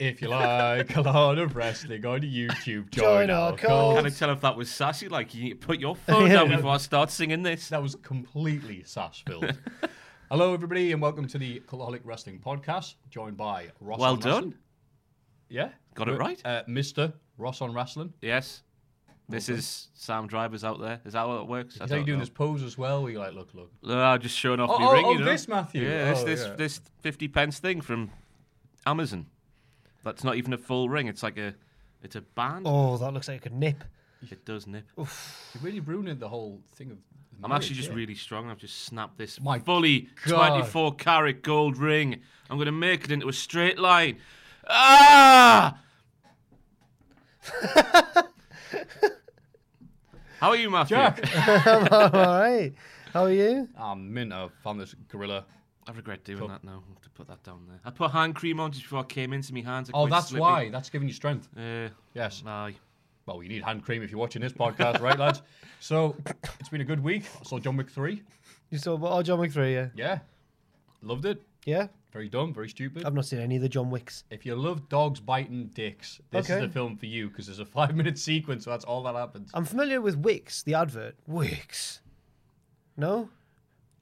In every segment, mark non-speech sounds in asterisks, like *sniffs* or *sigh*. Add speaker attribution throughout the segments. Speaker 1: If you like a lot of wrestling on YouTube, join,
Speaker 2: Join our
Speaker 1: our
Speaker 2: cult.
Speaker 1: cult.
Speaker 3: Can I tell if that was sassy? Like, you need to put
Speaker 1: *laughs*
Speaker 3: your phone down before I start singing this.
Speaker 1: That was completely sash *laughs* filled. Hello, everybody, and welcome to the Cultaholic Wrestling Podcast, joined by Ross.
Speaker 3: Well
Speaker 1: on wrestling.
Speaker 3: done.
Speaker 1: Yeah,
Speaker 3: Got it right.
Speaker 1: uh, Mister Ross on wrestling.
Speaker 3: Yes. This is Sam Drivers out there. Is that how it works? I
Speaker 1: Is that you
Speaker 3: don't
Speaker 1: doing
Speaker 3: know.
Speaker 1: this pose as well? Where you like, look, look.
Speaker 3: No, I'm just showing off
Speaker 1: Oh,
Speaker 3: my
Speaker 1: oh,
Speaker 3: ring.
Speaker 1: oh,
Speaker 3: you know?
Speaker 1: this, Matthew.
Speaker 3: Yeah, this
Speaker 1: Oh,
Speaker 3: this
Speaker 1: yeah.
Speaker 3: this fifty pence thing from Amazon. That's not even a full ring. It's like a it's a band.
Speaker 2: Oh, that looks like it could nip.
Speaker 3: It does nip.
Speaker 1: You're really ruining the whole thing of.
Speaker 3: I'm actually just really strong. I've just snapped this
Speaker 1: My
Speaker 3: fully
Speaker 1: God.
Speaker 3: 24 carat gold ring. I'm going to make it into a straight line.
Speaker 1: *laughs*
Speaker 3: Ah! How are you, Matthew?
Speaker 1: Jack.
Speaker 2: *laughs* *laughs* All right. How are you?
Speaker 1: Ah, mint. I found this gorilla.
Speaker 3: *laughs* I regret doing that now. I have to put that down there. I put hand cream on just before I came in, so my hands are
Speaker 1: Oh,
Speaker 3: quite
Speaker 1: that's
Speaker 3: slippy.
Speaker 1: why. That's giving you strength.
Speaker 3: Uh,
Speaker 1: Yes.
Speaker 3: aye.
Speaker 1: Well, you need hand cream if you're watching this podcast, right,
Speaker 3: *laughs*
Speaker 1: lads? So it's been a good week. I saw John Wick three.
Speaker 2: You saw oh John Wick three, yeah.
Speaker 1: Yeah, loved it.
Speaker 2: Yeah?
Speaker 1: Very dumb, very stupid.
Speaker 2: I've not seen any of the John Wicks.
Speaker 1: if you love dogs biting dicks, this
Speaker 2: Okay. Um,
Speaker 1: is the film for you because there's a *laughs* five minute sequence, so that's all that happens.
Speaker 2: I'm familiar with Wicks, the advert. Wicks. No?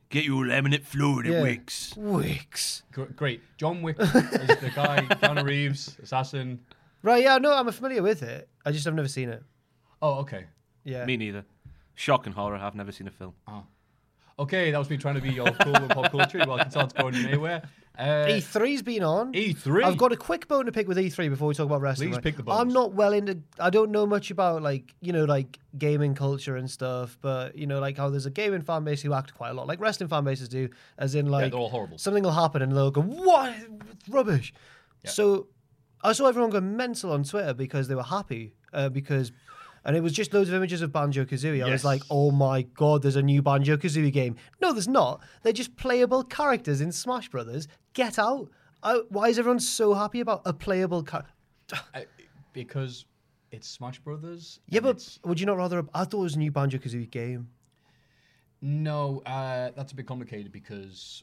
Speaker 3: Get your laminate fluid
Speaker 2: Yeah.
Speaker 3: it wicks.
Speaker 2: Wicks.
Speaker 1: Gr- great. John
Speaker 2: *laughs*
Speaker 1: Wick is the guy, Keanu Reeves, assassin.
Speaker 2: Right, yeah, no, I'm familiar with it. I just have never seen it.
Speaker 1: Oh, okay.
Speaker 2: Yeah.
Speaker 3: Me neither. Shock and horror. I've never seen a film.
Speaker 1: Okay, that was me trying to be all cool and pop culture. Well, I can tell it's going nowhere. Uh,
Speaker 2: E3's E been on.
Speaker 1: E3.
Speaker 2: I've got a quick bone to pick with E3 before we talk about wrestling.
Speaker 1: E Please
Speaker 2: right?
Speaker 1: pick the
Speaker 2: I'm
Speaker 1: bones.
Speaker 2: not well into. I don't know much about like you know like gaming culture and stuff, but you know like how there's a gaming fan base who act quite a lot like wrestling fan bases do, as in like
Speaker 1: they're all horrible.
Speaker 2: Something will happen and they'll go what It's rubbish. So I saw everyone go mental on Twitter because they were happy uh, because. And it was just loads of images of Banjo Kazooie. I was
Speaker 1: Yes.
Speaker 2: like, oh my god, there's a new Banjo Kazooie game. No, there's not. They're just playable characters in Smash Brothers. Get out. I, why is everyone so happy about a playable character?
Speaker 1: I- because it's Smash Brothers.
Speaker 2: Yeah,
Speaker 1: and
Speaker 2: but
Speaker 1: it's-
Speaker 2: would you not rather? I thought it was a new Banjo Kazooie game.
Speaker 1: No, uh, that's a bit complicated because,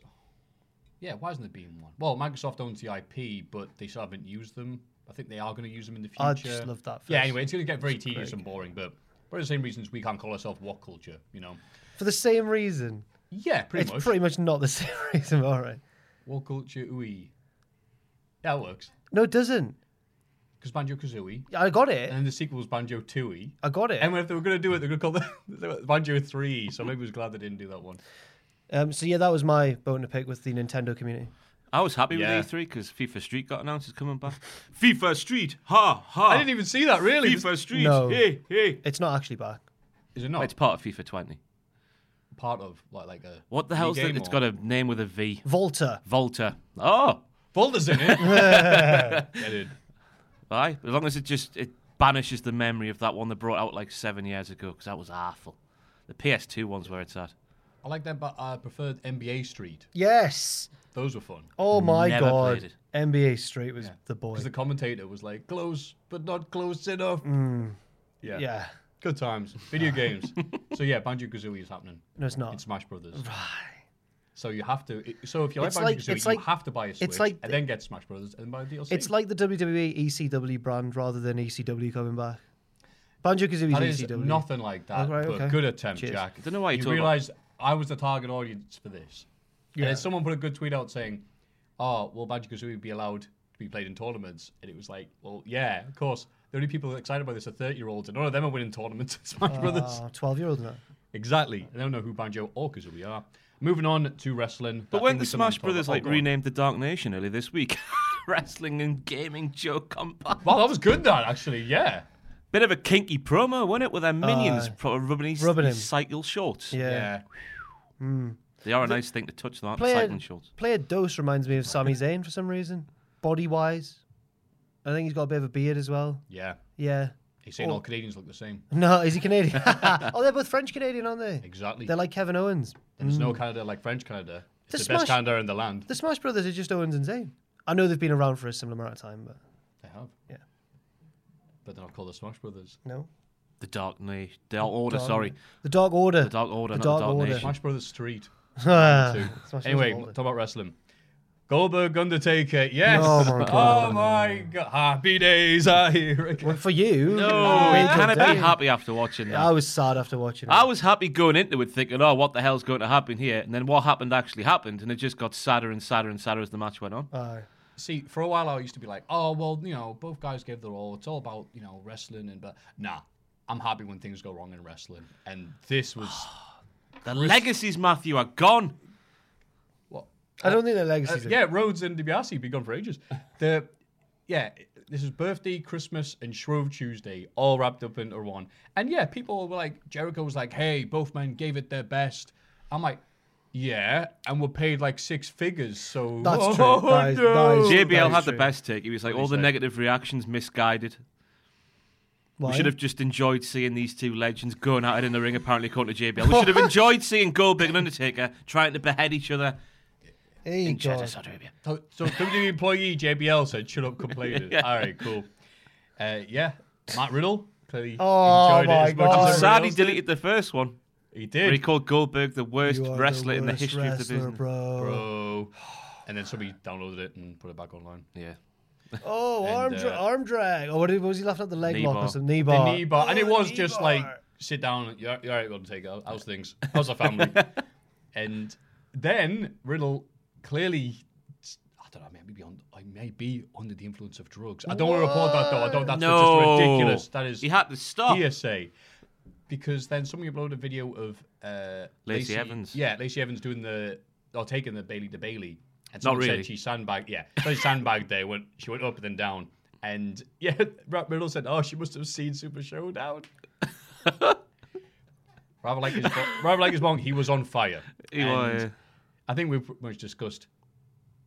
Speaker 1: yeah, why isn't there being one? Well, Microsoft owns the IP, but they still haven't used them. I think they are going to use them in the future.
Speaker 2: I just love that
Speaker 1: Yeah,
Speaker 2: phrase.
Speaker 1: anyway, it's going to get very tedious and boring, but for the same reasons we can't call ourselves what culture, you know?
Speaker 2: For the same reason.
Speaker 1: Yeah, pretty
Speaker 2: it's
Speaker 1: much.
Speaker 2: pretty much not the *laughs* same reason, all right.
Speaker 1: What culture, ooey. That works.
Speaker 2: No, it doesn't.
Speaker 1: Because Banjo Kazooie,
Speaker 2: I got it.
Speaker 1: and then the sequel was Banjo Tooie.
Speaker 2: I got it.
Speaker 1: And if they were going to do it, they were going to call *laughs* the Banjo 3, so maybe I was glad they didn't do that one.
Speaker 2: Um, so, yeah, that was my bone to pick with the Nintendo community.
Speaker 3: I was happy
Speaker 1: Yeah.
Speaker 3: with E3 because FIFA Street got announced. It's coming back. *laughs* FIFA Street. Ha ha.
Speaker 1: I didn't even see that, really.
Speaker 3: Ah. FIFA Street.
Speaker 2: No.
Speaker 3: Hey hey.
Speaker 2: It's not actually back.
Speaker 1: Is it not
Speaker 3: It's part of FIFA 20.
Speaker 1: part of, like, like a.
Speaker 3: What the hell's
Speaker 1: it?
Speaker 3: that? It's got a name with a V.
Speaker 2: Volta.
Speaker 3: Volta. Oh,
Speaker 1: Boulder's in
Speaker 2: *laughs*
Speaker 1: it. Get it.
Speaker 3: aye. As long as it just it banishes the memory of that one they brought out like seven years ago because that was awful. The PS2 one's where it's at.
Speaker 1: I like that, but I preferred NBA Street.
Speaker 2: Yes.
Speaker 1: Those were fun.
Speaker 2: Oh my
Speaker 3: Never played
Speaker 2: god.
Speaker 3: it.
Speaker 2: NBA Street was the boy.
Speaker 1: Because the commentator was like, close, but not close enough. Yeah.
Speaker 2: Mm. yeah.
Speaker 1: Good times. Video
Speaker 2: *laughs*
Speaker 1: games. so, yeah, Banjo Kazooie is happening
Speaker 2: No, it's
Speaker 1: in
Speaker 2: not.
Speaker 1: Smash Brothers. Right. So, you have to. it- So, if you like
Speaker 2: It's
Speaker 1: Banjo
Speaker 2: like-
Speaker 1: Kazooie,
Speaker 2: it's
Speaker 1: you
Speaker 2: like-
Speaker 1: have to buy a Switch
Speaker 2: like
Speaker 1: and then get Smash Brothers and buy a DLC.
Speaker 2: It's like the E WWE ECW brand rather than ECW coming back. E Banjo Kazooie's
Speaker 1: that is
Speaker 2: ECW.
Speaker 1: nothing like that.
Speaker 2: Oh, right,
Speaker 1: but
Speaker 2: okay.
Speaker 1: good attempt,
Speaker 2: Cheers.
Speaker 1: Jack.
Speaker 3: Don't know why you talk about-
Speaker 1: realise I was the target audience for this. Yeah. someone put a good tweet out saying, "Oh, will Banjo Kazooie be allowed to be played in tournaments?" And it was like, "Well, yeah, *laughs*
Speaker 2: Ah.
Speaker 1: of course." The only people excited by this are thirty-year-olds, and none of them are winning tournaments. in Smash Brothers.
Speaker 2: Oh, 12 year old now.
Speaker 1: Exactly. I don't know who Banjo or Kazooie are. Moving on to wrestling.
Speaker 3: But
Speaker 1: I
Speaker 3: when
Speaker 1: think
Speaker 3: the
Speaker 1: there's something
Speaker 3: Smash
Speaker 1: to talk
Speaker 3: Brothers
Speaker 1: about.
Speaker 3: like
Speaker 1: Oh, go on.
Speaker 3: renamed the Dark Nation earlier this week, *laughs* wrestling and gaming joke combat.
Speaker 1: Well, that was good, that actually. Yeah.
Speaker 3: Bit of a kinky promo, wasn't it? With their minions pro- rubbing his,
Speaker 2: Uh, rubbing
Speaker 3: his
Speaker 2: him.
Speaker 3: cycle shorts.
Speaker 2: Yeah.
Speaker 3: They are a nice thing to touch, though, aren't they?
Speaker 2: Player,
Speaker 3: cycling shorts.
Speaker 2: player Dose reminds me of
Speaker 3: *laughs*
Speaker 2: Sami Zayn for some reason, body wise. I think he's got a bit of a beard as well.
Speaker 1: Yeah.
Speaker 2: Yeah. *laughs*
Speaker 1: He's saying
Speaker 2: Oh.
Speaker 1: all Canadians look the same.
Speaker 2: No, is
Speaker 3: *laughs*
Speaker 2: he Canadian? oh, they're both French Canadian, aren't they?
Speaker 1: Exactly.
Speaker 2: They're like Kevin Owens.
Speaker 1: And there's
Speaker 2: Mm.
Speaker 1: no Canada like French Canada. It's
Speaker 2: The
Speaker 1: the, best
Speaker 2: Smash-
Speaker 1: Canada in the land.
Speaker 2: The Smash Brothers are just Owens and Zayn. I know they've been around for a similar amount of time, but
Speaker 1: They have.
Speaker 2: Yeah.
Speaker 1: But they're not called the Smash Brothers.
Speaker 2: no.
Speaker 3: The Dark Nation. Dark Order, sorry.
Speaker 2: The Dark Order.
Speaker 3: The Dark Order,
Speaker 2: The
Speaker 3: not
Speaker 2: Dark
Speaker 3: the Dark
Speaker 2: Order.
Speaker 3: Nation.
Speaker 1: Smash Brothers Street.
Speaker 2: *laughs* Ah,
Speaker 1: too.
Speaker 2: Smash
Speaker 1: anyway,
Speaker 2: Brothers
Speaker 1: talk about wrestling. Goldberg Undertaker, yes.
Speaker 2: Oh my
Speaker 1: *laughs*
Speaker 2: God.
Speaker 1: Oh my God. Happy days are here again. *laughs*
Speaker 2: Well, for you.
Speaker 3: No,
Speaker 2: we
Speaker 3: can
Speaker 2: could
Speaker 3: I
Speaker 2: do.
Speaker 3: be happy after watching that?
Speaker 2: I was sad after watching it.
Speaker 3: I was happy going into it thinking, oh, what the hell's going to happen here? And then what happened actually happened, and it just got sadder and sadder and sadder as the match went on.
Speaker 2: Aye.
Speaker 1: See, for a while I used to be like, oh well, you know, both guys gave their all. It's all about you know wrestling and but nah, I'm happy when things go wrong in wrestling. And this was
Speaker 3: The legacies, Matthew, are gone.
Speaker 1: what
Speaker 2: I don't think the
Speaker 1: Uh,
Speaker 2: legacy's
Speaker 1: yeah, Rhodes and DiBiase be gone for ages. The yeah, this is birthday, Christmas, and Shrove Tuesday all wrapped up into one. And yeah, people were like, Jericho was like, "Hey, both men gave it their best." I'm like, "Yeah," and were paid like six figures. So Oh, *laughs*
Speaker 2: That's true. That is- that is- that
Speaker 3: JBL
Speaker 2: is
Speaker 3: had the
Speaker 2: true.
Speaker 3: best take. He was like, all the negative reactions misguided.
Speaker 2: Why?
Speaker 3: We should have just enjoyed seeing these two legends going at it in the ring, apparently, according to JBL. We should have enjoyed seeing Goldberg and Undertaker trying to behead each other
Speaker 2: Hey,
Speaker 3: in Cheddar,
Speaker 2: God.
Speaker 3: Saudi Arabia.
Speaker 1: So, so WWE employee JBL said, "Shut up, complaining." All right, cool. Uh, yeah, Matt Riddle clearly
Speaker 2: Oh
Speaker 1: enjoyed
Speaker 2: my
Speaker 1: it as much
Speaker 2: God.
Speaker 1: as
Speaker 3: I'm
Speaker 1: everyone
Speaker 3: sad he
Speaker 1: else did.
Speaker 3: deleted the first one.
Speaker 1: He
Speaker 3: Where he
Speaker 1: did,
Speaker 3: called Goldberg the worst
Speaker 2: You are
Speaker 3: wrestler in the
Speaker 2: worst
Speaker 3: history of the
Speaker 2: wrestler,
Speaker 3: business.
Speaker 2: Bro.
Speaker 1: bro. And then somebody downloaded it and put it back online.
Speaker 3: Yeah.
Speaker 2: Oh, arm,
Speaker 1: uh,
Speaker 2: dra- arm drag. Or what, what was he laughing at? The leg
Speaker 3: Knee
Speaker 2: lock
Speaker 3: bar.
Speaker 2: or some knee
Speaker 1: the
Speaker 2: bar.
Speaker 1: knee bar, and it
Speaker 2: Oh,
Speaker 1: was
Speaker 2: knee
Speaker 1: just
Speaker 2: bar.
Speaker 1: like sit down. You're, you're all right, we'll take it. How's things? How's the
Speaker 3: *laughs*
Speaker 1: family? and then Riddle clearly. I don't know. Maybe be on. I may be under the influence of drugs. I don't want to report that though. I don't. That's just ridiculous. That is
Speaker 3: He had to stop.
Speaker 1: hearsay. Because then somebody uploaded a video of uh,
Speaker 3: Lacey Evans.
Speaker 1: Yeah, Lacey Evans doing the or taking the Bailey to Bailey. And
Speaker 3: Not
Speaker 1: someone
Speaker 3: really.
Speaker 1: Said she sandbagged. Yeah, so she sandbagged there. Went she went up and then down. And *laughs* yeah, Rap Riddle said, "Oh, she must have seen Super
Speaker 3: *laughs*
Speaker 1: Showdown." rather like his rather like his bong, he was on fire.
Speaker 3: He
Speaker 1: And
Speaker 3: was, yeah.
Speaker 1: I think we've pretty much discussed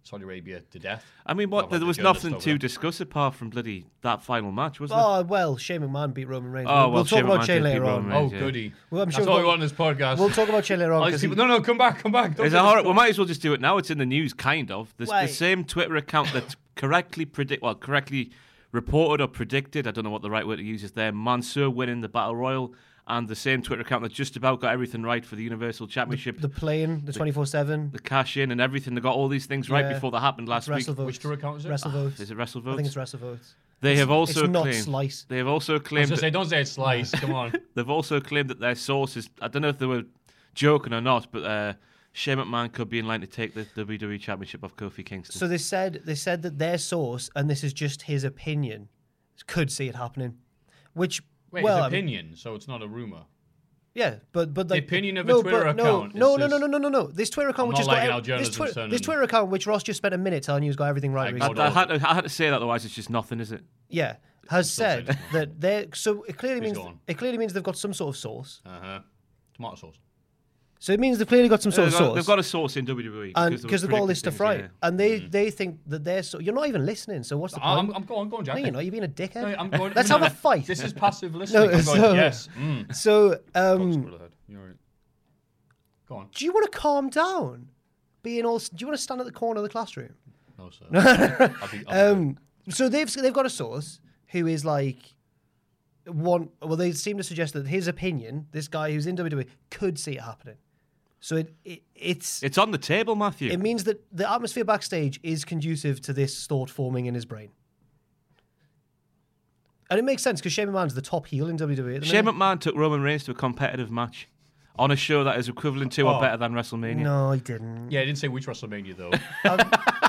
Speaker 1: Saudi Arabia to death.
Speaker 3: I mean, what?
Speaker 1: Rather like
Speaker 3: There was
Speaker 1: the journalist
Speaker 3: nothing
Speaker 1: over
Speaker 3: to
Speaker 1: there.
Speaker 3: discuss apart from bloody that final match, wasn't there?
Speaker 2: Oh, well, Shane McMahon beat Roman Reigns.
Speaker 3: Oh,
Speaker 2: we'll,
Speaker 3: well,
Speaker 2: we'll talk
Speaker 3: Shane
Speaker 2: about
Speaker 3: McMahon
Speaker 2: Shane
Speaker 3: did beat
Speaker 2: later on.
Speaker 3: Roman Oh,
Speaker 1: Oh,
Speaker 3: Amazing.
Speaker 1: goody!
Speaker 2: Well, I'm sure
Speaker 1: That's all we
Speaker 2: we'll-
Speaker 1: want on this podcast.
Speaker 2: We'll talk about Shane later on.
Speaker 1: All these
Speaker 2: 'cause he-
Speaker 1: people- no, no, come back, come back. Don't
Speaker 3: Is
Speaker 1: do
Speaker 3: that
Speaker 1: this.
Speaker 3: all right? We might as well just do it now. It's in the news, kind of. The, the
Speaker 2: Wait.
Speaker 3: same Twitter account that correctly predict, well, correctly reported or predicted. I don't know what the right word to use is there. Mansoor winning the battle royal, and the same Twitter account that just about got everything right for the Universal Championship,
Speaker 2: the
Speaker 3: the,
Speaker 2: plane, the 24 7.
Speaker 3: cash in, and everything. They got all these things right
Speaker 2: Yeah.
Speaker 3: before that happened last week. Ah,
Speaker 2: WrestleVotes.
Speaker 1: Which Twitter account is it?
Speaker 2: WrestleVotes.
Speaker 3: Is it WrestleVotes?
Speaker 2: I think it's WrestleVotes.
Speaker 3: They have also
Speaker 2: it's not
Speaker 3: claimed.
Speaker 2: Slice.
Speaker 3: They have also
Speaker 1: I was
Speaker 3: claimed.
Speaker 1: gonna
Speaker 3: that-
Speaker 1: say, don't say it's slice. Come
Speaker 2: *laughs*
Speaker 1: on.
Speaker 3: They've also claimed that their sources, I don't know if they were joking or not, but uh, Shane McMahon could be in line to take the WWE Championship off Kofi Kingston.
Speaker 2: So they said they said that their source, and this is just his opinion, could see it happening. Which,
Speaker 1: Wait,
Speaker 2: well, I
Speaker 1: it's
Speaker 2: mean-
Speaker 1: opinion, so it's not a rumor.
Speaker 2: Yeah, but but like,
Speaker 1: opinion of a
Speaker 2: no,
Speaker 1: Twitter
Speaker 2: but
Speaker 1: account
Speaker 2: No,
Speaker 1: is
Speaker 2: no, no,
Speaker 1: just-
Speaker 2: no, no, no, no. This Twitter account,
Speaker 1: I'm
Speaker 2: which has
Speaker 1: not
Speaker 2: got
Speaker 1: liking
Speaker 2: ev-
Speaker 1: how journalists
Speaker 2: this, Twitter,
Speaker 1: and-
Speaker 2: this Twitter account, which Ross just spent a minute telling you he's got everything right.
Speaker 1: Like,
Speaker 2: recently.
Speaker 3: I, I had to, I had to say that, otherwise it's just nothing, is it?
Speaker 2: yeah, has
Speaker 1: saying
Speaker 2: said
Speaker 1: it's
Speaker 2: that they so it clearly means
Speaker 1: go on.
Speaker 2: it clearly means they've got some sort of source.
Speaker 1: Uh huh. Tomato sauce.
Speaker 2: So it means they've clearly got some sort
Speaker 3: Uh, they've,
Speaker 2: of
Speaker 3: got,
Speaker 2: source.
Speaker 3: they've got a source in E, WWE.
Speaker 2: and because they've got all this stuff right,
Speaker 3: predicting
Speaker 2: and they they think that they're so you're not even listening. So what's the
Speaker 1: Mm. I'm,
Speaker 2: point?
Speaker 1: I'm going, I'm going, Jack.
Speaker 2: no, you're not. You're being a dickhead.
Speaker 1: No, I'm going.
Speaker 2: Let's
Speaker 1: no,
Speaker 2: have a
Speaker 1: no.
Speaker 2: fight.
Speaker 1: This is passive listening. I'm
Speaker 2: so-
Speaker 1: going, yes. Mm.
Speaker 2: so, um,
Speaker 1: Spoiler ahead. You're right. Go on.
Speaker 2: do you want to calm down? Being all, do you want to stand at the corner of the classroom?
Speaker 1: No, sir. I'll be, I'll be
Speaker 2: Um, so they've they've got a source who is like one. Well, they seem to suggest that his opinion, this guy who's in WWE, could see it happening. So it, it it's
Speaker 3: it. It's on the table, Matthew.
Speaker 2: it means that the atmosphere backstage is conducive to this thought forming in his brain. And it makes sense because Shane McMahon's the top heel in WWE. at the
Speaker 3: Shane
Speaker 2: minute.
Speaker 3: McMahon took Roman Reigns to a competitive match on
Speaker 2: Oh.
Speaker 3: a show that is equivalent to or better than WrestleMania.
Speaker 2: No, he didn't.
Speaker 1: yeah, I didn't say which WrestleMania though.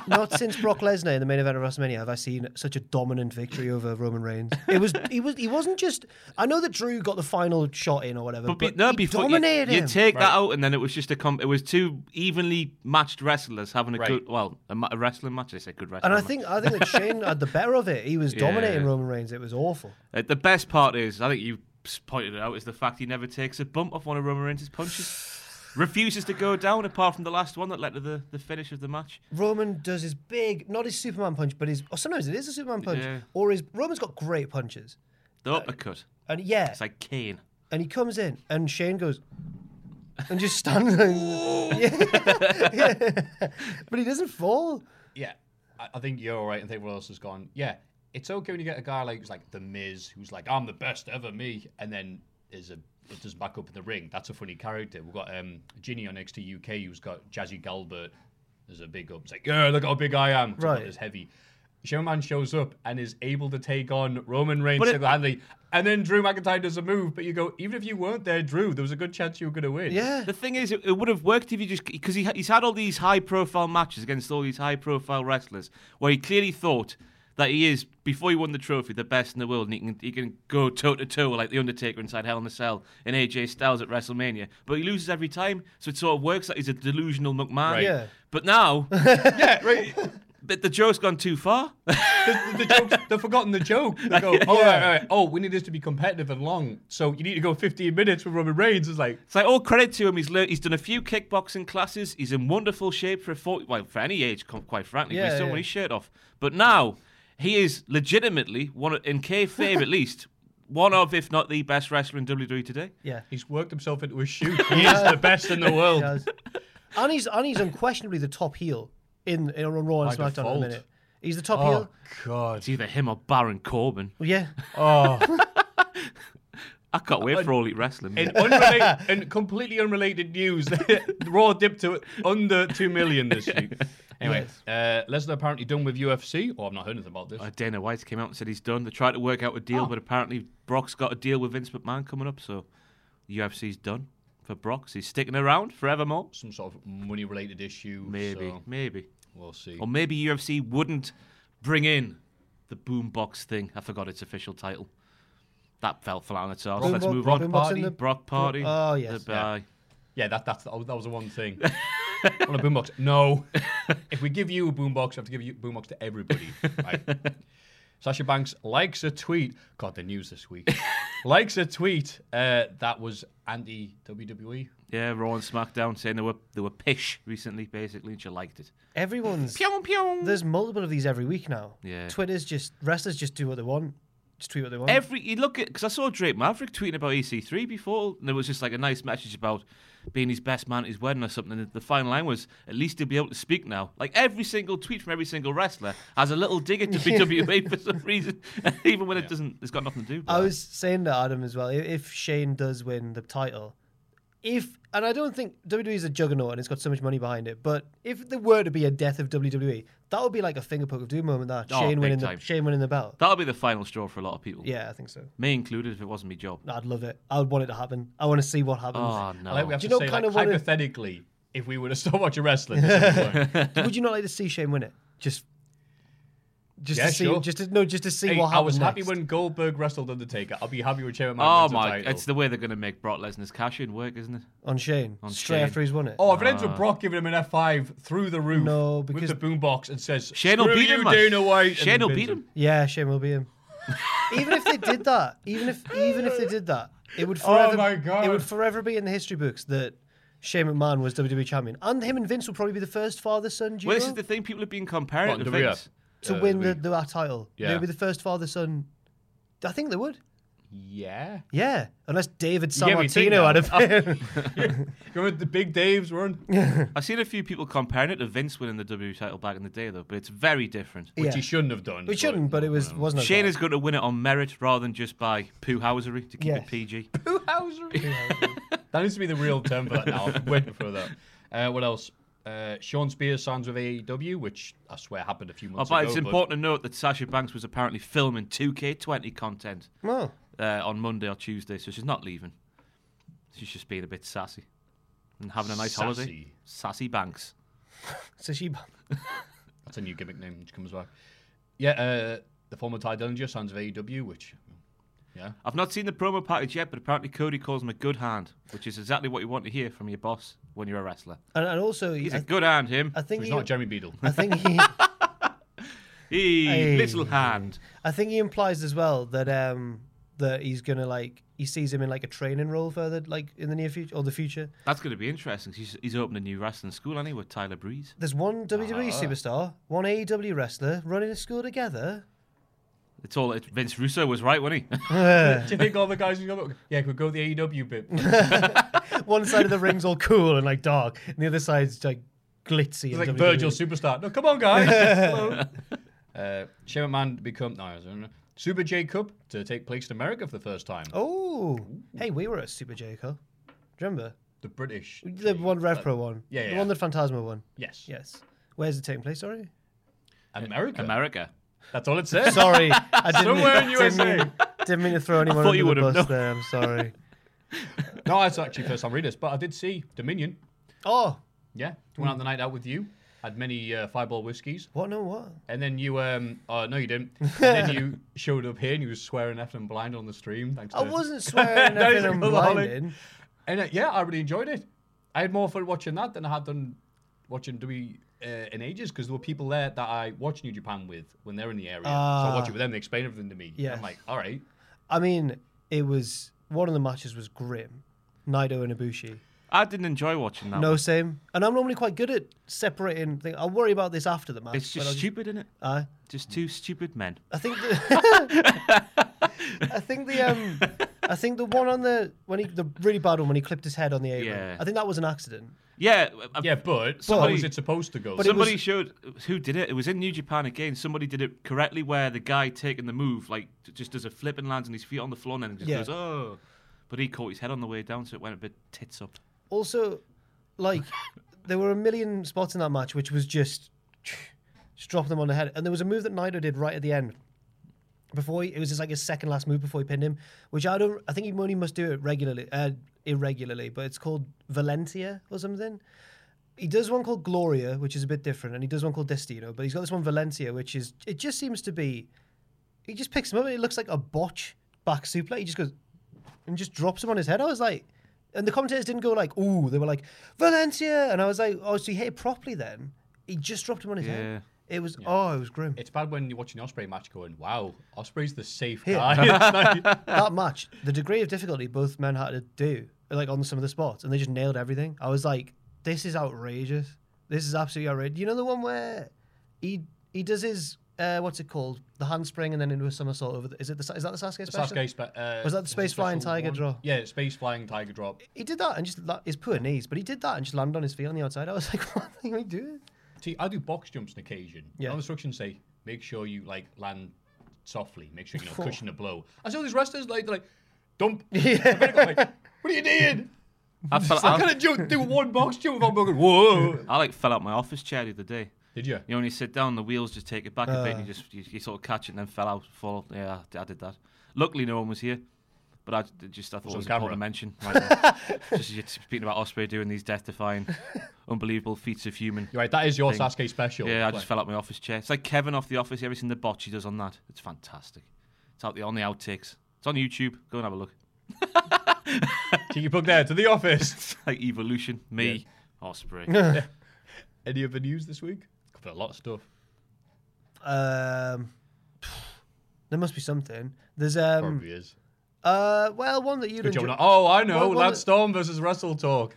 Speaker 2: Not since Brock Lesnar in the main event of WrestleMania have I seen such a dominant victory over Roman Reigns. It was he was he wasn't just. I know that Drew got the final shot in or whatever,
Speaker 3: But,
Speaker 2: but,
Speaker 3: be, no,
Speaker 2: he
Speaker 3: before
Speaker 2: dominated
Speaker 3: you, you
Speaker 2: him.
Speaker 3: take that out, and then it was just a com- it was two evenly matched wrestlers having a
Speaker 1: Right.
Speaker 3: good well a, ma- a wrestling match. They said good wrestling.
Speaker 2: and I
Speaker 3: match.
Speaker 2: think I think that Shane had the better of it. He was
Speaker 3: *laughs*
Speaker 2: dominating
Speaker 3: Yeah.
Speaker 2: Roman Reigns. It was awful.
Speaker 3: Uh, the best part is I think you s- pointed it out is the fact he never takes a bump off one of Roman Reigns' punches.
Speaker 2: *sighs*
Speaker 3: Refuses to go down apart from the last one that led to the, the finish of the match.
Speaker 2: Roman does his big, not his Superman punch, but his. Or sometimes it is a Superman punch,
Speaker 3: Yeah.
Speaker 2: or his. Roman's got great punches,
Speaker 3: The
Speaker 2: Uh,
Speaker 3: uppercut.
Speaker 2: and yeah,
Speaker 3: It's like Kane.
Speaker 2: and he comes in, and Shane goes, and just
Speaker 3: *laughs*
Speaker 2: stands. there. *laughs* Yeah. *laughs* Yeah. but he doesn't fall.
Speaker 1: Yeah, I, I think you're right, and think what else has gone. Yeah, it's okay when you get a guy like who's like the Miz, who's like I'm the best ever me, and then is a it doesn't back up in the ring. That's a funny character. We've got um Ginny on NXT UK, who's got Jazzy Galbert. There's a big up. It's like yeah, look how big I am. It's not
Speaker 2: Right.
Speaker 1: as heavy. Showman shows up and is able to take on Roman Reigns
Speaker 3: But it-
Speaker 1: single-handedly, and then Drew McIntyre does a move. But you go, even if you weren't there, Drew, there was a good chance you were going to win.
Speaker 2: Yeah.
Speaker 3: The thing is, it, it would have worked if you just because he, ha- he's had all these high profile matches against all these high profile wrestlers where he clearly thought that he is before he won the trophy the best in the world and he can he can go toe to toe like the Undertaker inside Hell in a Cell and AJ Styles at WrestleMania, but he loses every time, so it sort of works that he's a delusional McMahon.
Speaker 1: Right.
Speaker 2: Yeah.
Speaker 3: But now,
Speaker 1: yeah, right.
Speaker 3: the, the joke's gone too far.
Speaker 1: the, the joke, they've forgotten the joke. They go, oh, right, right. oh, we need this to be competitive and long, so you need to go 15 minutes with Roman Reigns. It's like,
Speaker 3: It's like all credit to him. He's learned, he's done a few kickboxing classes. He's in wonderful shape for a 40, well for any age, com- quite frankly. but
Speaker 2: Yeah,
Speaker 3: he's still
Speaker 2: yeah.
Speaker 3: wearing his shirt off. But now he is legitimately one of- in kayfabe at least one of, if not the best wrestler in WWE today.
Speaker 2: Yeah.
Speaker 1: he's worked himself into a shoot. He is the best in the world.
Speaker 2: does. *laughs* and he's and he's unquestionably the top heel in, in on Raw
Speaker 1: By
Speaker 2: and SmackDown at the
Speaker 1: default.
Speaker 2: minute. He's the top
Speaker 1: Oh,
Speaker 2: heel.
Speaker 1: God.
Speaker 3: It's either him or Baron Corbin.
Speaker 2: Well, yeah,
Speaker 1: Oh.
Speaker 3: I can't wait for all elite wrestling.
Speaker 1: In, unrelated, in completely unrelated news, *laughs* Raw dipped to under 2 million this week. Anyway, uh, Lesnar apparently done with UFC. Oh, I've not heard anything about this.
Speaker 3: Uh, Dana White came out and said he's done. They tried to work out a deal, but apparently Brock's got a deal with Vince McMahon coming up, so UFC's done for Brock. So he's sticking around forevermore.
Speaker 1: Some sort of money related issue.
Speaker 3: Maybe,
Speaker 1: so
Speaker 3: maybe.
Speaker 1: we'll see.
Speaker 3: Or maybe UFC wouldn't bring in the boombox thing. I forgot its official title. That fell flat on its arse. Let's
Speaker 2: Boombox-
Speaker 3: move on.
Speaker 2: Boombox Party? in the-
Speaker 3: Brock Party.
Speaker 2: Oh, yes.
Speaker 3: The-
Speaker 1: Yeah.
Speaker 3: aye.
Speaker 1: Yeah, that that's the, oh, that was the one thing. on a boombox.
Speaker 3: *laughs*
Speaker 1: No. if we give you a boombox, I have to give you boombox to everybody.
Speaker 3: *laughs*
Speaker 1: Right. Sasha Banks likes a tweet. God, the news this
Speaker 3: *laughs*
Speaker 1: week. likes a tweet uh, that was E. anti WWE.
Speaker 3: yeah, Raw and SmackDown saying they were they were pish recently, basically, and she liked it.
Speaker 2: everyone's.
Speaker 3: Pyong pyong.
Speaker 2: There's multiple of these every week now.
Speaker 3: Yeah.
Speaker 2: Twitter's just wrestlers just do what they want, just tweet what they want.
Speaker 3: Every you look at because I saw Drake Maverick tweeting about EC3 before, and there was just like a nice message about being his best man at his wedding or something. And the final line was, "At least he'll be able to speak now." Like every single tweet from every single wrestler has a little dig at
Speaker 1: *laughs*
Speaker 3: WWE E for some reason, *laughs* even when it doesn't. It's got nothing to do. with
Speaker 2: I
Speaker 3: it.
Speaker 2: was saying to Adam as well. i- If Shane does win the title, if and I don't think WWE is a juggernaut and it's got so much money behind it, but if there were to be a death of WWE, that would be like a finger poke of doom moment. That
Speaker 3: Oh,
Speaker 2: Shane
Speaker 3: big
Speaker 2: winning
Speaker 3: time.
Speaker 2: the Shane winning the belt.
Speaker 3: That'll be the final straw for a lot of people.
Speaker 2: yeah, I think so.
Speaker 3: Me included, if it wasn't my job.
Speaker 2: I'd love it. I would want it to happen. I want to see what happens.
Speaker 3: Oh,
Speaker 1: I like we have
Speaker 3: no.
Speaker 2: Do
Speaker 1: to
Speaker 2: you know
Speaker 1: say
Speaker 2: kind
Speaker 1: like,
Speaker 2: of what it-
Speaker 1: hypothetically, if we were to *laughs* stop watching wrestling, this would
Speaker 3: *laughs*
Speaker 1: work.
Speaker 2: Would you not like to see Shane win it? Just, just
Speaker 1: Yeah,
Speaker 2: to see,
Speaker 1: sure.
Speaker 2: just to, no, just to see
Speaker 1: Hey,
Speaker 2: what
Speaker 1: I
Speaker 2: happens.
Speaker 1: was happy
Speaker 2: next.
Speaker 1: when Goldberg wrestled Undertaker. I'll be happy with Chairman
Speaker 3: Oh,
Speaker 1: Man's
Speaker 3: my.
Speaker 1: title.
Speaker 3: It's the way they're going to make Brock Lesnar's cash in work, isn't it?
Speaker 2: on Shane straight
Speaker 3: Shane.
Speaker 2: after he's won it.
Speaker 1: Oh, if it ends
Speaker 3: Ah.
Speaker 1: with Brock giving him an F5 through the roof
Speaker 2: No,
Speaker 1: with
Speaker 2: because-
Speaker 1: the boombox and says,
Speaker 3: Shane will
Speaker 1: "Screw
Speaker 3: beat
Speaker 1: you,
Speaker 3: him. man.
Speaker 1: Dana White. and
Speaker 3: Shane will
Speaker 1: pins
Speaker 3: beat him.
Speaker 2: Yeah, Shane will be him. even if they did that, even if even if they did that, it would
Speaker 1: *laughs* Oh
Speaker 2: forever.
Speaker 1: my God.
Speaker 2: It would forever be in the history books that Shane McMahon was WWE champion, and him and Vince will probably be the first father son duo
Speaker 3: Well, this is the thing. People have been comparing
Speaker 1: What,
Speaker 3: it to
Speaker 1: the rear?
Speaker 3: Vince.
Speaker 2: to
Speaker 1: uh,
Speaker 2: win
Speaker 1: the-
Speaker 2: the, the that title.
Speaker 1: Yeah.
Speaker 2: They'll be the first father son. I think they would.
Speaker 1: Yeah.
Speaker 2: Yeah, unless David
Speaker 1: Yeah, we think
Speaker 2: Sammartino had
Speaker 1: that. *laughs*
Speaker 2: *laughs* a
Speaker 1: Remember the big Dave's run?
Speaker 3: I've seen a few people comparing it to Vince winning the WWE title back in the day, though, but it's very different.
Speaker 1: Which
Speaker 2: Yeah.
Speaker 1: he shouldn't have done.
Speaker 2: We shouldn't, but it was
Speaker 1: um,
Speaker 2: wasn't. as
Speaker 3: Shane
Speaker 2: bad.
Speaker 3: is going to win it on merit rather than just by poo-housery to keep
Speaker 2: Yes.
Speaker 3: it
Speaker 2: *laughs*
Speaker 3: PG.
Speaker 1: That needs to be the real term for that now. I'm waiting for that. Uh, what else? Uh, Sean Spears signs with AEW, which I swear happened a few
Speaker 3: Oh,
Speaker 1: months
Speaker 3: but
Speaker 1: ago.
Speaker 3: it's important to note that Sasha Banks was apparently filming 2K20 content
Speaker 2: Oh.
Speaker 3: uh, on Monday or Tuesday, so she's not leaving. She's just being a bit sassy and having a nice holiday.
Speaker 1: Sassy.
Speaker 3: Sassy Banks.
Speaker 2: So she.
Speaker 1: That's a new gimmick name which comes back. Yeah, uh, the former Ty Dillinger sounds of AEW, E which
Speaker 3: I've not seen the promo package yet, but apparently Cody calls him a good hand, which is exactly what you want to hear from your boss when you're a wrestler.
Speaker 2: And, and also,
Speaker 3: He's
Speaker 2: I,
Speaker 3: a good hand, him.
Speaker 2: I think
Speaker 1: he's
Speaker 2: he,
Speaker 1: not Jeremy Beadle.
Speaker 2: *laughs* I think he,
Speaker 3: He
Speaker 2: Hey.
Speaker 3: little hand.
Speaker 2: I think he implies as well that um that he's gonna like he sees him in like a training role further like in the near future or the future.
Speaker 3: That's going to be interesting. 'cause He's, he's opening a new wrestling school, anyway, with Tyler Breeze.
Speaker 2: There's one WWE
Speaker 1: Uh-huh.
Speaker 2: superstar, one AEW wrestler running a school together. *laughs*
Speaker 3: It's all it, Vince Russo was right, wasn't he? *laughs*
Speaker 1: Do you think all the guys in your book? Yeah, could go the AEW
Speaker 2: *laughs*
Speaker 1: bit.
Speaker 2: One side of the ring's all cool and like dark, and the other side's like glitzy.
Speaker 1: It's
Speaker 2: and
Speaker 1: like
Speaker 2: WWE.
Speaker 1: Virgil superstar. No, come on,
Speaker 2: *laughs*
Speaker 1: guys. Hello. Uh, Shane McMahon to become no, I don't know. Super J Cup to take place in America for the first time.
Speaker 2: Oh, hey, we were at Super Jericho. Do you Remember
Speaker 1: The British.
Speaker 2: the
Speaker 1: J-
Speaker 2: one RevPro one?
Speaker 1: yeah,
Speaker 2: the
Speaker 1: yeah.
Speaker 2: one that Phantasma won.
Speaker 1: Yes.
Speaker 2: Yes. Where's it taking place? Sorry.
Speaker 1: America.
Speaker 3: America.
Speaker 1: That's all it says.
Speaker 2: Sorry, *laughs* I didn't.
Speaker 1: Somewhere in
Speaker 2: didn't
Speaker 1: USA.
Speaker 2: mean- Didn't mean to throw anyone
Speaker 3: thought
Speaker 2: under
Speaker 3: you
Speaker 2: the
Speaker 3: would have
Speaker 2: bus there. I'm sorry.
Speaker 1: no, it's actually first time reading this, but I did see Dominion.
Speaker 2: *laughs* Oh,
Speaker 1: Yeah, went out the night out with you. Had many uh, fireball whiskies,
Speaker 2: what? No, what?
Speaker 1: and then you um. Oh no, you didn't. And then
Speaker 2: *laughs*
Speaker 1: you showed up here and you were swearing effing and blind on the stream. Thanks.
Speaker 2: I
Speaker 1: to-
Speaker 2: wasn't *laughs* swearing.
Speaker 1: That
Speaker 2: I've
Speaker 1: is
Speaker 2: been
Speaker 1: alcoholic.
Speaker 2: blinded.
Speaker 1: And uh, yeah, I really enjoyed it. I had more fun watching that than I had done watching Dewey uh, in ages because there were people there that I watch New Japan with when they're in the area. so I watch it with them. They explain everything to me. And
Speaker 2: Ah. Yes.
Speaker 1: I'm like, all right.
Speaker 2: I mean, it was one of the matches was grim. Naito and Ibushi.
Speaker 3: I didn't enjoy watching that.
Speaker 2: No
Speaker 3: one.
Speaker 2: same. And I'm normally quite good at separating things. I'll worry about this after the match.
Speaker 3: It's
Speaker 2: but
Speaker 3: just
Speaker 2: I'll
Speaker 3: stupid, isn't it?
Speaker 2: Aye.
Speaker 3: Just two stupid men.
Speaker 2: I think the *laughs* I think the um I think the one on the when he the really bad one when he clipped his head on the apron.
Speaker 3: Yeah.
Speaker 2: I think that was an accident.
Speaker 3: Yeah. I-
Speaker 1: Yeah, but how
Speaker 3: Somebody-
Speaker 1: was it supposed to go?
Speaker 2: But it
Speaker 1: Somebody-
Speaker 3: Somebody showed who did it. It was in New Japan again. Somebody did it correctly, where the guy taking the move like j- just does a flip and lands on his feet on the floor, and then just
Speaker 2: Yeah.
Speaker 3: goes oh. But he caught his head on the way down, so it went a bit tits
Speaker 2: *laughs*
Speaker 3: up.
Speaker 2: Also, like there were a million spots in that match which was just *sniffs* just drop them on the head. And there was a move that Naito did right at the end. Before he, it was just like his second last move before he pinned him, which I don't. I think he only must do it regularly, uh, irregularly, but it's called Valentia or something. He does one called Gloria, which is a bit different, and he does one called Destino, but he's got this one Valentia, which is it just seems to be. He just picks him up and it looks like a botch back suplex. He just goes and just drops him on his head. I was like, and the commentators didn't go like, "Ooh," they were like, "Valencia," and I was like, "Oh, so he hit it properly then." He just dropped him on his
Speaker 3: Yeah.
Speaker 2: head. It was oh, it was grim.
Speaker 1: it's bad when you're watching the Osprey match going, wow, Osprey's the safe
Speaker 2: *laughs*
Speaker 1: guy. It's like-
Speaker 2: that match, the degree of difficulty both men had to do, like on some of the spots, and they just nailed everything. I was like, this is outrageous. This is absolutely outrageous. You know the one where he he does his uh, what's it called, the handspring, and then into a somersault over. The, is it the is that the Sasuke special?
Speaker 1: Sasuke spe- uh,
Speaker 2: Was that
Speaker 1: is
Speaker 2: the
Speaker 1: it
Speaker 2: space flying
Speaker 1: special
Speaker 2: tiger
Speaker 1: one?
Speaker 2: drop?
Speaker 1: Yeah, space flying tiger drop.
Speaker 2: He did that and just la- his poor knees, but he did that and just landed on his feet on the outside. I was *laughs* like, what the hell are you doing?
Speaker 1: See, I do box jumps on occasion.
Speaker 2: Yeah.
Speaker 1: Yeah. My instructions say, make sure you like land softly, make sure you know cushion a blow. I saw these wrestlers like they're like
Speaker 2: *laughs*
Speaker 1: dump. Yeah. like, what are you doing?
Speaker 3: I, fell,
Speaker 1: I
Speaker 3: I,
Speaker 1: gotta jump, do one box jump without going. Whoa!
Speaker 3: I, like fell out my office chair the other day.
Speaker 1: Did you?
Speaker 3: You know, when you sit down, the wheels just take it back a bit, and you just you, you sort of catch it and then fell out, fall. off. Yeah, I, I did that. Luckily, no one was here. But I d- just I thought it
Speaker 1: on
Speaker 3: was
Speaker 1: camera.
Speaker 3: important to mention. Right there.
Speaker 1: *laughs*
Speaker 3: just as you're speaking about Osprey doing these death-defying, unbelievable feats of human.
Speaker 1: You're right. That is your
Speaker 3: Thing.
Speaker 1: Sasuke special.
Speaker 3: Yeah, I just
Speaker 1: Like,
Speaker 3: fell out my office chair. It's like Kevin off the office. You ever seen the botch he does on that? It's fantastic. It's out there on the outtakes. It's on YouTube. Go and have a look. *laughs*
Speaker 1: Cheeky plug there to the office. *laughs*
Speaker 3: It's like evolution. Me, Osprey.
Speaker 1: Any other news this week? Covered a lot of stuff.
Speaker 2: Um, *sighs* there must be something. There's um,
Speaker 1: Probably is.
Speaker 2: Uh, well, one that you'd
Speaker 1: Good job.
Speaker 2: enjoy.
Speaker 1: not- Oh, I know.
Speaker 2: Well, uh, well,
Speaker 1: Lance
Speaker 2: the-
Speaker 1: Storm versus Russell Talk.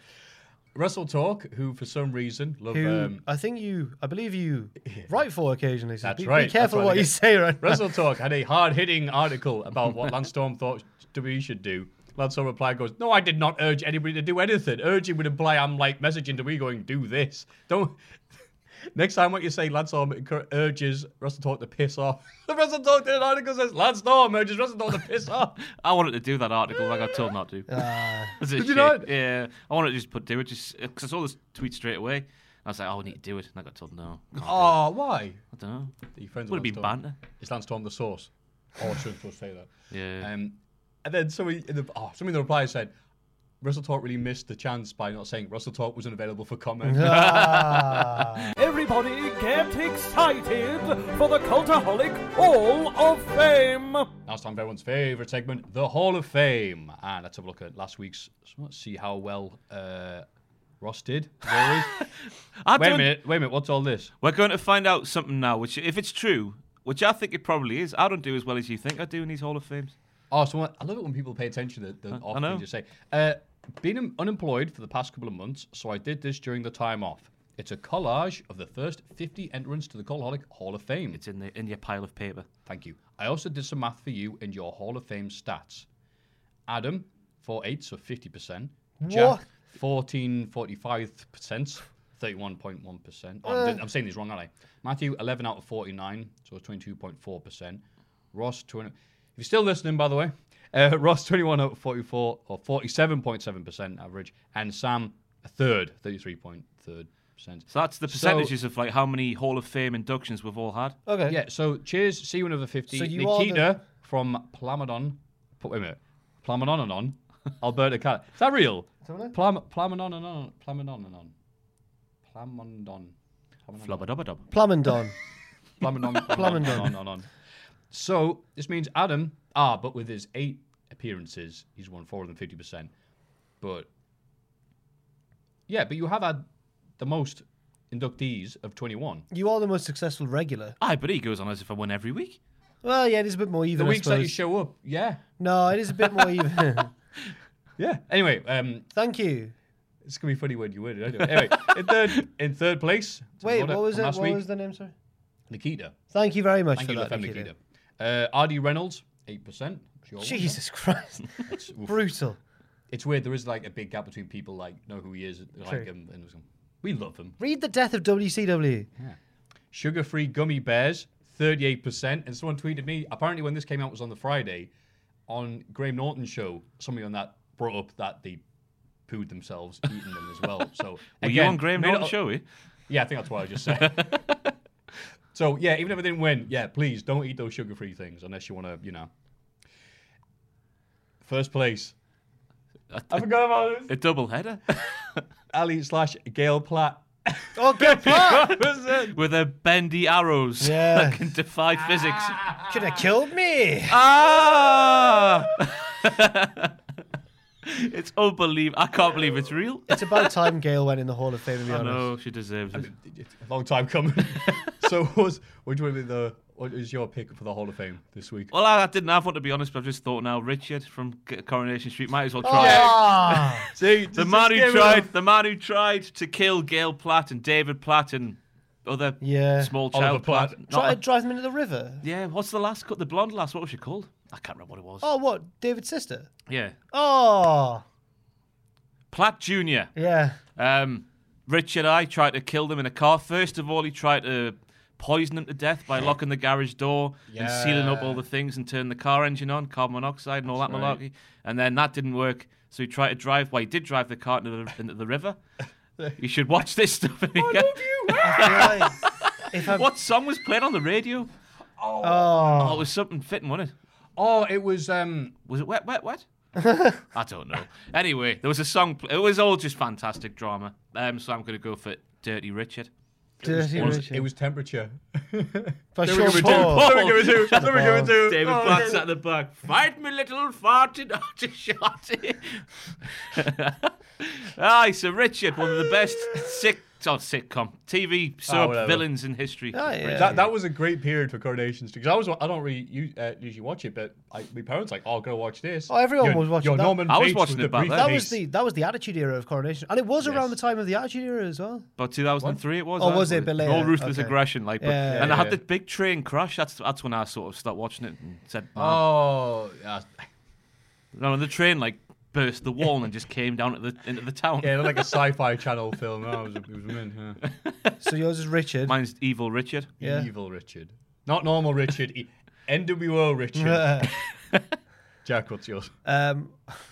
Speaker 1: Russell Talk, who for some reason love
Speaker 2: Who
Speaker 1: um,
Speaker 2: I think you, I
Speaker 1: *laughs*
Speaker 2: believe you, write for occasionally. So
Speaker 1: That's
Speaker 2: be,
Speaker 1: right.
Speaker 2: Be
Speaker 1: That's
Speaker 2: careful
Speaker 1: why
Speaker 2: what
Speaker 1: they
Speaker 2: you
Speaker 1: get-
Speaker 2: say, right? now. *laughs*
Speaker 1: Wrestle Talk had a hard hitting article about what Lance Storm thought WWE should do. Lance Storm replied, goes, No, I did not urge anybody to do anything. Urging would imply I'm like messaging WWE going, Do this. Don't. *laughs* Next time, what you say, Lance Storm encour- urges Russell Talk to piss off. *laughs* The Russell Talk did an article that says, Lance Storm urges Russell Talk to piss off. *laughs*
Speaker 3: I wanted to do that article. I got told not to. *laughs* That's a
Speaker 1: Ah. Did you
Speaker 3: shame.
Speaker 1: not?
Speaker 3: Yeah. I wanted to just put do it. Just because I saw this tweet straight away. I was like, oh, I need to do it. And I got told no. can't do it.
Speaker 1: Oh, why?
Speaker 3: I don't know.
Speaker 1: Are you friends with
Speaker 3: Would have been
Speaker 1: Lance Storm?
Speaker 3: banter.
Speaker 1: Is Lance Storm the source? Oh, I shouldn't supposed to say that.
Speaker 3: Yeah.
Speaker 1: Um, and then somebody in the, oh, somebody in the reply said, Russell Talk really missed the chance by not saying Russell Talk was unavailable for comment.
Speaker 2: Ah.
Speaker 1: *laughs*
Speaker 4: Every everybody get excited for the Cultaholic Hall of Fame.
Speaker 1: Now it's time for everyone's favourite segment, the Hall of Fame. And let's have a look at last week's. So let's see how well uh, Ross
Speaker 3: *laughs*
Speaker 1: did. as always.
Speaker 3: I
Speaker 1: wait a
Speaker 3: don't-
Speaker 1: minute, wait a minute. What's all this?
Speaker 3: We're going to find out something now, which, if it's true, which I think it probably is, I don't do as well as you think I do in these Hall of Fames.
Speaker 1: Oh, so what- I love it when people pay attention to the, the off
Speaker 3: know.
Speaker 1: things you say. Uh, been un- unemployed for the past couple of months, so I did this during the time off. It's a collage of the first 50 entrants to the Colholic Hall of Fame.
Speaker 3: It's in the in your pile of paper.
Speaker 1: Thank you. I also did some math for you and your Hall of Fame stats. Adam, 4 eighths of 50%. Jack,
Speaker 2: What?
Speaker 1: 14 45%. 31.1%. Oh, I'm, I'm saying these wrong, aren't I? Matthew, 11 out of 49, so 22.4%. Ross, 20. If you're still listening, by the way, uh, *laughs* Ross, 21 out of 44, or 47.7% average. And Sam, a third, 33.3%.
Speaker 3: So that's the percentages of like how many Hall of Fame inductions we've all had.
Speaker 2: Okay.
Speaker 1: Yeah, so cheers, see you another 50.
Speaker 2: So you are
Speaker 1: Nikita from Plamadon. P- Wait a minute. Plamanonanon. Alberta, Canada. Is that real? Plam, Plamanonanon. Plamanonanon. Plamondon.
Speaker 3: Flubba-dubba-dub.
Speaker 2: Plamondon.
Speaker 1: Plamanon. Plamondon. So this means Adam, ah, but with his eight appearances, he's won four of them 50%. But, yeah, but you have had the most inductees of 21.
Speaker 2: *laughs* you are the most successful regular.
Speaker 3: Aye, but he goes on as if I win every week.
Speaker 2: Well, yeah, it is a bit more
Speaker 1: The
Speaker 2: even. I
Speaker 1: weeks that you
Speaker 2: suppose.
Speaker 1: show up, yeah.
Speaker 2: No, it is a bit more even.
Speaker 1: *laughs* Yeah. Anyway, um,
Speaker 2: Thank you.
Speaker 1: It's gonna be funny when you win it. Anyway, anyway in
Speaker 3: *laughs*
Speaker 1: third in third place. it's a
Speaker 2: Wait,
Speaker 1: vote
Speaker 2: what was
Speaker 1: from
Speaker 2: it?
Speaker 1: Last
Speaker 2: What
Speaker 1: week,
Speaker 2: was the name, sorry?
Speaker 1: Nikita.
Speaker 2: Thank you very much
Speaker 1: Thank
Speaker 2: for
Speaker 1: you,
Speaker 2: that.
Speaker 1: LaFemme
Speaker 2: Nikita.
Speaker 1: Nikita. Uh, R.D. Reynolds, eight percent.
Speaker 2: *laughs* Jesus
Speaker 1: *laughs*
Speaker 2: Christ.
Speaker 1: it's, oof.
Speaker 2: Brutal.
Speaker 1: It's weird. There is like a big gap between people like know who he is, like
Speaker 2: True.
Speaker 1: him, and some- we love him.
Speaker 2: Read the death of WCW.
Speaker 1: Sugar-free gummy bears, thirty-eight percent. And someone tweeted me. Apparently, when this came out was on the Friday, on Graham Norton's show, somebody on that brought up that they pooed themselves eating them as well. So
Speaker 3: *laughs* Were you
Speaker 1: again,
Speaker 3: on Graham
Speaker 1: made it
Speaker 3: Norton
Speaker 1: up-
Speaker 3: show, eh?
Speaker 1: Yeah, I think that's what I just said. so yeah, even if I didn't win, yeah, please don't eat those sugar-free things unless you want to, you know. First place. I forgot about this.
Speaker 3: A double header
Speaker 1: Ali slash Gail Platt.
Speaker 2: Oh, good plan.
Speaker 1: *laughs*
Speaker 3: with a bendy arrows
Speaker 2: Yeah.
Speaker 3: that can defy physics.
Speaker 2: Should have killed me.
Speaker 3: Ah! *laughs* it's unbelievable. I can't believe it's real.
Speaker 2: It's about time Gail went in the Hall of Fame, to be
Speaker 3: I
Speaker 2: honest.
Speaker 3: know she deserves it.
Speaker 1: A long time coming. *laughs* so what was what do you want to be the what is your pick for the Hall of Fame this week?
Speaker 3: Well, I, I didn't have one to be honest, but I've just thought now Richard from C- Coronation Street might as well try. it.
Speaker 1: *laughs*
Speaker 2: Ah,
Speaker 1: See,
Speaker 3: The man who tried, the man who tried to kill Gail Platt and David Platt and other
Speaker 2: Yeah.
Speaker 3: small
Speaker 1: Oliver
Speaker 3: child Platt.
Speaker 1: Platt.
Speaker 3: Not
Speaker 2: try
Speaker 3: a-
Speaker 2: to drive him into the river.
Speaker 3: yeah, what's the last cut? The blonde last. What was she called? I can't remember what it was.
Speaker 2: Oh, what? David's sister?
Speaker 3: Yeah,
Speaker 2: Oh,
Speaker 3: Platt Junior.
Speaker 2: yeah.
Speaker 3: Um, Richard and I tried to kill them in a car. First of all, he tried to poison them to death by locking the garage door and sealing up all the things and turning the car engine on, carbon monoxide and all that malarkey. And then that didn't work. So he tried to drive, well, he did drive the car into the, into the river. You should watch this stuff. I
Speaker 2: Right.
Speaker 1: *laughs*
Speaker 2: if
Speaker 3: *laughs*
Speaker 2: I'm,
Speaker 3: What song was playing on the radio?
Speaker 2: Oh,
Speaker 3: Oh, it was something fitting, wasn't it?
Speaker 1: Oh, it was um
Speaker 3: Was it wet, wet, wet? I don't know. Anyway, there was a song. Pl- it was all just fantastic drama. Um, so I'm going to go for Dirty Richard.
Speaker 2: dirty
Speaker 1: it was,
Speaker 2: Richard.
Speaker 1: it was temperature. *laughs*
Speaker 2: For
Speaker 1: There we
Speaker 2: sure,
Speaker 1: go,
Speaker 2: Paul.
Speaker 1: There we go, two. There we go, two.
Speaker 3: David
Speaker 1: Oh,
Speaker 3: Platt's at the back. Fight me, little farted *laughs* artishot. Aye, so Richard, one of the best sick, oh, sitcom TV soap
Speaker 1: whatever.
Speaker 3: villains in history.
Speaker 2: Oh, yeah.
Speaker 1: That, that was a great period for Coronation Street because I was I don't really u- uh, usually watch it, but I, my parents like, oh, go watch this.
Speaker 2: Oh, everyone
Speaker 1: Your-
Speaker 2: was watching
Speaker 1: your
Speaker 2: that.
Speaker 1: Norman
Speaker 3: I was
Speaker 1: Bates
Speaker 3: watching
Speaker 1: with
Speaker 3: it back
Speaker 1: the
Speaker 3: then.
Speaker 2: That was
Speaker 1: briefcase.
Speaker 2: the that was the Attitude era of Coronation, and it was around the time of the Attitude era as well.
Speaker 3: About 2003 it was.
Speaker 2: Oh,
Speaker 3: that,
Speaker 2: was it? But
Speaker 3: All
Speaker 2: later,
Speaker 3: ruthless
Speaker 2: okay.
Speaker 3: aggression, like. But,
Speaker 2: Yeah.
Speaker 3: and I had
Speaker 1: Yeah.
Speaker 3: the big train crash. That's that's when I sort of stopped watching it and said, "Man."
Speaker 1: Oh, yeah.
Speaker 3: "No, the train like burst the wall and just came down at the into the town."
Speaker 1: yeah, like a sci-fi channel film. Oh, it was, it was men, *laughs* yeah.
Speaker 2: So yours is Richard.
Speaker 3: Mine's evil Richard.
Speaker 2: Yeah.
Speaker 1: Evil Richard, not normal Richard. E- NWO Richard. *laughs*
Speaker 2: Uh,
Speaker 1: Jack, what's yours?
Speaker 2: um,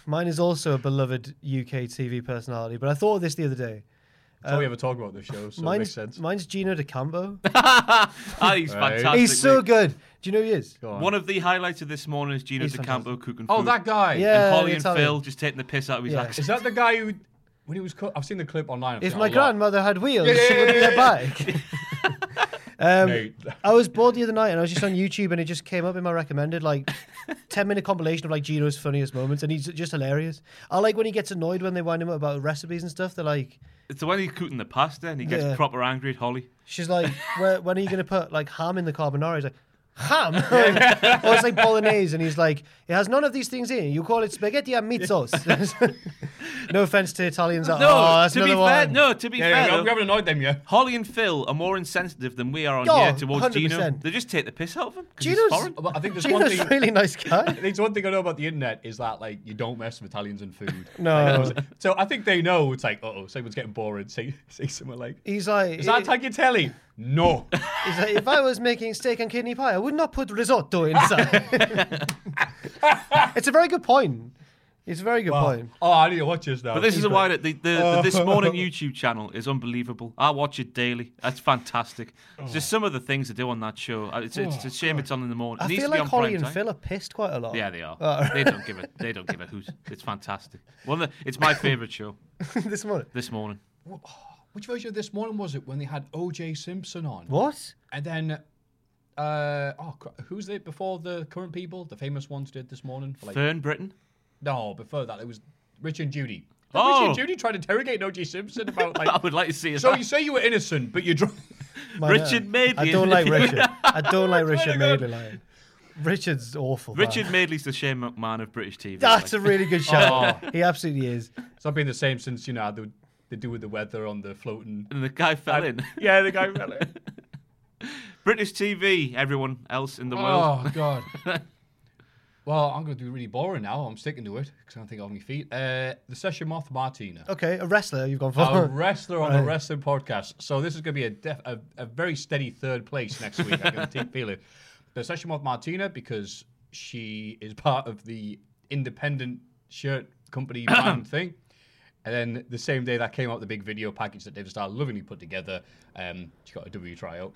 Speaker 2: mine is also a beloved UK TV personality, but I thought of this the other day.
Speaker 1: That's all we ever talk about this show, so it makes
Speaker 2: Mine's,
Speaker 1: sense.
Speaker 2: mine's
Speaker 1: *laughs*
Speaker 2: Gino DeCambo.
Speaker 3: Ah, he's
Speaker 1: Right.
Speaker 3: fantastic.
Speaker 2: He's so
Speaker 3: mate.
Speaker 2: good. Do you know who he is?
Speaker 1: Go on.
Speaker 3: One of the highlights of this morning is Gino
Speaker 2: He's
Speaker 3: DeCampo cooking
Speaker 1: oh,
Speaker 3: food.
Speaker 1: that guy.
Speaker 2: Yeah.
Speaker 3: and Holly
Speaker 2: the
Speaker 3: and
Speaker 2: Italian.
Speaker 3: Phil just taking the piss out of his
Speaker 2: Yeah.
Speaker 3: accent.
Speaker 1: Is that the guy who, when he was, co- I've seen the clip online. I've
Speaker 2: If
Speaker 1: seen
Speaker 2: my
Speaker 1: it a lot.
Speaker 2: grandmother had wheels, she would be a bike. Um,
Speaker 1: Mate.
Speaker 2: I was bored the other night and I was just on YouTube and it just came up in my recommended like 10 minute compilation of like Gino's funniest moments and he's just hilarious. I like when he gets annoyed when they wind him up about recipes and stuff. They're like,
Speaker 3: It's the one he's cooking the pasta and he gets
Speaker 2: Yeah.
Speaker 3: proper angry at Holly.
Speaker 2: she's like, "Where- when are you going to put like ham in the carbonara? He's like, ham? *laughs* or it's like bolognese and he's like, it has none of these things in. it. You call it spaghetti and meat sauce. *laughs* no offense to Italians.
Speaker 3: No,
Speaker 2: at all. oh, that's
Speaker 3: to be
Speaker 2: another
Speaker 3: fair,
Speaker 2: one. *laughs*
Speaker 3: no, to be
Speaker 1: Yeah,
Speaker 3: fair,
Speaker 1: we-
Speaker 3: though,
Speaker 1: we haven't annoyed them yet.
Speaker 3: Holly and Phil are more insensitive than we are on
Speaker 2: Oh,
Speaker 3: here towards Gino.
Speaker 2: 100%.
Speaker 3: They just take the piss out of him. 'cause he's
Speaker 2: Gino's,
Speaker 3: foreign.
Speaker 1: Well, I
Speaker 2: *laughs*
Speaker 1: think there's one
Speaker 2: Gino's
Speaker 1: thing.
Speaker 2: really nice guy.
Speaker 1: I *laughs* think one thing I know about the internet is that like you don't mess with Italians and food.
Speaker 2: No.
Speaker 1: So I think they know it's like, uh oh, someone's getting boring. Say *laughs* say somewhere like,
Speaker 2: He's like,
Speaker 1: is that tagliatelle?
Speaker 3: *laughs*
Speaker 1: No.
Speaker 2: He's like, if I was making steak and kidney pie, I would not put risotto inside.
Speaker 3: *laughs*
Speaker 2: it's a very good point. It's a very good point.
Speaker 1: oh, I need to watch this now.
Speaker 3: But this is why the, the, the, the
Speaker 2: *laughs*
Speaker 3: this morning YouTube channel is unbelievable. I watch it daily. That's fantastic. It's just some of the things they do on that show. Uh, It's, it's a shame it's on in the morning. It
Speaker 2: Oh, I
Speaker 3: needs
Speaker 2: feel
Speaker 3: to be
Speaker 2: like
Speaker 3: on
Speaker 2: Holly
Speaker 3: prime
Speaker 2: and
Speaker 3: time.
Speaker 2: Phil are pissed quite a lot.
Speaker 3: Yeah, they are.
Speaker 2: Oh.
Speaker 3: They
Speaker 2: *laughs*
Speaker 3: don't give a they don't give a hoot. It's fantastic. One of the, it's my favorite show
Speaker 2: *laughs* this morning.
Speaker 3: this morning.
Speaker 1: Which version of this morning was it when they had O.J. Simpson on?
Speaker 2: What?
Speaker 1: And then, uh, oh, cr- who's it before the current people? The famous ones did this morning. For like,
Speaker 3: Fern Britain.
Speaker 1: no, before that it was Rich and Judy. Did Rich
Speaker 3: Oh.
Speaker 1: and Judy tried to interrogate O.J. Simpson about
Speaker 3: *laughs*
Speaker 1: like.
Speaker 3: I would like to see
Speaker 1: so
Speaker 3: that.
Speaker 1: you say you were innocent, but you *laughs* drunk.
Speaker 2: My
Speaker 3: Richard Madeley.
Speaker 2: I don't like Richard.
Speaker 3: *laughs*
Speaker 2: I don't like Richard Madeley. Like. Richard's awful. man.
Speaker 3: *laughs* Richard Oh. Madeley's the Shane McMahon of British TV.
Speaker 2: *laughs* That's a
Speaker 3: like.
Speaker 2: really good shout. He absolutely is.
Speaker 1: It's not been the same since you know they, they do with the weather on the floating.
Speaker 3: and the guy fell in.
Speaker 1: *laughs* Yeah, the guy fell in.
Speaker 3: British TV, everyone else in the
Speaker 1: *laughs*
Speaker 3: world.
Speaker 1: Oh god. well, I'm going to do really boring now. I'm sticking to it because I don't think I'll have my feet. Uh, the session moth Martina.
Speaker 2: Okay, a wrestler you've gone for.
Speaker 1: A wrestler on a
Speaker 2: Right.
Speaker 1: wrestling podcast. So this is going to be a, def- a a very steady third place next week. I can *laughs* t- feel it. The session moth Martina because she is *laughs* part of the independent shirt company brand thing. And then the same day that came out, the big video package that David Starr lovingly put together, um, she got a W tryout.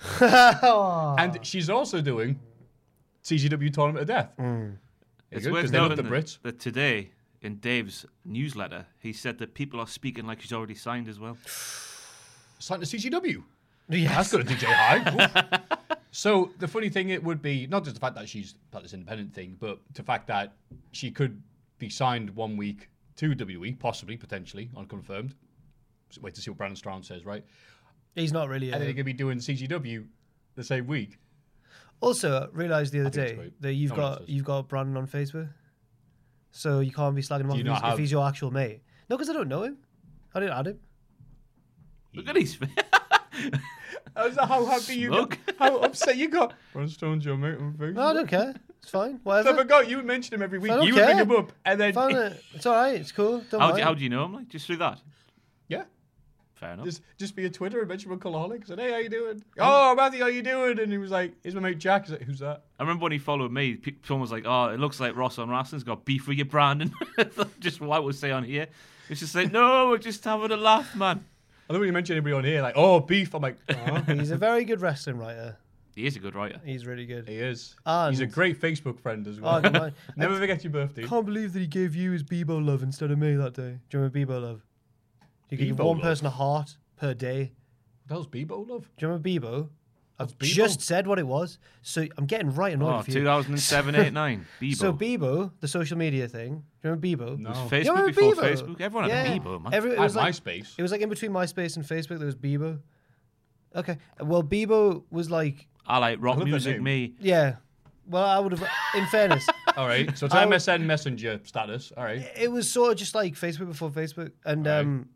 Speaker 1: And she's also doing CGW Tournament of Death. It's good because they love the
Speaker 3: noting
Speaker 1: Brits.
Speaker 3: that, that today in Dave's newsletter, he said that people are speaking like she's already signed as well.
Speaker 1: *laughs* Signed to CGW. That's
Speaker 2: *laughs* yes.
Speaker 1: good, DJ *laughs* High. Oof. so the funny thing it would be not just the fact that she's about this independent thing, but the fact that she could be signed one week to WE, possibly, potentially, unconfirmed. So wait to see what Brandon Stroud says, right?
Speaker 2: He's not really.
Speaker 1: And then
Speaker 2: a-
Speaker 1: he could be doing CGW the same week.
Speaker 2: Also, realised the other
Speaker 1: think it's
Speaker 2: day
Speaker 1: great.
Speaker 2: that you've
Speaker 1: No one else
Speaker 2: got
Speaker 1: does.
Speaker 2: you've got Brandon on Facebook, so you can't be slagging him off
Speaker 1: you
Speaker 2: if
Speaker 1: not
Speaker 2: he's, if
Speaker 1: have-
Speaker 2: he's your actual mate. No, because I don't know him. I didn't add him.
Speaker 3: Look at
Speaker 1: *laughs*
Speaker 3: his face.
Speaker 1: Oh, How happy you
Speaker 3: got- Smoke.
Speaker 1: How upset you got? *laughs* Brandon Stroud's your mate on Facebook.
Speaker 2: No, I don't care.
Speaker 1: *laughs*
Speaker 2: It's fine.
Speaker 1: I
Speaker 2: Whatever.
Speaker 1: forgot you mentioned him every week.
Speaker 2: I don't
Speaker 1: You would
Speaker 2: care.
Speaker 1: bring him up, and then
Speaker 2: Found it. It's all right. It's cool. Don't
Speaker 3: How do,
Speaker 2: mind.
Speaker 3: how do you know him? Like just through that.
Speaker 1: *laughs* yeah,
Speaker 3: Fair enough.
Speaker 1: just just be a Twitter and mention alcoholic. Said, hey, how you doing? Oh, Matthew, how you doing? And he was like, here's my mate Jack. He's like, who's that?
Speaker 3: I remember when he followed me, pe- someone was like, "Oh, it looks like Ross on Wrestling's got beef with you, Brandon." *laughs* just what was say on here. It's just like, no, we're just having a laugh, man.
Speaker 1: I don't really mention anybody on here. Like, oh, beef. I'm like, *laughs* uh
Speaker 2: He's a very good wrestling writer.
Speaker 3: He is a good writer.
Speaker 2: He's really good.
Speaker 1: he is.
Speaker 2: And-
Speaker 1: He's a great Facebook friend as
Speaker 2: Oh,
Speaker 1: well.
Speaker 2: don't mind.
Speaker 1: *laughs* Never forget your birthday.
Speaker 2: Can't believe that he gave you his Bebo love instead of me that day. Do you remember Bebo love? You could give
Speaker 1: Bebo
Speaker 2: one
Speaker 1: love?
Speaker 2: person a heart per day.
Speaker 1: That was Bebo love.
Speaker 2: Do you remember Bebo? I've
Speaker 1: Bebo?
Speaker 2: just said what it was, so I'm getting right annoyed
Speaker 3: Oh,
Speaker 2: with you.
Speaker 3: 2007, 8, 9.
Speaker 1: *laughs*
Speaker 3: Bebo.
Speaker 2: So Bebo, the social media thing. Do you remember Bebo?
Speaker 1: No.
Speaker 3: It was
Speaker 1: Oh.
Speaker 3: Facebook
Speaker 2: You remember
Speaker 3: before
Speaker 2: Bebo?
Speaker 3: Facebook. Everyone had a Bebo, man.
Speaker 2: Every- it
Speaker 1: I had
Speaker 2: was like
Speaker 1: MySpace.
Speaker 2: it was like in between MySpace and Facebook. There was Bebo. Okay. Well, Bebo was like
Speaker 3: I like rock
Speaker 1: love that
Speaker 3: music,
Speaker 1: name.
Speaker 3: me.
Speaker 2: yeah. Well, I would have. In fairness,
Speaker 1: *laughs* All right. So it's
Speaker 2: *laughs* I-
Speaker 1: MSN Messenger status. All right.
Speaker 2: it was sort of just like Facebook before Facebook, and
Speaker 1: Right.
Speaker 2: um,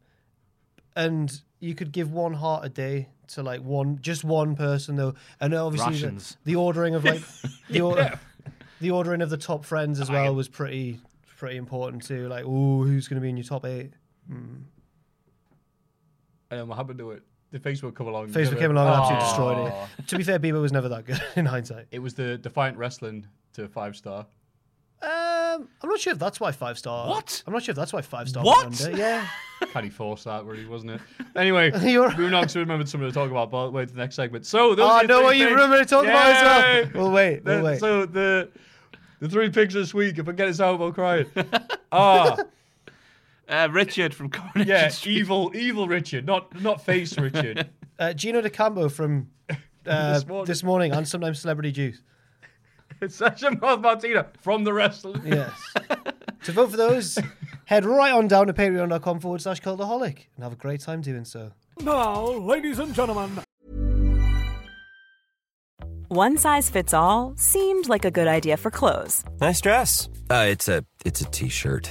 Speaker 2: and you could give one heart a day to like one, just one person though, and obviously the,
Speaker 3: Rations.
Speaker 2: the ordering
Speaker 1: *laughs*
Speaker 2: of like the or, the ordering of the top friends as well was pretty pretty important too. Like, oh, who's going to be in your top eight?
Speaker 1: And then what happened to it? Did Facebook come along? and did
Speaker 2: Facebook
Speaker 1: it?
Speaker 2: came along and
Speaker 1: Aw.
Speaker 2: absolutely destroyed it. To be fair, Bieber was never that good *laughs* in hindsight.
Speaker 1: It was the Defiant Wrestling to five star.
Speaker 2: Um, I'm not sure if that's why five star.
Speaker 3: What?
Speaker 2: I'm not sure if that's why five star.
Speaker 3: What?
Speaker 2: went under. Yeah.
Speaker 1: Kind of forced that, really, wasn't it? Anyway, we
Speaker 2: *laughs* You're-
Speaker 1: were not remembered something to talk about, but wait to the next segment. So, those
Speaker 2: oh,
Speaker 1: are
Speaker 2: I
Speaker 1: your
Speaker 2: know
Speaker 1: three
Speaker 2: what you
Speaker 1: picks.
Speaker 2: remember to talk
Speaker 1: Yay!
Speaker 2: about as well. We'll wait.
Speaker 1: The-
Speaker 2: We'll wait.
Speaker 1: So the the three picks this week. If I get this out, I'll cry. Ah,
Speaker 3: Uh, Richard from Coronation *laughs*
Speaker 1: yeah,
Speaker 3: Street.
Speaker 1: evil, evil Richard, not not face Richard.
Speaker 2: Uh, Gino De Campo from *laughs* uh,
Speaker 1: *laughs* This morning.
Speaker 2: this morning on sometimes celebrity
Speaker 1: *laughs*
Speaker 2: juice.
Speaker 1: Sasha Mouth Martina from the wrestling.
Speaker 2: Yes. to vote for those, head right on down to patreon.com forward slash cultaholic and have a great time doing so.
Speaker 4: Now, ladies and gentlemen,
Speaker 5: One size fits all seemed like a good idea for clothes
Speaker 6: Nice dress. Uh, it's a it's a t-shirt.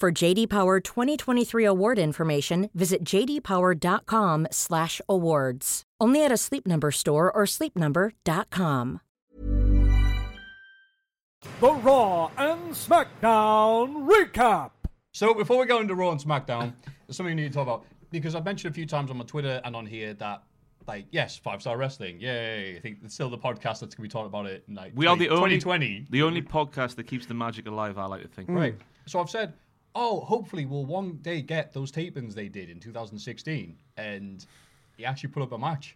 Speaker 7: For JD Power 2023 award information, visit jdpower.com/awards. Only at a Sleep Number store or sleepnumber.com.
Speaker 4: the Raw and SmackDown recap.
Speaker 1: So before we go into Raw and SmackDown, *laughs* there's something we need to talk about because I've mentioned a few times on my Twitter and on here that. Like yes, five star wrestling, yay! I think it's still the podcast that's gonna be talking about it. in, Like
Speaker 3: We are the only Mm.
Speaker 1: 2020.
Speaker 3: the only podcast that keeps the magic alive. I like to think.
Speaker 1: Right. So I've said, oh, hopefully we'll one day get those tapings they did in 2016. And he actually put up a match,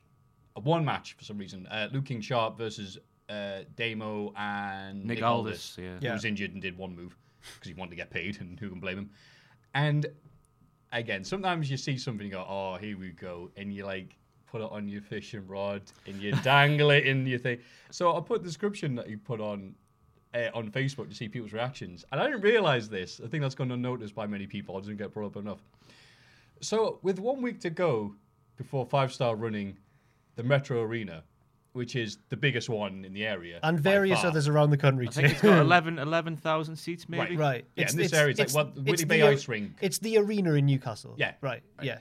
Speaker 1: a one match for some reason. Uh, Luke King Sharp versus uh, Damo and
Speaker 3: Nick Aldis, yeah.
Speaker 1: Who was injured and did one move because he wanted to get paid, and who can blame him? And again, sometimes you see something, you go, oh, here we go. And you like put it on your fishing rod and
Speaker 3: *laughs*
Speaker 1: you dangle it in your thing. So I put the description that you put on uh, on Facebook to see people's reactions. And I didn't realize this. I think that's gone unnoticed by many people. I didn't get brought up enough. So, with one week to go before five star running the Metro Arena, which is the biggest one in the area,
Speaker 2: And
Speaker 1: by
Speaker 2: various
Speaker 1: far.
Speaker 2: others around the country
Speaker 3: I
Speaker 2: too.
Speaker 3: think it's
Speaker 2: *laughs*
Speaker 3: got 11 11,000 seats maybe.
Speaker 2: Right.
Speaker 1: Yeah, in this area, it's like what- Whitley Bay
Speaker 2: the ar-
Speaker 1: Ice Rink.
Speaker 2: It's the arena in Newcastle.
Speaker 1: Yeah.
Speaker 2: Right. Yeah.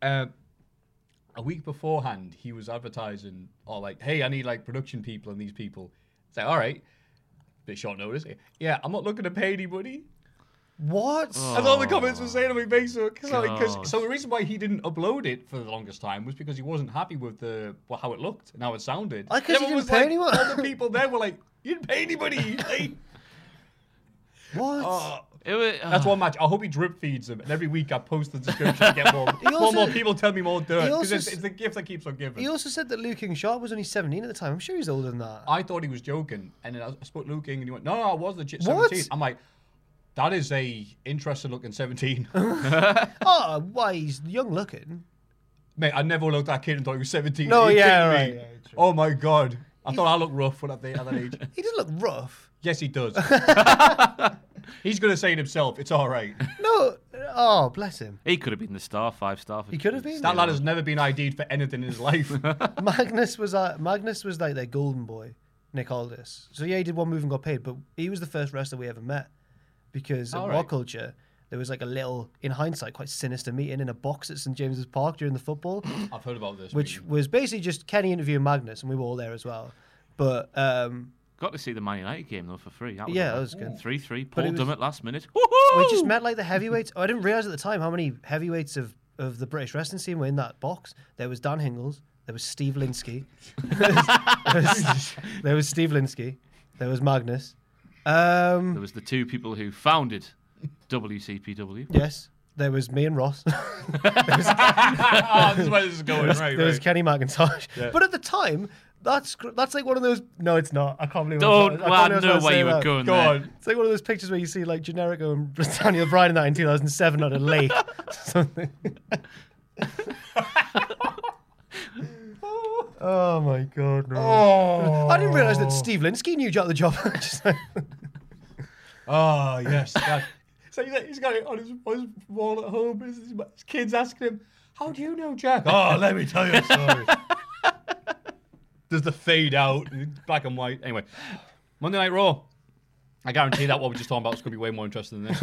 Speaker 1: Um, a week beforehand, he was advertising, or like, hey, I need like production people and these people. It's like, all right, bit short notice. Yeah, I'm not looking to pay anybody.
Speaker 2: What?
Speaker 1: And all the comments were saying on my Facebook. So, 'cause-
Speaker 3: God.
Speaker 1: so the reason why he didn't upload it for the longest time was because he wasn't happy with the well, how it looked and how it sounded.
Speaker 2: Oh, 'cause he
Speaker 1: Everyone
Speaker 2: didn't
Speaker 1: was
Speaker 2: pay
Speaker 1: like,
Speaker 2: anyone.
Speaker 1: All the people there were like, "You didn't pay
Speaker 2: *laughs*
Speaker 1: anybody." Like,
Speaker 2: What?
Speaker 1: Oh.
Speaker 3: It was,
Speaker 1: that's
Speaker 2: Ah.
Speaker 1: one match. I hope he drip feeds them, and every week I post the description to get more,
Speaker 2: *laughs*
Speaker 1: more,
Speaker 2: also-
Speaker 1: more people tell me more dirt
Speaker 2: he
Speaker 1: because
Speaker 2: also
Speaker 1: it's,
Speaker 2: s-
Speaker 1: it's the gift that keeps on giving.
Speaker 2: He also said that Liu King Sharp was only 17 at the time. I'm sure he's older than that.
Speaker 1: I thought he was joking, and then I spoke to Luke King, and he went, "No, no, I was legit
Speaker 2: What?
Speaker 1: 17." I'm like, "That is a interesting looking
Speaker 2: *laughs*
Speaker 1: 17."
Speaker 2: oh, why? He's young looking.
Speaker 1: Mate, I never looked at that kid and thought he was 17.
Speaker 2: No,
Speaker 1: Are you
Speaker 2: yeah,
Speaker 1: kidding me?
Speaker 2: right, yeah, true.
Speaker 1: oh my god. I thought I looked rough when I at that age.
Speaker 2: *laughs* He does look rough.
Speaker 1: yes, he
Speaker 2: *laughs*
Speaker 1: does. He's going to say it himself. It's all right.
Speaker 2: No. Oh, bless him.
Speaker 3: he could have been the star, five star.
Speaker 2: He could have been.
Speaker 1: That lad has never been ID'd for anything in his
Speaker 2: *laughs*
Speaker 1: life.
Speaker 2: Magnus was uh, Magnus was like their golden boy, Nick Aldis. So yeah, he did one move and got paid, but he was the first wrestler we ever met because in
Speaker 1: All
Speaker 2: Raw
Speaker 1: right.
Speaker 2: culture there was like a little, in hindsight, quite sinister meeting in a box at St James's Park during the football,
Speaker 1: I've heard about this.
Speaker 2: which
Speaker 1: meeting.
Speaker 2: was basically just Kenny interviewing Magnus, and we were all there as well. But um,
Speaker 3: Got to see the Man United game though for free. That
Speaker 2: Yeah,
Speaker 3: a-
Speaker 2: that was good.
Speaker 3: Three three.
Speaker 2: it
Speaker 3: Paul
Speaker 2: was-
Speaker 3: Dummett last
Speaker 2: *laughs*
Speaker 3: minute.
Speaker 2: we
Speaker 3: Woohoo!
Speaker 2: just met like the heavyweights. Oh, I didn't realize at the time how many heavyweights of, of the British wrestling scene were in that box. There was Dan Hingles. There was Steve Linsky. *laughs* there, was, there was Steve Linsky. There was Magnus. Um,
Speaker 3: There was the two people who
Speaker 2: *laughs*
Speaker 3: founded WCPW.
Speaker 2: yes, there was me and Ross. *laughs*
Speaker 1: Ah, this is where this is going. right,
Speaker 2: there was
Speaker 1: right.
Speaker 2: Kenny McIntosh. But at the time, That's gr- that's like one of those. No, it's not. I can't believe.
Speaker 3: Don't.
Speaker 2: I'm, I
Speaker 3: Well, I
Speaker 2: can't believe
Speaker 3: know
Speaker 2: I'm about to
Speaker 3: where
Speaker 2: say
Speaker 3: you were
Speaker 2: that.
Speaker 3: going.
Speaker 1: Go
Speaker 3: there.
Speaker 1: on.
Speaker 2: It's like one of those pictures where you see like Generico and *laughs* Daniel Bryan in that in 2007 on
Speaker 1: *laughs*
Speaker 2: a lake. something. oh my god! No. I didn't realize that Steve Linsky knew Jack the Job. *laughs* Just like-
Speaker 1: Oh *laughs* yes. That. so he's he's got it on his, on his wall at home. His, his kids asking him, "How do you know Jack?" oh, let me tell you *laughs* a story. There's the fade out, and it's black and white. Anyway, Monday Night Raw. I guarantee that what we're just talking about is going to be way more interesting *laughs* than this.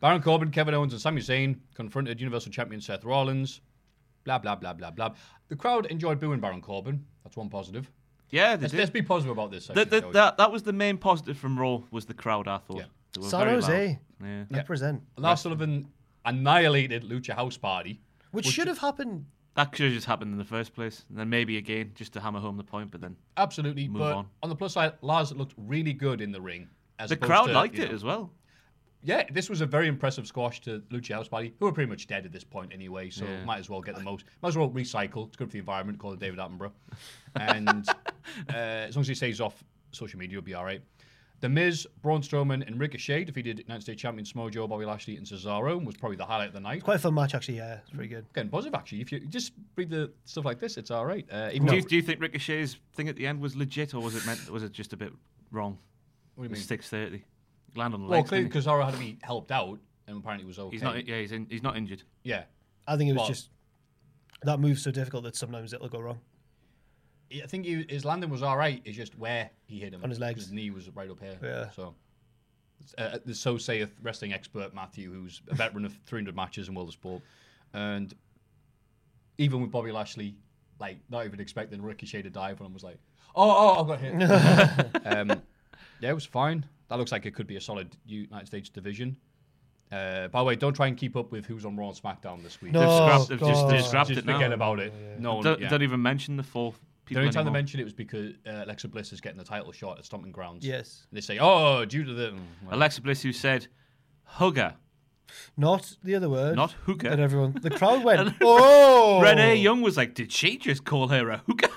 Speaker 1: Baron Corbin, Kevin Owens, and Sami Zayn confronted Universal Champion Seth Rollins. Blah blah blah blah blah. The crowd enjoyed booing Baron Corbin. That's one positive.
Speaker 3: Yeah, they
Speaker 1: Let's,
Speaker 3: did.
Speaker 1: let's be positive about this.
Speaker 3: That-
Speaker 1: section,
Speaker 3: that-
Speaker 1: shall we?
Speaker 3: that, that was the main positive from Raw was the crowd. I thought.
Speaker 1: Yeah.
Speaker 3: They were
Speaker 2: San
Speaker 3: very loud.
Speaker 2: Jose.
Speaker 3: Yeah.
Speaker 2: Represent,
Speaker 1: Lars Sullivan annihilated Lucha House Party.
Speaker 2: which should have happened.
Speaker 3: That could have just happened in the first place, and then maybe again just to hammer home the point. But then
Speaker 1: Absolutely.
Speaker 3: Move
Speaker 1: but on.
Speaker 3: on.
Speaker 1: the plus side, Lars looked really good in the ring. As
Speaker 3: the
Speaker 1: opposed
Speaker 3: crowd
Speaker 1: to,
Speaker 3: liked
Speaker 1: you
Speaker 3: it
Speaker 1: know-
Speaker 3: as well.
Speaker 1: Yeah, this was a very impressive squash to Lucha House Party, who are pretty much dead at this point anyway, so
Speaker 3: Yeah.
Speaker 1: might as well get the most. Might as well recycle. It's good for the environment, call it David Attenborough.
Speaker 3: *laughs*
Speaker 1: And uh, as long as he stays off social media, he'll be all right. The Miz, Braun Strowman, and Ricochet defeated United States champion Smojo, Bobby Lashley, and Cesaro, and was probably the highlight of the night.
Speaker 2: Quite a fun match actually. Yeah, it's pretty good.
Speaker 1: Again, positive actually. If you just read the stuff like this, it's all right. Uh, even
Speaker 3: Do,
Speaker 1: though,
Speaker 3: you, do you think Ricochet's thing at the end was legit, or was it meant? Was it just a bit wrong?
Speaker 1: what do you mean?
Speaker 3: Six thirty, land on the
Speaker 1: Well,
Speaker 3: legs.
Speaker 1: clearly
Speaker 3: didn't he?
Speaker 1: Cesaro had to be helped out, and apparently it was okay.
Speaker 3: he's not. Yeah, he's, in, he's not injured.
Speaker 1: Yeah.
Speaker 2: I think it was
Speaker 1: Well-
Speaker 2: just that move's so difficult that sometimes it'll go wrong.
Speaker 1: I think he, his landing was all right. It's just where he hit him
Speaker 2: On his legs.
Speaker 1: His knee was right up here.
Speaker 2: Yeah.
Speaker 1: So, uh, the so saith wrestling expert Matthew, who's a veteran of 300 matches in world of sport, and even with Bobby Lashley, like not even expecting Ricochet to dive on him, was like, oh, oh, I got hit. um, yeah, it was fine. That looks like it could be a solid United States division. Uh, by the way, don't try and keep up with who's on Raw and SmackDown this week.
Speaker 2: No, Oh,
Speaker 3: Scrapped- they've just,
Speaker 2: God.
Speaker 3: they've scrapped
Speaker 1: Just
Speaker 3: it now.
Speaker 1: forget about it. No, one-
Speaker 3: don't,
Speaker 1: yeah.
Speaker 3: don't even mention the four
Speaker 1: The
Speaker 3: people
Speaker 1: only time they
Speaker 3: anymore.
Speaker 1: mentioned it was because uh, Alexa Bliss is getting the title shot at Stomping Grounds.
Speaker 2: Yes.
Speaker 1: And they say, oh, due to the. mm, well,
Speaker 3: Alexa Bliss, who said, "Hugger,
Speaker 2: Not the other word.
Speaker 3: not hooker."
Speaker 2: That everyone,
Speaker 3: *laughs*
Speaker 2: the crowd went, oh!
Speaker 3: Renee Young was like, "Did she just call her a hooker?"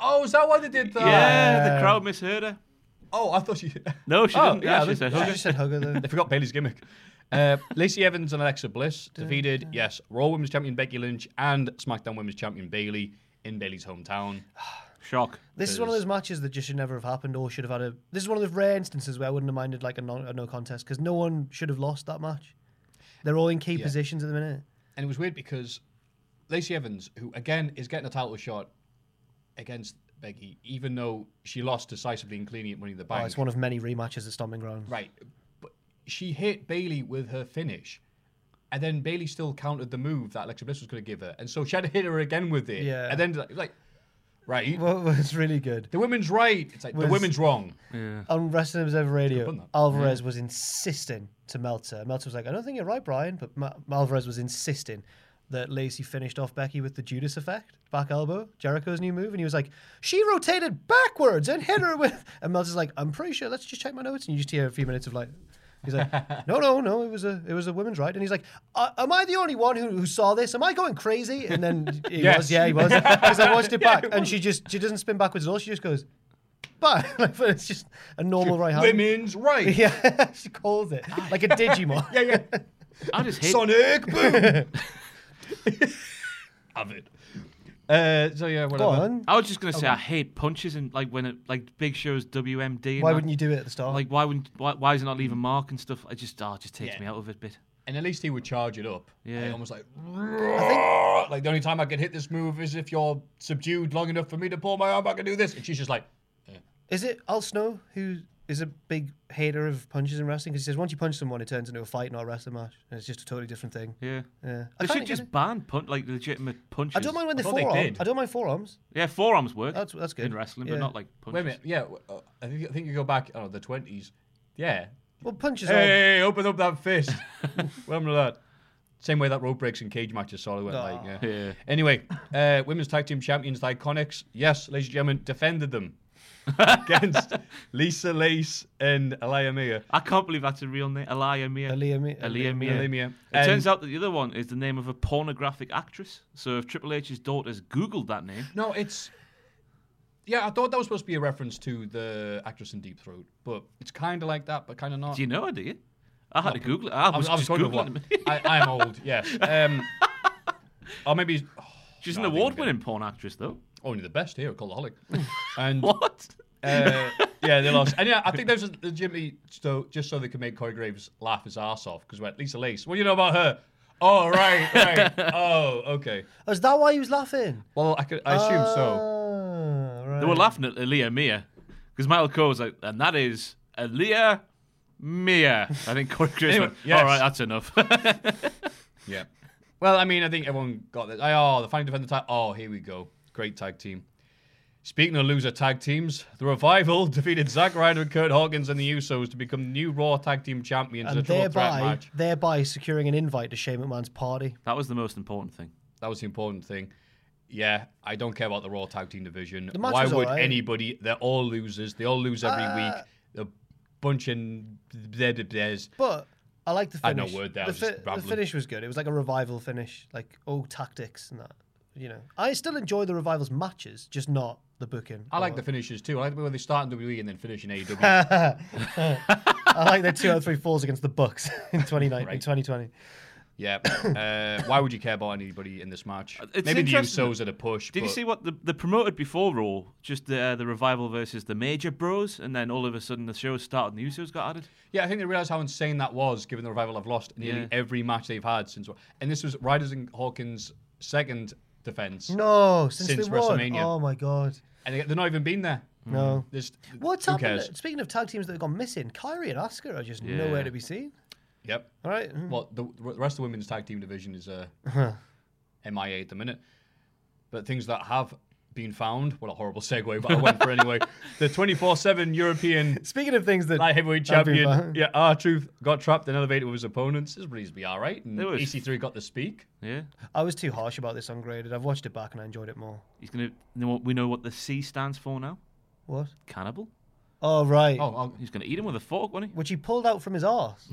Speaker 1: Oh, is that why they did that?
Speaker 3: yeah, the crowd misheard her.
Speaker 1: Oh, I thought you.
Speaker 3: Uh,
Speaker 1: *laughs*
Speaker 3: No, she
Speaker 1: Oh,
Speaker 3: didn't.
Speaker 1: yeah,
Speaker 3: Yeah, she
Speaker 1: they-
Speaker 3: said
Speaker 2: She
Speaker 3: hooker.
Speaker 2: just said hugger
Speaker 3: *laughs*
Speaker 2: then.
Speaker 1: they forgot Bailey's gimmick. Uh, Lacey Evans and Alexa
Speaker 2: *laughs*
Speaker 1: Bliss defeated, yes, Raw Women's Champion Becky Lynch and SmackDown Women's Champion Bailey in Bailey's hometown.
Speaker 3: Shock.
Speaker 2: This is one of those matches that just should never have happened or should have had a. This is one of those rare instances where I wouldn't have minded like a, non, a no contest because no one should have lost that match. They're all in key positions at the minute.
Speaker 1: And it was weird because Lacey Evans, who again is getting a title shot against Becky, even though she lost decisively and cleanly at Money in the Bank.
Speaker 2: Oh, it's one of many rematches at Stomping Grounds.
Speaker 1: Right. But she hit Bailey with her finish. And then Bailey still countered the move that Alexa Bliss was going to give her. And so she had to hit her again with it.
Speaker 2: Yeah.
Speaker 1: And then, like, like, right.
Speaker 2: *laughs* Well, it's really good.
Speaker 1: the women's right. It's like, the
Speaker 2: Was-
Speaker 1: women's wrong.
Speaker 2: On Wrestling Observer
Speaker 1: done
Speaker 2: Radio,
Speaker 1: that.
Speaker 2: Alvarez was insisting to Meltzer. Meltzer was like, I don't think you're right, Brian, but Ma- Alvarez was insisting that Lacey finished off Becky with the Judas effect, back elbow, Jericho's new move. And he was like, she rotated backwards and hit her with. *laughs* And Meltzer's like, I'm pretty sure, let's just check my notes. And you just hear a few minutes of like, He's like, no, no, no. It was a, it was a women's right, and he's like, "Uh, am I the only one who, who saw this? Am I going crazy? And then he
Speaker 1: Yes.
Speaker 2: was, yeah, he was, because I watched it back, and she just, she doesn't spin backwards at all. She just goes, but *laughs* it's just a normal right hand.
Speaker 1: Women's right.
Speaker 2: *laughs* Yeah, she calls it
Speaker 1: Ah.
Speaker 2: like a Digimon.
Speaker 1: *laughs* Yeah, yeah.
Speaker 3: I just hate.
Speaker 1: Sonic boom.
Speaker 2: *laughs*
Speaker 1: Have it. Uh, so, yeah, whatever.
Speaker 2: Go on.
Speaker 3: I was just gonna say I hate punches and like when it like Big Show's WMD. And
Speaker 2: Why
Speaker 3: that.
Speaker 2: wouldn't you do it at the start?
Speaker 3: Like why wouldn't why, why is it not leaving mark and stuff? I just oh, it just takes
Speaker 1: Yeah.
Speaker 3: me out of it a bit.
Speaker 1: And at least he would charge it up.
Speaker 3: Yeah.
Speaker 1: Like, almost like, like the only time I can hit this move is if you're subdued long enough for me to pull my arm back and do this. And she's just like,
Speaker 2: is it Al Snow who is a big hater of punches in wrestling? Because he says once you punch someone, it turns into a fight, not a wrestling match, and it's just a totally different thing.
Speaker 3: Yeah.
Speaker 2: Yeah. I
Speaker 3: They
Speaker 2: kinda
Speaker 3: should
Speaker 2: get
Speaker 3: just
Speaker 2: it.
Speaker 3: ban punt like legitimate punches.
Speaker 2: I don't mind when they
Speaker 1: thought they
Speaker 2: forearm.
Speaker 1: did.
Speaker 2: I don't mind forearms.
Speaker 3: Yeah, forearms work.
Speaker 2: That's that's good
Speaker 3: in wrestling,
Speaker 2: Yeah.
Speaker 3: but not like punches.
Speaker 1: Wait a minute. Yeah, w- uh, I think I think you go back. Oh, the twenties. Yeah.
Speaker 2: well punches. are
Speaker 1: Hey, open up that fist. Welcome to that. Same way that road breaks and cage matches sort of went like. Yeah.
Speaker 3: Yeah. *laughs*
Speaker 1: Anyway, uh, women's tag team champions, the Iconics. Yes, ladies and gentlemen, defended them. against Lisa Lace and Aliyah Mia.
Speaker 3: I can't believe that's a real name. Aliyah Mia.
Speaker 2: Aliyah Mia- Um,
Speaker 3: Aliyah Mia.
Speaker 1: Aliyah Mia.
Speaker 3: It
Speaker 1: And-
Speaker 3: turns out that the other one is the name of a pornographic actress. So if Triple H's daughters Googled that name,
Speaker 1: No, it's. Yeah, I thought that was supposed to be a reference to the actress in Deep Throat, but it's kind of like that, but kind of not.
Speaker 3: do you know her, do you? I had to Google it. I was, just
Speaker 1: going with
Speaker 3: Googling
Speaker 1: what-
Speaker 3: it. *laughs*
Speaker 1: I, I'm old, yes. Um, or maybe. oh,
Speaker 3: She's
Speaker 1: no,
Speaker 3: an
Speaker 1: I think I'm
Speaker 3: award winning porn actress, though. *laughs*
Speaker 1: getting- Only the best here at *laughs* Cultaholic. And
Speaker 3: What?
Speaker 1: Uh, yeah, they lost. And yeah, *laughs* I think that was legitimately so just so they could make Corey Graves laugh his ass off because we're at Lisa Lace. What do you know about her? Oh right, *laughs* right. oh okay.
Speaker 2: Oh, is that why he was laughing?
Speaker 1: Well, I could I assume
Speaker 2: Uh,
Speaker 1: so.
Speaker 2: Ah, right.
Speaker 3: They were laughing at Aaliyah Mia because Michael Cole was like, and that is Aaliyah Mia. I think Corey Graves
Speaker 1: Anyway,
Speaker 3: went,
Speaker 1: yes.
Speaker 3: all right, that's enough. *laughs*
Speaker 1: Yeah. Well, I mean, I think everyone got this. Oh, the final defender tag. Oh, here we go. Great tag team. Speaking of loser tag teams, the Revival *laughs* defeated Zack Ryder and Kurt Hawkins and the Usos to become new Raw Tag Team Champions in a
Speaker 2: and
Speaker 1: triple threat
Speaker 2: thereby,
Speaker 1: match.
Speaker 2: thereby securing an invite to Shane McMahon's party.
Speaker 3: that was the most important thing.
Speaker 1: That was the important thing. Yeah, I don't care about the Raw Tag Team division.
Speaker 2: match
Speaker 1: Why
Speaker 2: was
Speaker 1: would
Speaker 2: alright. Uh,
Speaker 1: anybody? They're all losers. They all lose every week. They're A bunch and blah, blah, blahs.
Speaker 2: But I like the
Speaker 1: I
Speaker 2: finish.
Speaker 1: had no word there, I
Speaker 2: The,
Speaker 1: was just
Speaker 2: the
Speaker 1: rambling.
Speaker 2: finish was good. It was like a revival finish, like oh tactics and that. You know, I still enjoy the revivals matches, just not the booking.
Speaker 1: I like
Speaker 2: or-
Speaker 1: the finishes too. I like the way when they start in WWE and then finish in E
Speaker 2: *laughs*
Speaker 1: AEW.
Speaker 2: I like the two out of three falls against the Bucks *laughs* in 2019, in
Speaker 1: Right.
Speaker 2: 2020.
Speaker 3: *coughs*
Speaker 1: yeah. Uh, why would you care about anybody in this match?
Speaker 3: Uh, It's
Speaker 1: Maybe the
Speaker 3: interesting.
Speaker 1: Usos at a push.
Speaker 3: Did you
Speaker 1: but-
Speaker 3: see what the, the promoted before Raw? Just the uh, the revival versus the Major Bros, and then all of a sudden the show started and the Usos got added.
Speaker 1: Yeah, I think they realized how insane that was, given the revival have lost in nearly
Speaker 3: Yeah.
Speaker 1: every match they've had since. And this was Riders and Hawkins' second defense,
Speaker 2: No, since,
Speaker 1: Since
Speaker 2: they won.
Speaker 1: WrestleMania.
Speaker 2: Oh my god.
Speaker 1: and they, they've not even been there.
Speaker 2: No.
Speaker 1: Just
Speaker 2: What's
Speaker 1: who
Speaker 2: happened?
Speaker 1: Cares?
Speaker 2: Speaking of tag teams that have gone missing, Kyrie and Asuka are just
Speaker 3: Yeah.
Speaker 2: nowhere to be seen.
Speaker 1: Yep.
Speaker 2: All right. mm.
Speaker 1: Well, the, the rest of the women's tag team division is uh, MIA at the minute. But things that have been found, what a horrible segue, but I went for it
Speaker 3: *laughs*
Speaker 1: anyway. The 24 7 European
Speaker 2: Speaking of things that
Speaker 1: light heavyweight
Speaker 2: have been
Speaker 1: champion,
Speaker 2: found.
Speaker 1: yeah, R Truth got trapped and elevated with his opponents. This would easily be all right. And
Speaker 3: It was-
Speaker 1: EC3 got to speak.
Speaker 3: Yeah,
Speaker 2: I was too harsh about this ungraded. I've watched it back and I enjoyed it more.
Speaker 3: he's gonna. you know what- We know what the C stands for now.
Speaker 2: What?
Speaker 3: Cannibal.
Speaker 2: Oh right.
Speaker 1: Oh, I'll,
Speaker 3: He's gonna eat him with a fork, wasn't he?
Speaker 2: Which he pulled out from his arse.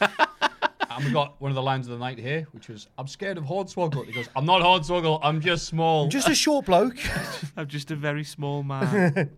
Speaker 1: And we got one of the lines of the night here, which was, I'm scared of Hornswoggle. He goes, I'm not Hornswoggle, I'm just small.
Speaker 2: Just a short bloke. *laughs*
Speaker 3: I'm just a
Speaker 1: *laughs*
Speaker 3: very small man.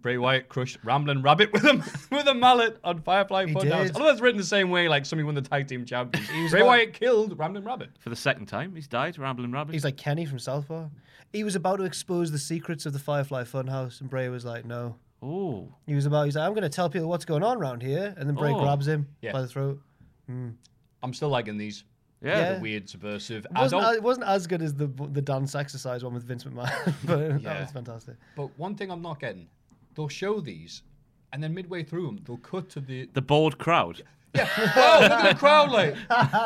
Speaker 1: Bray Wyatt crushed Ramblin' Rabbit with a, *laughs* with a mallet on Firefly
Speaker 2: He
Speaker 1: Funhouse. I
Speaker 2: did.
Speaker 1: know that's written the same way, like somebody won the tag team champions.
Speaker 2: was
Speaker 1: Bray
Speaker 2: about-
Speaker 1: Wyatt killed Ramblin' Rabbit.
Speaker 3: For the *laughs* second time, he's died. Rambling rabbit.
Speaker 2: He's like Kenny from South Park. He was about to expose the secrets of the Firefly Funhouse, and Bray was like, "No."
Speaker 3: oh,
Speaker 2: He was about. He's like, "I'm going to tell people what's going on around here," and then Bray
Speaker 3: Oh.
Speaker 2: grabs him
Speaker 1: Yeah.
Speaker 2: by the throat.
Speaker 1: I'm still liking these.
Speaker 3: yeah.
Speaker 1: The weird, subversive,
Speaker 2: Wasn't,
Speaker 1: adult.
Speaker 2: it wasn't as good as the the dance exercise one with Vince McMahon, *laughs* but that
Speaker 1: Yeah.
Speaker 2: was fantastic. *laughs*
Speaker 1: But one thing I'm not getting, they'll show these, and then midway through them, they'll cut to
Speaker 2: *laughs*
Speaker 1: the...
Speaker 3: The bored crowd.
Speaker 1: oh, look at the crowd, like...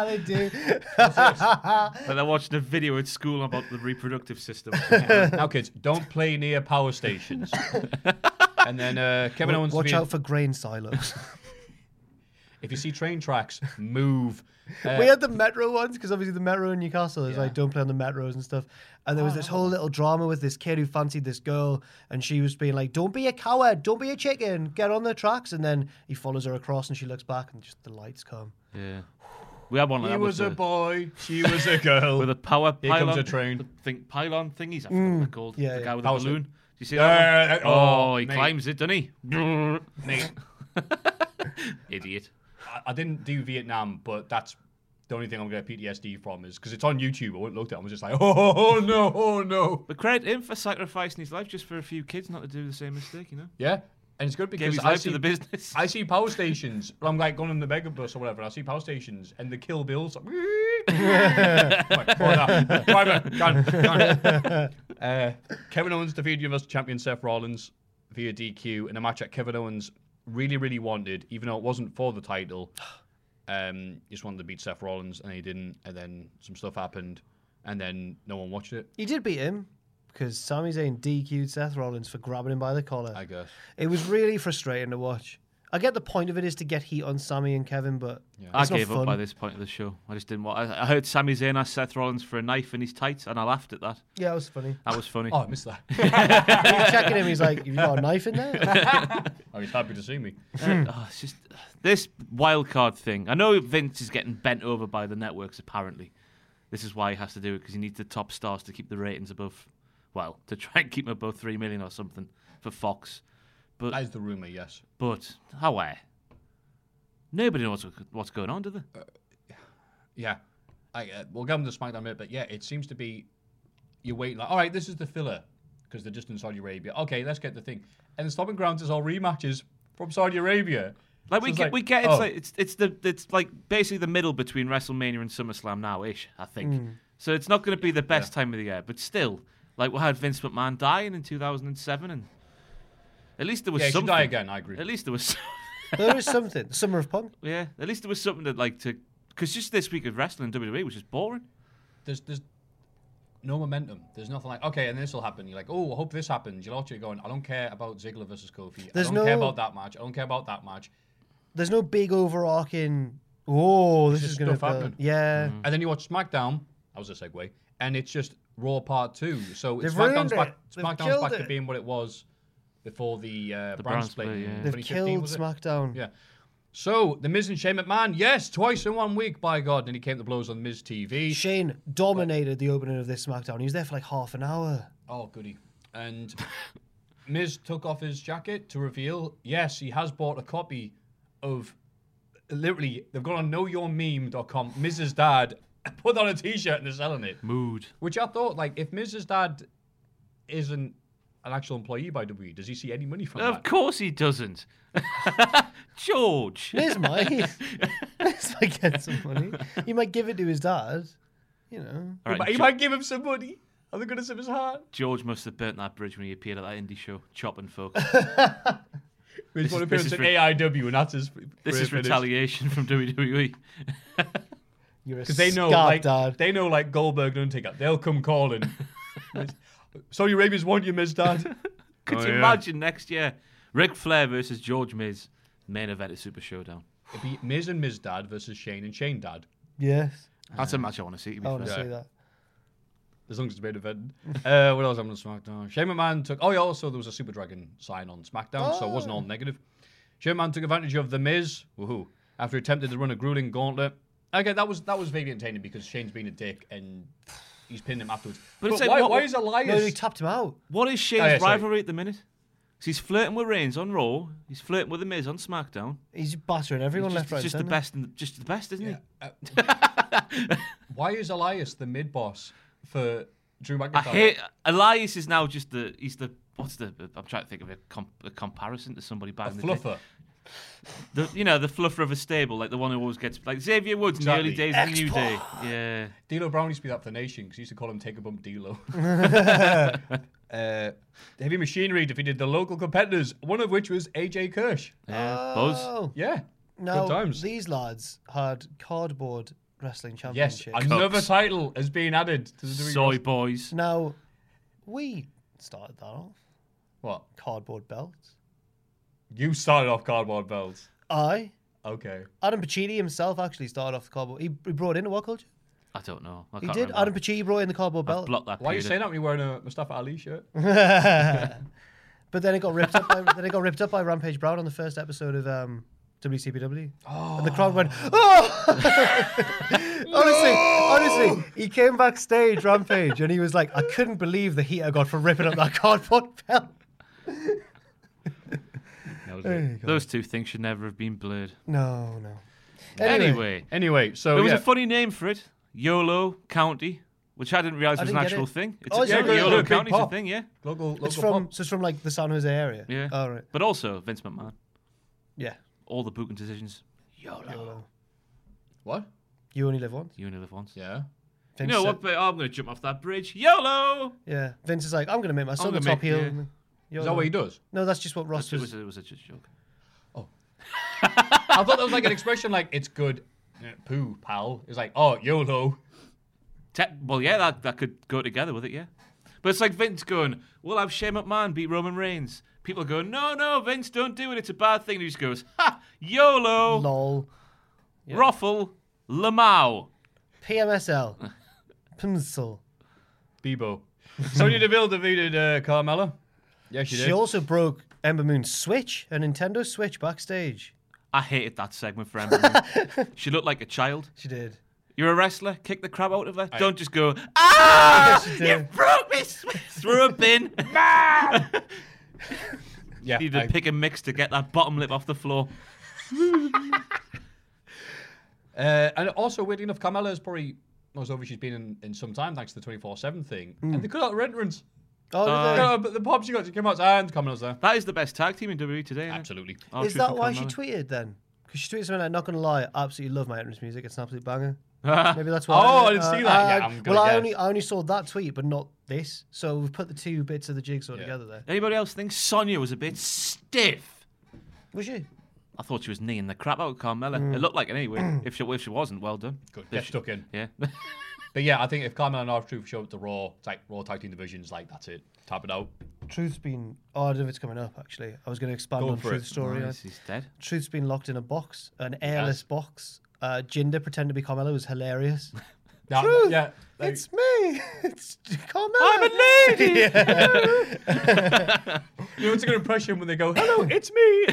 Speaker 2: they do.
Speaker 3: Like they're watching a video at school about the reproductive
Speaker 1: *laughs*
Speaker 3: system.
Speaker 1: now, kids, don't play near power stations. and then uh, Kevin Owens...
Speaker 2: Watch
Speaker 1: defeated-
Speaker 2: out for grain silos.
Speaker 1: If you see train tracks, move. Uh,
Speaker 2: we had the metro ones because obviously the metro in Newcastle is like don't play on the metros and stuff. And there was
Speaker 3: Oh.
Speaker 2: this whole little drama with this kid who fancied this girl, and she was being like, "Don't be a coward, don't be a chicken, get on the tracks." And then he follows her across, and she looks back, and just the lights come.
Speaker 3: yeah. We had one like
Speaker 1: He
Speaker 3: that
Speaker 1: was
Speaker 3: with,
Speaker 1: a *laughs*
Speaker 3: the-
Speaker 1: boy. She was a girl.
Speaker 3: with a power
Speaker 1: Here
Speaker 3: pylon.
Speaker 1: comes a train. Mm.
Speaker 3: Think pylon thingies. I forgot what they're called.
Speaker 2: yeah,
Speaker 3: the
Speaker 2: yeah.
Speaker 3: guy with the
Speaker 1: Power slip.
Speaker 3: balloon. Do you see that?
Speaker 1: Yeah,
Speaker 3: one?
Speaker 1: oh,
Speaker 3: oh, he
Speaker 1: mate.
Speaker 3: climbs it, doesn't he? *laughs*
Speaker 1: Mate,
Speaker 3: Idiot.
Speaker 1: I- I didn't do Vietnam, but that's the only thing I'm going to get PTSD from is because it's on YouTube. I wouldn't looked at. it. I was just like, *laughs* oh, oh no, oh no.
Speaker 3: But credit him for sacrificing his life just for a few kids not to do the same mistake, you know?
Speaker 1: Yeah, and it's good
Speaker 3: Gave
Speaker 1: because
Speaker 3: his
Speaker 1: I
Speaker 3: life
Speaker 1: see
Speaker 3: to the *laughs* business.
Speaker 1: I see power stations. I'm like going on the megabus or whatever. And I see power stations and the kill bills. *laughs* Like, I'm like, oh, no. Driver, gun, gun. Uh, Kevin Owens defeated Universal Champion Seth Rollins via DQ in a match that Kevin Owens really, really wanted, even though it wasn't for the title. Um, he just wanted to beat Seth Rollins and he didn't. And then some stuff happened, and then no one watched it.
Speaker 2: He did beat him because Sami Zayn DQ'd Seth Rollins for grabbing him by the collar.
Speaker 1: I guess.
Speaker 2: It was really frustrating to watch. I get the point of it is to get heat on Sammy and Kevin, but
Speaker 3: I
Speaker 2: it's not
Speaker 3: gave
Speaker 2: fun.
Speaker 3: up by this point of the show. I just didn't want. I, I heard Sami Zayn ask Seth Rollins for a knife in his tights, and I laughed at that.
Speaker 2: Yeah, it was funny.
Speaker 3: That was
Speaker 2: *laughs*
Speaker 3: funny.
Speaker 1: Oh, I missed that.
Speaker 2: He's checking him. He's like, "You got a knife in there?"
Speaker 1: oh, he's happy to see me.
Speaker 3: Oh, it's just this wild card thing. I know Vince is getting bent over by the networks. Apparently, this is why he has to do it because he needs the top stars to keep the ratings above. Well, to try and keep them above three million or something for Fox.
Speaker 1: That is the rumor. Yes.
Speaker 3: But how where? Nobody knows what- what's going on, do they?
Speaker 1: Yeah. I, uh, we'll get into SmackDown a bit, but yeah, it seems to be you're waiting like, all right, this is the filler because they're just in Saudi Arabia. Okay, let's get the thing. And the stopping grounds is all rematches from Saudi Arabia.
Speaker 3: Like
Speaker 1: So
Speaker 3: we
Speaker 1: it's
Speaker 3: get, we get it's
Speaker 1: oh,
Speaker 3: like it's it's the it's like basically the middle between WrestleMania and SummerSlam now ish I think.
Speaker 1: Mm.
Speaker 3: So it's not going to be the best time of the year, but still, like we had Vince McMahon dying in 2007, and at least there was
Speaker 1: yeah, he should
Speaker 3: something.
Speaker 1: die again. I agree.
Speaker 3: At least there was, *laughs*
Speaker 2: there is something. Summer of Punk.
Speaker 3: yeah, at least there was something that like to because just this week of wrestling in WWE was just boring.
Speaker 1: there's there's no momentum. There's nothing like okay, and this will happen. You're like, oh, I hope this happens. You're actually going, I don't care about Ziggler versus Kofi.
Speaker 2: There's
Speaker 1: I don't care
Speaker 2: no-
Speaker 1: about that match. I don't care about that match.
Speaker 2: There's no big overarching. Oh, this
Speaker 1: It's
Speaker 2: is
Speaker 1: just
Speaker 2: gonna.
Speaker 1: stuff
Speaker 2: build."
Speaker 1: happening.
Speaker 2: Yeah,
Speaker 1: And then you watch SmackDown. That was a segue, and it's just Raw Part Two. So it's
Speaker 2: They've ruined
Speaker 1: SmackDown's back.
Speaker 2: it. They've
Speaker 1: SmackDown's
Speaker 2: killed
Speaker 1: back to
Speaker 2: it.
Speaker 1: being what it was before the, uh,
Speaker 3: The
Speaker 1: brand
Speaker 3: brand
Speaker 1: split.
Speaker 3: split,
Speaker 1: in
Speaker 3: yeah. They've
Speaker 1: 2015,
Speaker 2: they've killed
Speaker 1: was it?
Speaker 2: SmackDown.
Speaker 1: Yeah. So the Miz and Shane McMahon, yes, twice in one week, by God, and he came to blows on Miz TV.
Speaker 2: Shane dominated the opening of this SmackDown. He was there for like half an hour.
Speaker 1: Oh, goody. And *laughs* Miz took off his jacket to reveal yes, he has bought a copy of literally, they've gone on knowyourmeme.com. Miz's dad *laughs* put on a t shirt and they're selling it.
Speaker 3: Mood.
Speaker 1: Which I thought, like, if Miz's dad isn't an actual employee by WWE, does he see any money from
Speaker 3: Of
Speaker 1: that?
Speaker 3: course he doesn't. *laughs* George.
Speaker 1: *laughs*
Speaker 2: There's my. *laughs* There's my get some money. He might give it to his dad. You know.
Speaker 3: All
Speaker 1: He might-
Speaker 3: right,
Speaker 1: he
Speaker 3: Jo-
Speaker 1: might give him some money. Are they going to sip his heart?
Speaker 3: George must have burnt that bridge when he appeared at that indie show, chopping
Speaker 1: *laughs*
Speaker 3: folk.
Speaker 1: His
Speaker 3: This
Speaker 1: one
Speaker 3: is- this
Speaker 1: appearance
Speaker 3: is
Speaker 1: in
Speaker 3: re-
Speaker 1: AIW, and that's his.
Speaker 3: This is
Speaker 1: retaliation.
Speaker 3: retaliation from *laughs* E. WWE.
Speaker 2: You're a
Speaker 1: Because they know,
Speaker 2: scarf,
Speaker 1: like,
Speaker 2: dad.
Speaker 1: they know, like Goldberg and Undertaker, they'll come
Speaker 3: *laughs*
Speaker 1: calling. Saudi Arabians want you, Miz Dad. *laughs*
Speaker 3: Could
Speaker 1: Oh,
Speaker 3: you
Speaker 1: yeah.
Speaker 3: imagine next year? Ric Flair versus George Miz, main event at Super Showdown.
Speaker 1: It'd be Miz and Miz Dad versus Shane and Shane Dad,
Speaker 2: Yes.
Speaker 3: That's a match I want to see. To be
Speaker 2: I want to
Speaker 3: fair.
Speaker 2: say that.
Speaker 1: as long as it's made event. *laughs* uh, what else happened on SmackDown? Shane McMahon took. Oh, yeah, also there was a Super Dragon sign on SmackDown, so it wasn't all negative. Shane McMahon took advantage of the Miz, woohoo, after attempted to run a grueling gauntlet. Okay, that was that was vaguely entertaining because Shane's been a dick and he's pinned him afterwards. But,
Speaker 3: But it's like,
Speaker 1: why,
Speaker 3: what-
Speaker 1: why is
Speaker 2: No, he
Speaker 1: Elias?
Speaker 2: tapped him out.
Speaker 3: What is Shane's
Speaker 1: Oh, yeah, sorry.
Speaker 3: rivalry at the minute? 'Cause he's flirting with Reigns on Raw. He's flirting with the Miz on SmackDown.
Speaker 2: He's battering
Speaker 3: He's
Speaker 2: everyone
Speaker 3: just,
Speaker 2: left, right,
Speaker 3: he's just the
Speaker 2: centre.
Speaker 3: best, and just the best, isn't
Speaker 1: why is Elias the mid boss for Drew McIntyre?
Speaker 3: he? I hate Elias is now just the he's the what's the I'm trying to think of a, com- a comparison to somebody back
Speaker 1: a
Speaker 3: in the day.
Speaker 1: fluffer.
Speaker 3: The, you know the fluffer of a stable, like the one who always gets like Xavier Woods in the early
Speaker 1: Exactly.
Speaker 3: days of the New Day. Yeah.
Speaker 1: D'Lo Brown used to be that for the nation because he used to call him Take a Bump
Speaker 2: *laughs*
Speaker 1: D'Lo. *laughs* uh, heavy Machinery defeated the local competitors, one of which was AJ Kirsch.
Speaker 3: Yeah, Buzz.
Speaker 2: Oh,
Speaker 1: Yeah.
Speaker 2: now
Speaker 1: Good times.
Speaker 2: these lads had cardboard wrestling
Speaker 1: yes,
Speaker 2: championship.
Speaker 1: another
Speaker 3: Cups.
Speaker 1: title has been added to the WWE
Speaker 3: Soy
Speaker 1: roster.
Speaker 3: boys.
Speaker 2: Now, we started that off
Speaker 1: What?
Speaker 2: cardboard belts.
Speaker 1: You started off cardboard belts.
Speaker 2: I,
Speaker 1: Okay.
Speaker 2: Adam Pacini himself, actually started off the cardboard. He, he brought in a what culture?
Speaker 3: I don't know. I
Speaker 2: He
Speaker 3: can't
Speaker 2: did.
Speaker 3: remember.
Speaker 2: Adam Pacini brought in the cardboard
Speaker 3: I've
Speaker 2: belt.
Speaker 3: blocked that.
Speaker 1: Why are you
Speaker 3: period.
Speaker 1: saying that when you're wearing a Mustafa Ali shirt?
Speaker 2: But then it got ripped up. By, *laughs* then it got ripped up by Rampage Brown on the first episode of um, WCPW. And the crowd went, "Oh!" *laughs* honestly, honestly, he came backstage, Rampage, and he was like, "I couldn't believe the heat I got for ripping up that cardboard *laughs* belt."
Speaker 3: Those two things should never have been blurred.
Speaker 2: No, no.
Speaker 3: Anyway,
Speaker 1: *laughs* Anyway, so
Speaker 3: there was
Speaker 1: yeah.
Speaker 3: a funny name for it YOLO County, which I didn't realize
Speaker 2: I
Speaker 3: was
Speaker 2: didn't
Speaker 3: an
Speaker 2: get
Speaker 3: actual
Speaker 2: it.
Speaker 3: thing. It's
Speaker 2: Oh,
Speaker 3: a,
Speaker 2: it's
Speaker 3: yeah,
Speaker 2: like a-
Speaker 3: YOLO
Speaker 1: a big
Speaker 3: County's a
Speaker 1: pop.
Speaker 3: thing, yeah.
Speaker 1: local local
Speaker 2: It's from
Speaker 1: pop.
Speaker 2: so it's from like the San Jose area.
Speaker 3: Yeah.
Speaker 2: All right.
Speaker 3: But also Vince McMahon.
Speaker 2: Yeah.
Speaker 3: All the booking decisions
Speaker 1: What?
Speaker 2: You only live once.
Speaker 3: you only live once.
Speaker 1: Yeah.
Speaker 3: You
Speaker 2: Vince
Speaker 3: know
Speaker 2: said-
Speaker 3: what? But I'm going to jump off that bridge. YOLO!
Speaker 2: Yeah. Vince is like, "I'm going to make my son the
Speaker 3: gonna
Speaker 2: top
Speaker 3: make-
Speaker 2: heel."
Speaker 3: yeah.
Speaker 2: And you're
Speaker 1: Is that
Speaker 2: like-
Speaker 1: what he does?
Speaker 2: No, that's just what Ross
Speaker 3: It was,
Speaker 2: was.
Speaker 3: it was a just joke.
Speaker 1: I thought that was like an expression like, it's good. eh, Poo, pal. It's like, oh, YOLO.
Speaker 3: Te- well, yeah, that, that could go together with it, yeah. But it's like Vince going, we'll have Shane McMahon beat Roman Reigns. People go, no, no, Vince, don't do it. It's a bad thing. And he just goes, ha, YOLO,
Speaker 2: Lol.
Speaker 3: Ruffle, Lamau.
Speaker 1: *laughs*
Speaker 2: PMSL. Pencil.
Speaker 1: Bebo. Sonya Deville defeated uh, Carmella. Yeah, she,
Speaker 2: She
Speaker 1: did.
Speaker 2: also broke Ember Moon's Switch, a Nintendo Switch backstage.
Speaker 3: I hated that segment for
Speaker 2: *laughs*
Speaker 3: Ember. Moon. she looked like a child.
Speaker 2: She did.
Speaker 3: You're a wrestler. Kick the crap out of her. Don't just go, ah,
Speaker 2: Yes, she
Speaker 3: you
Speaker 2: did.
Speaker 3: broke me through a
Speaker 2: *laughs*
Speaker 3: bin.
Speaker 1: Yeah,
Speaker 3: Need to
Speaker 1: I-
Speaker 3: pick a mix to get that bottom lip off the floor.
Speaker 1: Uh, and also, weirdly enough, Carmella is probably most over she's been in, in some time thanks to the 24 7 thing. And they cut out her entrance.
Speaker 2: Oh, did
Speaker 3: Uh,
Speaker 2: they?
Speaker 1: No, but the pop she got, she came out and Carmella's there.
Speaker 3: That is the best tag team in WWE today. isn't it?
Speaker 1: Absolutely.
Speaker 3: Oh,
Speaker 2: Is
Speaker 3: truth
Speaker 2: that
Speaker 3: from
Speaker 2: why she
Speaker 3: Carmella.
Speaker 2: tweeted then? Because she tweeted something like, not going to lie, I absolutely love my entrance music. It's an
Speaker 1: *laughs*
Speaker 2: absolute banger. Maybe that's why. uh,
Speaker 1: Oh, I didn't see that. Yeah, I'm gonna
Speaker 2: well, I
Speaker 1: guess.
Speaker 2: only I only saw that tweet, but not this. So we've put the two bits of the jigsaw together there.
Speaker 3: Anybody else think Sonya was a bit stiff?
Speaker 2: Was she?
Speaker 3: I thought she was kneeing the crap out of Carmella.
Speaker 2: Mm.
Speaker 3: It looked like it
Speaker 2: *clears throat*
Speaker 3: anyway. if she if she wasn't, well done.
Speaker 1: Good.
Speaker 3: If
Speaker 1: Get
Speaker 3: she-
Speaker 1: stuck in.
Speaker 3: Yeah.
Speaker 1: But yeah, I think if Carmella and R Truth show up to Raw, it's like Raw Tag Team Divisions, like that's it. Tap it out.
Speaker 2: Truth's been. Oh, I don't know if it's coming up actually. I was going to expand
Speaker 1: Go
Speaker 3: *laughs*
Speaker 2: on
Speaker 1: for
Speaker 2: Truth's
Speaker 1: it.
Speaker 2: story.
Speaker 3: Nice, he's dead.
Speaker 2: Truth's been locked in a box, an airless box. Uh, Jinder pretended to be Carmelo
Speaker 3: *laughs*
Speaker 2: was hilarious.
Speaker 1: That-
Speaker 2: Truth!
Speaker 1: Yeah. like- *laughs*
Speaker 2: it's me. *laughs* It's Carmelo.
Speaker 3: I'm a lady.
Speaker 1: you know, it's a good impression when they go, hello, it's me.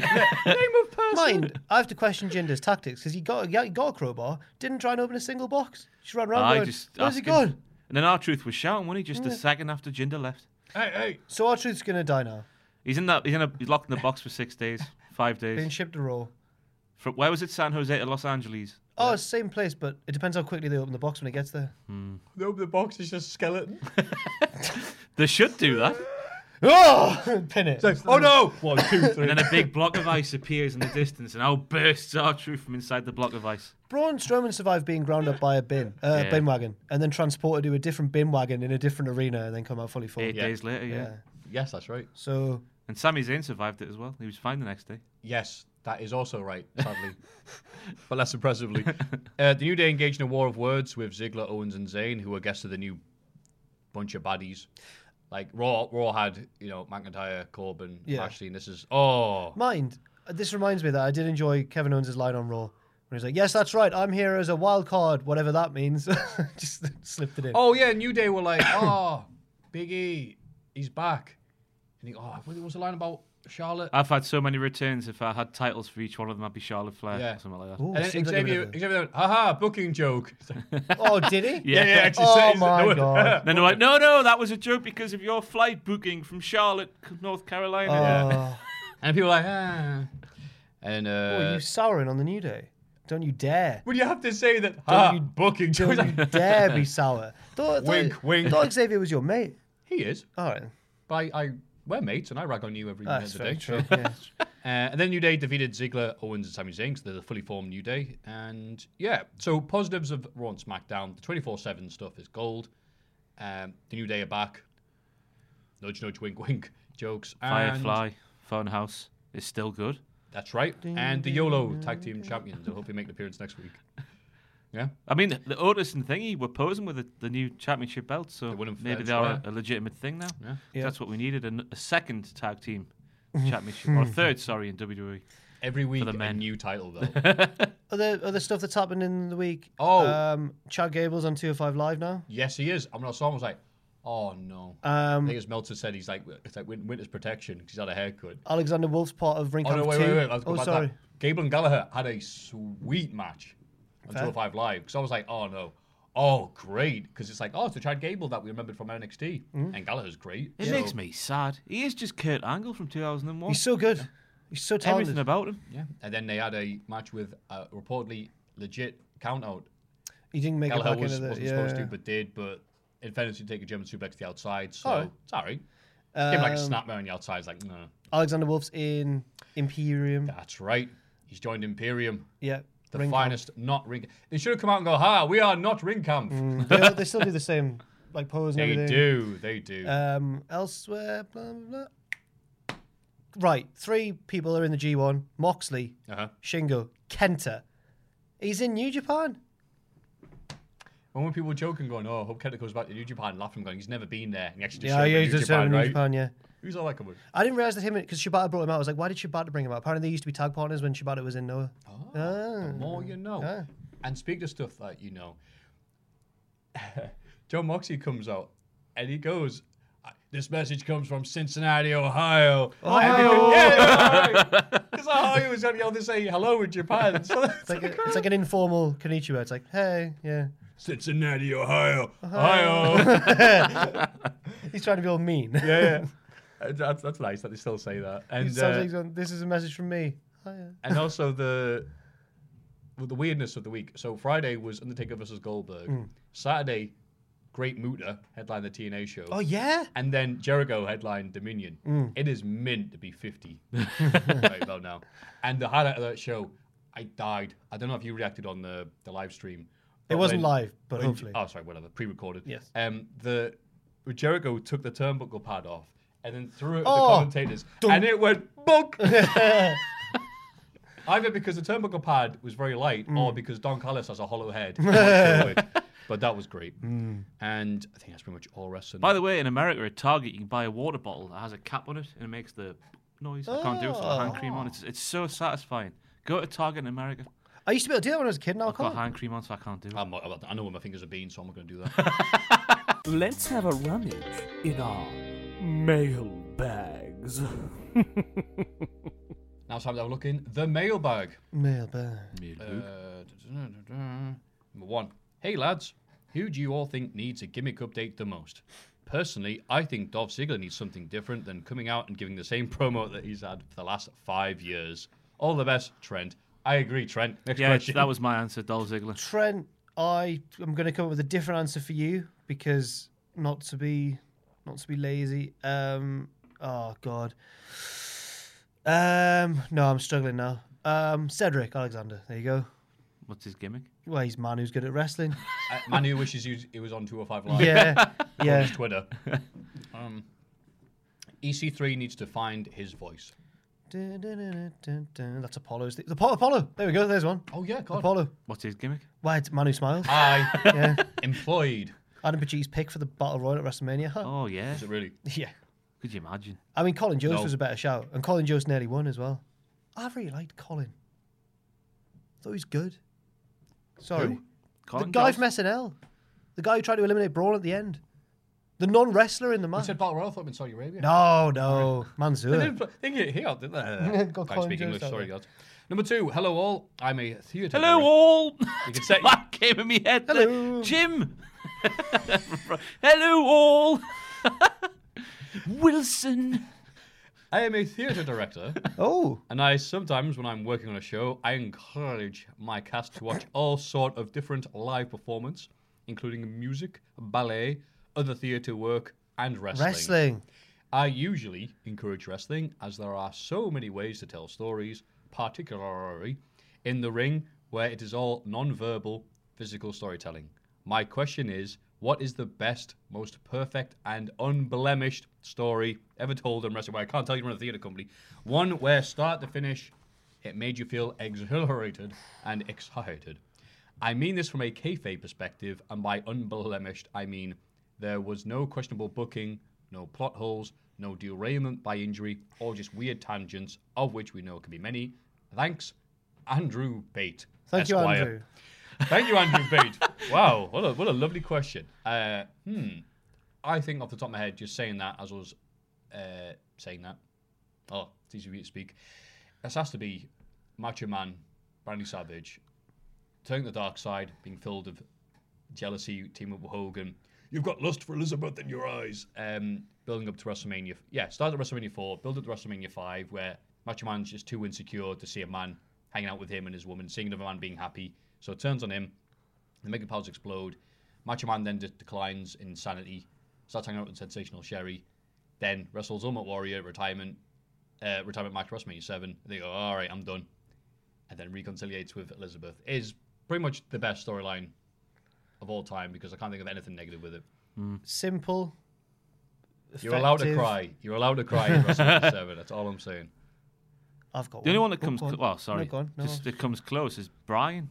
Speaker 1: Name of person.
Speaker 2: Mind, I have to question Jinder's tactics because he got he got a crowbar, didn't try and open a single box. Just ran around.
Speaker 3: I
Speaker 2: going,
Speaker 3: just
Speaker 2: Where's he
Speaker 3: asking.
Speaker 2: gone?
Speaker 3: And then our truth was shouting, wasn't he? Just a second after Jinder left.
Speaker 1: Hey, hey.
Speaker 2: So our truth's gonna die now.
Speaker 3: He's in that. He's in a. He's locked in the box for six days, five
Speaker 2: Being
Speaker 3: days.
Speaker 2: shipped to Raw.
Speaker 3: From where was it? San Jose to Los Angeles.
Speaker 2: Oh, it's same place, but it depends how quickly they open the box when it gets there.
Speaker 1: They open the box, it's just a skeleton.
Speaker 3: They should do that. Ah!
Speaker 2: Oh, *laughs* pin it.
Speaker 1: It's like, oh no! One, two, three.
Speaker 3: And then a big block of ice appears in the distance, and out bursts our truth from inside the block of ice.
Speaker 2: Braun Strowman survived being ground up by a bin, uh,
Speaker 3: Yeah.
Speaker 2: bin wagon, and then transported to a different bin wagon in a different arena, and then come out fully
Speaker 3: Eight
Speaker 2: formed.
Speaker 3: days later, yeah.
Speaker 2: Yeah.
Speaker 1: yes, that's right.
Speaker 2: So
Speaker 3: And Sami Zayn survived it as well. He was fine the next day.
Speaker 1: Yes, that is also right, sadly. *laughs* but less
Speaker 2: *laughs*
Speaker 1: impressively. Uh, the New Day engaged in a war of words with Ziggler, Owens, and Zayn, who are guests of the new bunch of baddies. Like, Raw, Raw had, you know, McIntyre, Corbin,
Speaker 2: Yeah.
Speaker 1: Lashley, and this is, oh.
Speaker 2: Mind, uh, this reminds me that I did enjoy Kevin Owens' line on Raw. When he's like, yes, that's right, I'm here as a wild card, whatever that means. *laughs* Just slipped it in.
Speaker 1: Oh, yeah, New Day were
Speaker 2: *coughs*
Speaker 1: like, oh, Big E, he's back. And he, oh, what was the line about Charlotte?
Speaker 3: I've had so many returns. If I had titles for each one of them, I'd be Charlotte Flair
Speaker 1: Yeah.
Speaker 3: or something like that.
Speaker 2: Ooh,
Speaker 1: and then
Speaker 2: Oh, seems like a bit
Speaker 1: Xavier,
Speaker 2: of a-
Speaker 1: Xavier went, haha, booking
Speaker 2: *laughs*
Speaker 1: joke. *laughs* It's like,
Speaker 2: oh, did
Speaker 1: *laughs*
Speaker 2: he?
Speaker 3: Yeah.
Speaker 1: actually
Speaker 2: Oh
Speaker 1: says the
Speaker 2: my
Speaker 1: *laughs* word.
Speaker 2: God.
Speaker 3: Then they're like, no, no, that was a joke because of your flight booking from Charlotte, North Carolina.
Speaker 2: Oh,
Speaker 1: and people are like, ah. And, uh,
Speaker 2: Boy, Oh. you souring on the New Day. Don't
Speaker 1: *laughs*
Speaker 2: you dare.
Speaker 1: Would you have to say that? Ah,
Speaker 2: you-
Speaker 1: booking
Speaker 2: Don't
Speaker 1: Joe's
Speaker 2: you dare be sour. Thought,
Speaker 1: Wink,
Speaker 2: thought,
Speaker 1: wink.
Speaker 2: Thought Xavier was your mate.
Speaker 1: *laughs* he is.
Speaker 2: All right.
Speaker 1: But I, I we're mates, and I rag on you every minute
Speaker 2: That's
Speaker 1: of the
Speaker 2: very
Speaker 1: day.
Speaker 2: true.
Speaker 1: so-
Speaker 2: yeah.
Speaker 1: *laughs* Uh, and then New Day defeated Ziggler, Owens, and Sami Zayn, so they're the fully formed New Day. And yeah, so positives of Raw and SmackDown: the twenty-four seven stuff is gold. Um, the New Day are back. Nudge, nudge, wink, *laughs* wink. Jokes. Oh, and-
Speaker 3: Firefly, Funhouse House is still good.
Speaker 1: That's right. And the YOLO Tag Team Champions. I hope they make
Speaker 2: *laughs*
Speaker 1: an appearance next week. Yeah.
Speaker 3: I mean, the Otis and Thingy were posing with the, the new championship belt, so
Speaker 1: They won 'em fair
Speaker 3: maybe
Speaker 1: and
Speaker 3: they are a,
Speaker 1: square.
Speaker 3: a legitimate thing now.
Speaker 1: Yeah.
Speaker 2: Yeah.
Speaker 3: That's what we needed a, a second tag
Speaker 2: *laughs*
Speaker 3: team championship, or a third, sorry, in E. WWE.
Speaker 1: Every week
Speaker 3: the
Speaker 1: a
Speaker 3: men.
Speaker 1: new title
Speaker 3: *laughs*
Speaker 1: though.
Speaker 2: Other, other stuff that's happened in the week.
Speaker 1: Oh.
Speaker 2: Um, Chad Gable's on 205 Live now.
Speaker 1: yes, he is. I'm not. Someone was like, oh no. I
Speaker 2: Um,
Speaker 1: think as Meltzer said, he's like it's like win- winter's protection 'cause he's had a haircut.
Speaker 2: Alexander Wolf's part of Ring
Speaker 1: Oh no,
Speaker 2: Camp
Speaker 1: wait,
Speaker 2: 2.
Speaker 1: wait, wait! Let's go
Speaker 2: oh,
Speaker 1: back to
Speaker 2: sorry.
Speaker 1: That. Gable and Gallagher had a sweet match on 205 Live because I was like, oh no, oh great, because it's like oh, it's the Chad Gable that we remembered from NXT,
Speaker 2: Mm-hmm.
Speaker 1: and Gallagher's great.
Speaker 3: It
Speaker 1: so-
Speaker 3: makes me sad. He is just Kurt Angle from 2001.
Speaker 2: He's so good. He's so talented.
Speaker 3: Everything about him.
Speaker 1: Yeah, and then they had a match with uh, reportedly legit count out.
Speaker 2: He didn't make it
Speaker 1: Gallagher
Speaker 2: back
Speaker 1: was,
Speaker 2: into the
Speaker 1: wasn't
Speaker 2: yeah.
Speaker 1: supposed to, but did. But in fairness, he take a German suplex to the outside, so
Speaker 2: Alright.
Speaker 1: it's alright. Give him like a
Speaker 2: Oh. Um,
Speaker 1: snapmare on the outside. It's like no,
Speaker 2: Alexander Wolf's in Imperium.
Speaker 1: that's right. He's joined Imperium.
Speaker 2: Yeah,
Speaker 1: The
Speaker 2: Ring
Speaker 1: finest not ring. They should have come out and go, "Ha, we are not ring camp." *laughs*
Speaker 2: Camp. they, they still do the same like pose and
Speaker 1: They
Speaker 2: everything.
Speaker 1: do, they do.
Speaker 2: Um, elsewhere, blah blah. blah. Right, three people are in the G1: Moxley,
Speaker 1: uh-huh.
Speaker 2: Shingo, Kenta. He's in New Japan.
Speaker 1: When when people were joking, going, "Oh, hope Kenta goes back to New Japan," laughing, going, "He's never been there," and he actually just
Speaker 2: Yeah,
Speaker 1: showed
Speaker 2: yeah,
Speaker 1: up in
Speaker 2: he's
Speaker 1: New
Speaker 2: just
Speaker 1: Japan,
Speaker 2: Japan,
Speaker 1: right?
Speaker 2: Japan, yeah.
Speaker 1: Who's all that coming?
Speaker 2: I didn't realize that him because Shibata brought him out. I was like, why did Shibata bring him out? Apparently, they used to be tag partners when Shibata was in Noah.
Speaker 1: Oh. The more you know.
Speaker 2: Ah.
Speaker 1: And speak to stuff that you know. *laughs* Joe Moxie comes out and he goes, "I- This message comes from Cincinnati, Ohio. Ohio! *laughs* Because Ohio was only able to say hello in Japan. *laughs* So that's
Speaker 2: It's like, a- it's like an informal konnichiwa. It's like, hey, yeah.
Speaker 1: Cincinnati, Ohio. Ohio. *laughs*
Speaker 2: He's trying to be all mean.
Speaker 1: yeah, yeah. And Uh, That's, that's nice that they still say that.
Speaker 2: He
Speaker 1: And,
Speaker 2: sounds
Speaker 1: uh,
Speaker 2: like *laughs* he's going, this is a message from me. Oh, Hiya.
Speaker 1: and also the with the weirdness of the week. So Friday was Undertaker versus Goldberg.
Speaker 2: Mm.
Speaker 1: Saturday, Great Muta headlined the TNA show.
Speaker 2: Oh yeah. Mm.
Speaker 1: And then Jericho headlined Dominion. It is meant to be
Speaker 2: *laughs*
Speaker 1: 50 right about now. And the highlight of that show, I died. I don't know if you reacted on the, the live stream.
Speaker 2: It
Speaker 1: but
Speaker 2: wasn't
Speaker 1: when-
Speaker 2: live, but
Speaker 1: when-
Speaker 2: hopefully.
Speaker 1: Oh, sorry, whatever, pre-recorded.
Speaker 2: Yes.
Speaker 1: Um, the Jericho took the turnbuckle pad off and then threw it at
Speaker 2: Oh.
Speaker 1: the commentators, and it went
Speaker 2: *laughs*
Speaker 1: bunk. Either because the turnbuckle pad was very light,
Speaker 2: Mm.
Speaker 1: or because Don Callis has a hollow head.
Speaker 2: *laughs*
Speaker 1: but that was great,
Speaker 2: Mm.
Speaker 1: and I think that's pretty much all wrestling.
Speaker 3: By the way, in America, at Target, you can buy a water bottle that has a cap on it and it makes the noise. I can't do it. It's got hand cream on. It's, it's so satisfying. Go to Target in America.
Speaker 2: I used to be able to do that when I was a kid. Now I
Speaker 3: I've got
Speaker 2: can't.
Speaker 3: hand cream on, so I can't do it.
Speaker 1: I'm not- I know where my fingers are being, so I'm not going to do
Speaker 3: *laughs*
Speaker 1: that.
Speaker 4: Let's have a rummage in our mailbags.
Speaker 1: now it's time to have a look in the mailbag.
Speaker 2: Mailbag.
Speaker 1: Uh, da-da-da-da-da. Number one. Hey lads, who do you all think needs a gimmick update the most? Personally, I think Dolph Ziggler needs something different than coming out and giving the same *laughs* promo that he's had for the last five years. All the best, Trent. I agree, Trent. Next
Speaker 3: yeah,
Speaker 1: question.
Speaker 3: that was my answer, Dolph Ziggler.
Speaker 2: Trent, I am going to come up with a different answer for you because not to be not to be lazy. Um, oh God. Um, no, I'm struggling now. Um, Cedric Alexander. There you go.
Speaker 3: What's his gimmick?
Speaker 2: Well, he's a man who's good at wrestling.
Speaker 1: Uh, Manu wishes you it was on 205 Live.
Speaker 2: yeah, yeah.
Speaker 1: His
Speaker 3: *laughs*
Speaker 1: Twitter. um, EC3 needs to find his voice.
Speaker 2: Dun, dun, dun, dun, dun, dun. That's Apollo's. Th- Apollo, Apollo. There we go. There's one.
Speaker 1: Oh, yeah, God.
Speaker 2: Apollo.
Speaker 3: What's his gimmick?
Speaker 2: Why it's man who smiles.
Speaker 3: *laughs*
Speaker 1: I
Speaker 2: yeah.
Speaker 1: employed.
Speaker 2: Adam Paci's pick for the Battle Royal at WrestleMania. *laughs* Huh?
Speaker 3: Oh, yeah.
Speaker 1: Is it really?
Speaker 2: Yeah.
Speaker 3: Could you imagine?
Speaker 2: I mean, Colin Jost
Speaker 1: No.
Speaker 2: was a better shout, and Colin Jost nearly won as well. I really liked Colin. Thought he was good. Sorry, the
Speaker 3: Colin
Speaker 2: guy
Speaker 3: Jost?
Speaker 2: from SNL, the guy who tried to eliminate Braun at the end, the non-wrestler in the
Speaker 1: I
Speaker 2: match.
Speaker 1: said Battle Royal, I thought it meant Saudi Arabia.
Speaker 2: No,
Speaker 1: *laughs*
Speaker 2: no,
Speaker 1: They
Speaker 2: Mansoor.
Speaker 1: didn't put- they didn't get here, did they? Can't
Speaker 2: Got Colin
Speaker 1: speak
Speaker 2: Jost
Speaker 1: English,
Speaker 2: out
Speaker 1: sorry,
Speaker 2: there.
Speaker 1: guys. Number two, hello all. I'm a theatre.
Speaker 3: Hello, all.
Speaker 1: You
Speaker 3: *laughs*
Speaker 1: can say-
Speaker 3: That came in my head. there.
Speaker 2: Hello.
Speaker 3: Jim. *laughs* Hello, all. *laughs* Wilson.
Speaker 1: I am a theatre director,
Speaker 2: Oh,
Speaker 1: and I sometimes, when I'm working on a show, I encourage my cast to watch all sort of different live performance, including music, ballet, other theatre work, and wrestling.
Speaker 2: wrestling.
Speaker 1: I usually encourage wrestling as there are so many ways to tell stories, particularly in the ring where it is all non-verbal physical storytelling. My question is, what is the best, most perfect, and unblemished story ever told in wrestling? Well, I can't tell you from a theatre company. One where start to finish, it made you feel exhilarated and excited. I mean this from a kayfabe perspective, and by unblemished, I mean there was no questionable booking, no plot holes, no derailment by injury, or just weird tangents, of which we know can be many. Thanks, Andrew Bate.
Speaker 2: Thank you,
Speaker 1: Esquire.
Speaker 2: Andrew.
Speaker 1: Thank you, Andrew Bate. wow, what a, what a lovely question. Uh, hmm. I think off the top of my head, just saying that as I was uh, saying that, oh, it's easy for me to speak. This has to be Macho Man, Brandy Savage, turning to the dark side, being filled with jealousy, team up with Hogan. You've got lust for Elizabeth in your eyes. Um, building up to WrestleMania. Yeah, start at WrestleMania 4, build up to WrestleMania 5, where Macho Man's just too insecure to see a man hanging out with him and his woman, seeing another man being happy. So it turns on him. The Mega Powers explode. Macho Man then de- declines in sanity, starts hanging out with Sensational Sherry, then wrestles Ultimate Warrior, retirement, uh, retirement match, WrestleMania 7. They go, all right, I'm done. And then reconciliates with Elizabeth. Is pretty much the best storyline of all time because I can't think of anything negative with it.
Speaker 2: Simple.
Speaker 1: You're allowed to
Speaker 2: effective.
Speaker 1: cry. You're allowed to cry *laughs* in WrestleMania 7. That's all I'm saying.
Speaker 2: I've got
Speaker 3: The only
Speaker 2: one.
Speaker 3: one that
Speaker 2: Oh,
Speaker 3: comes,
Speaker 2: go on.
Speaker 3: cl- well, sorry,
Speaker 2: No, go on. No.
Speaker 3: just that comes close is Brian.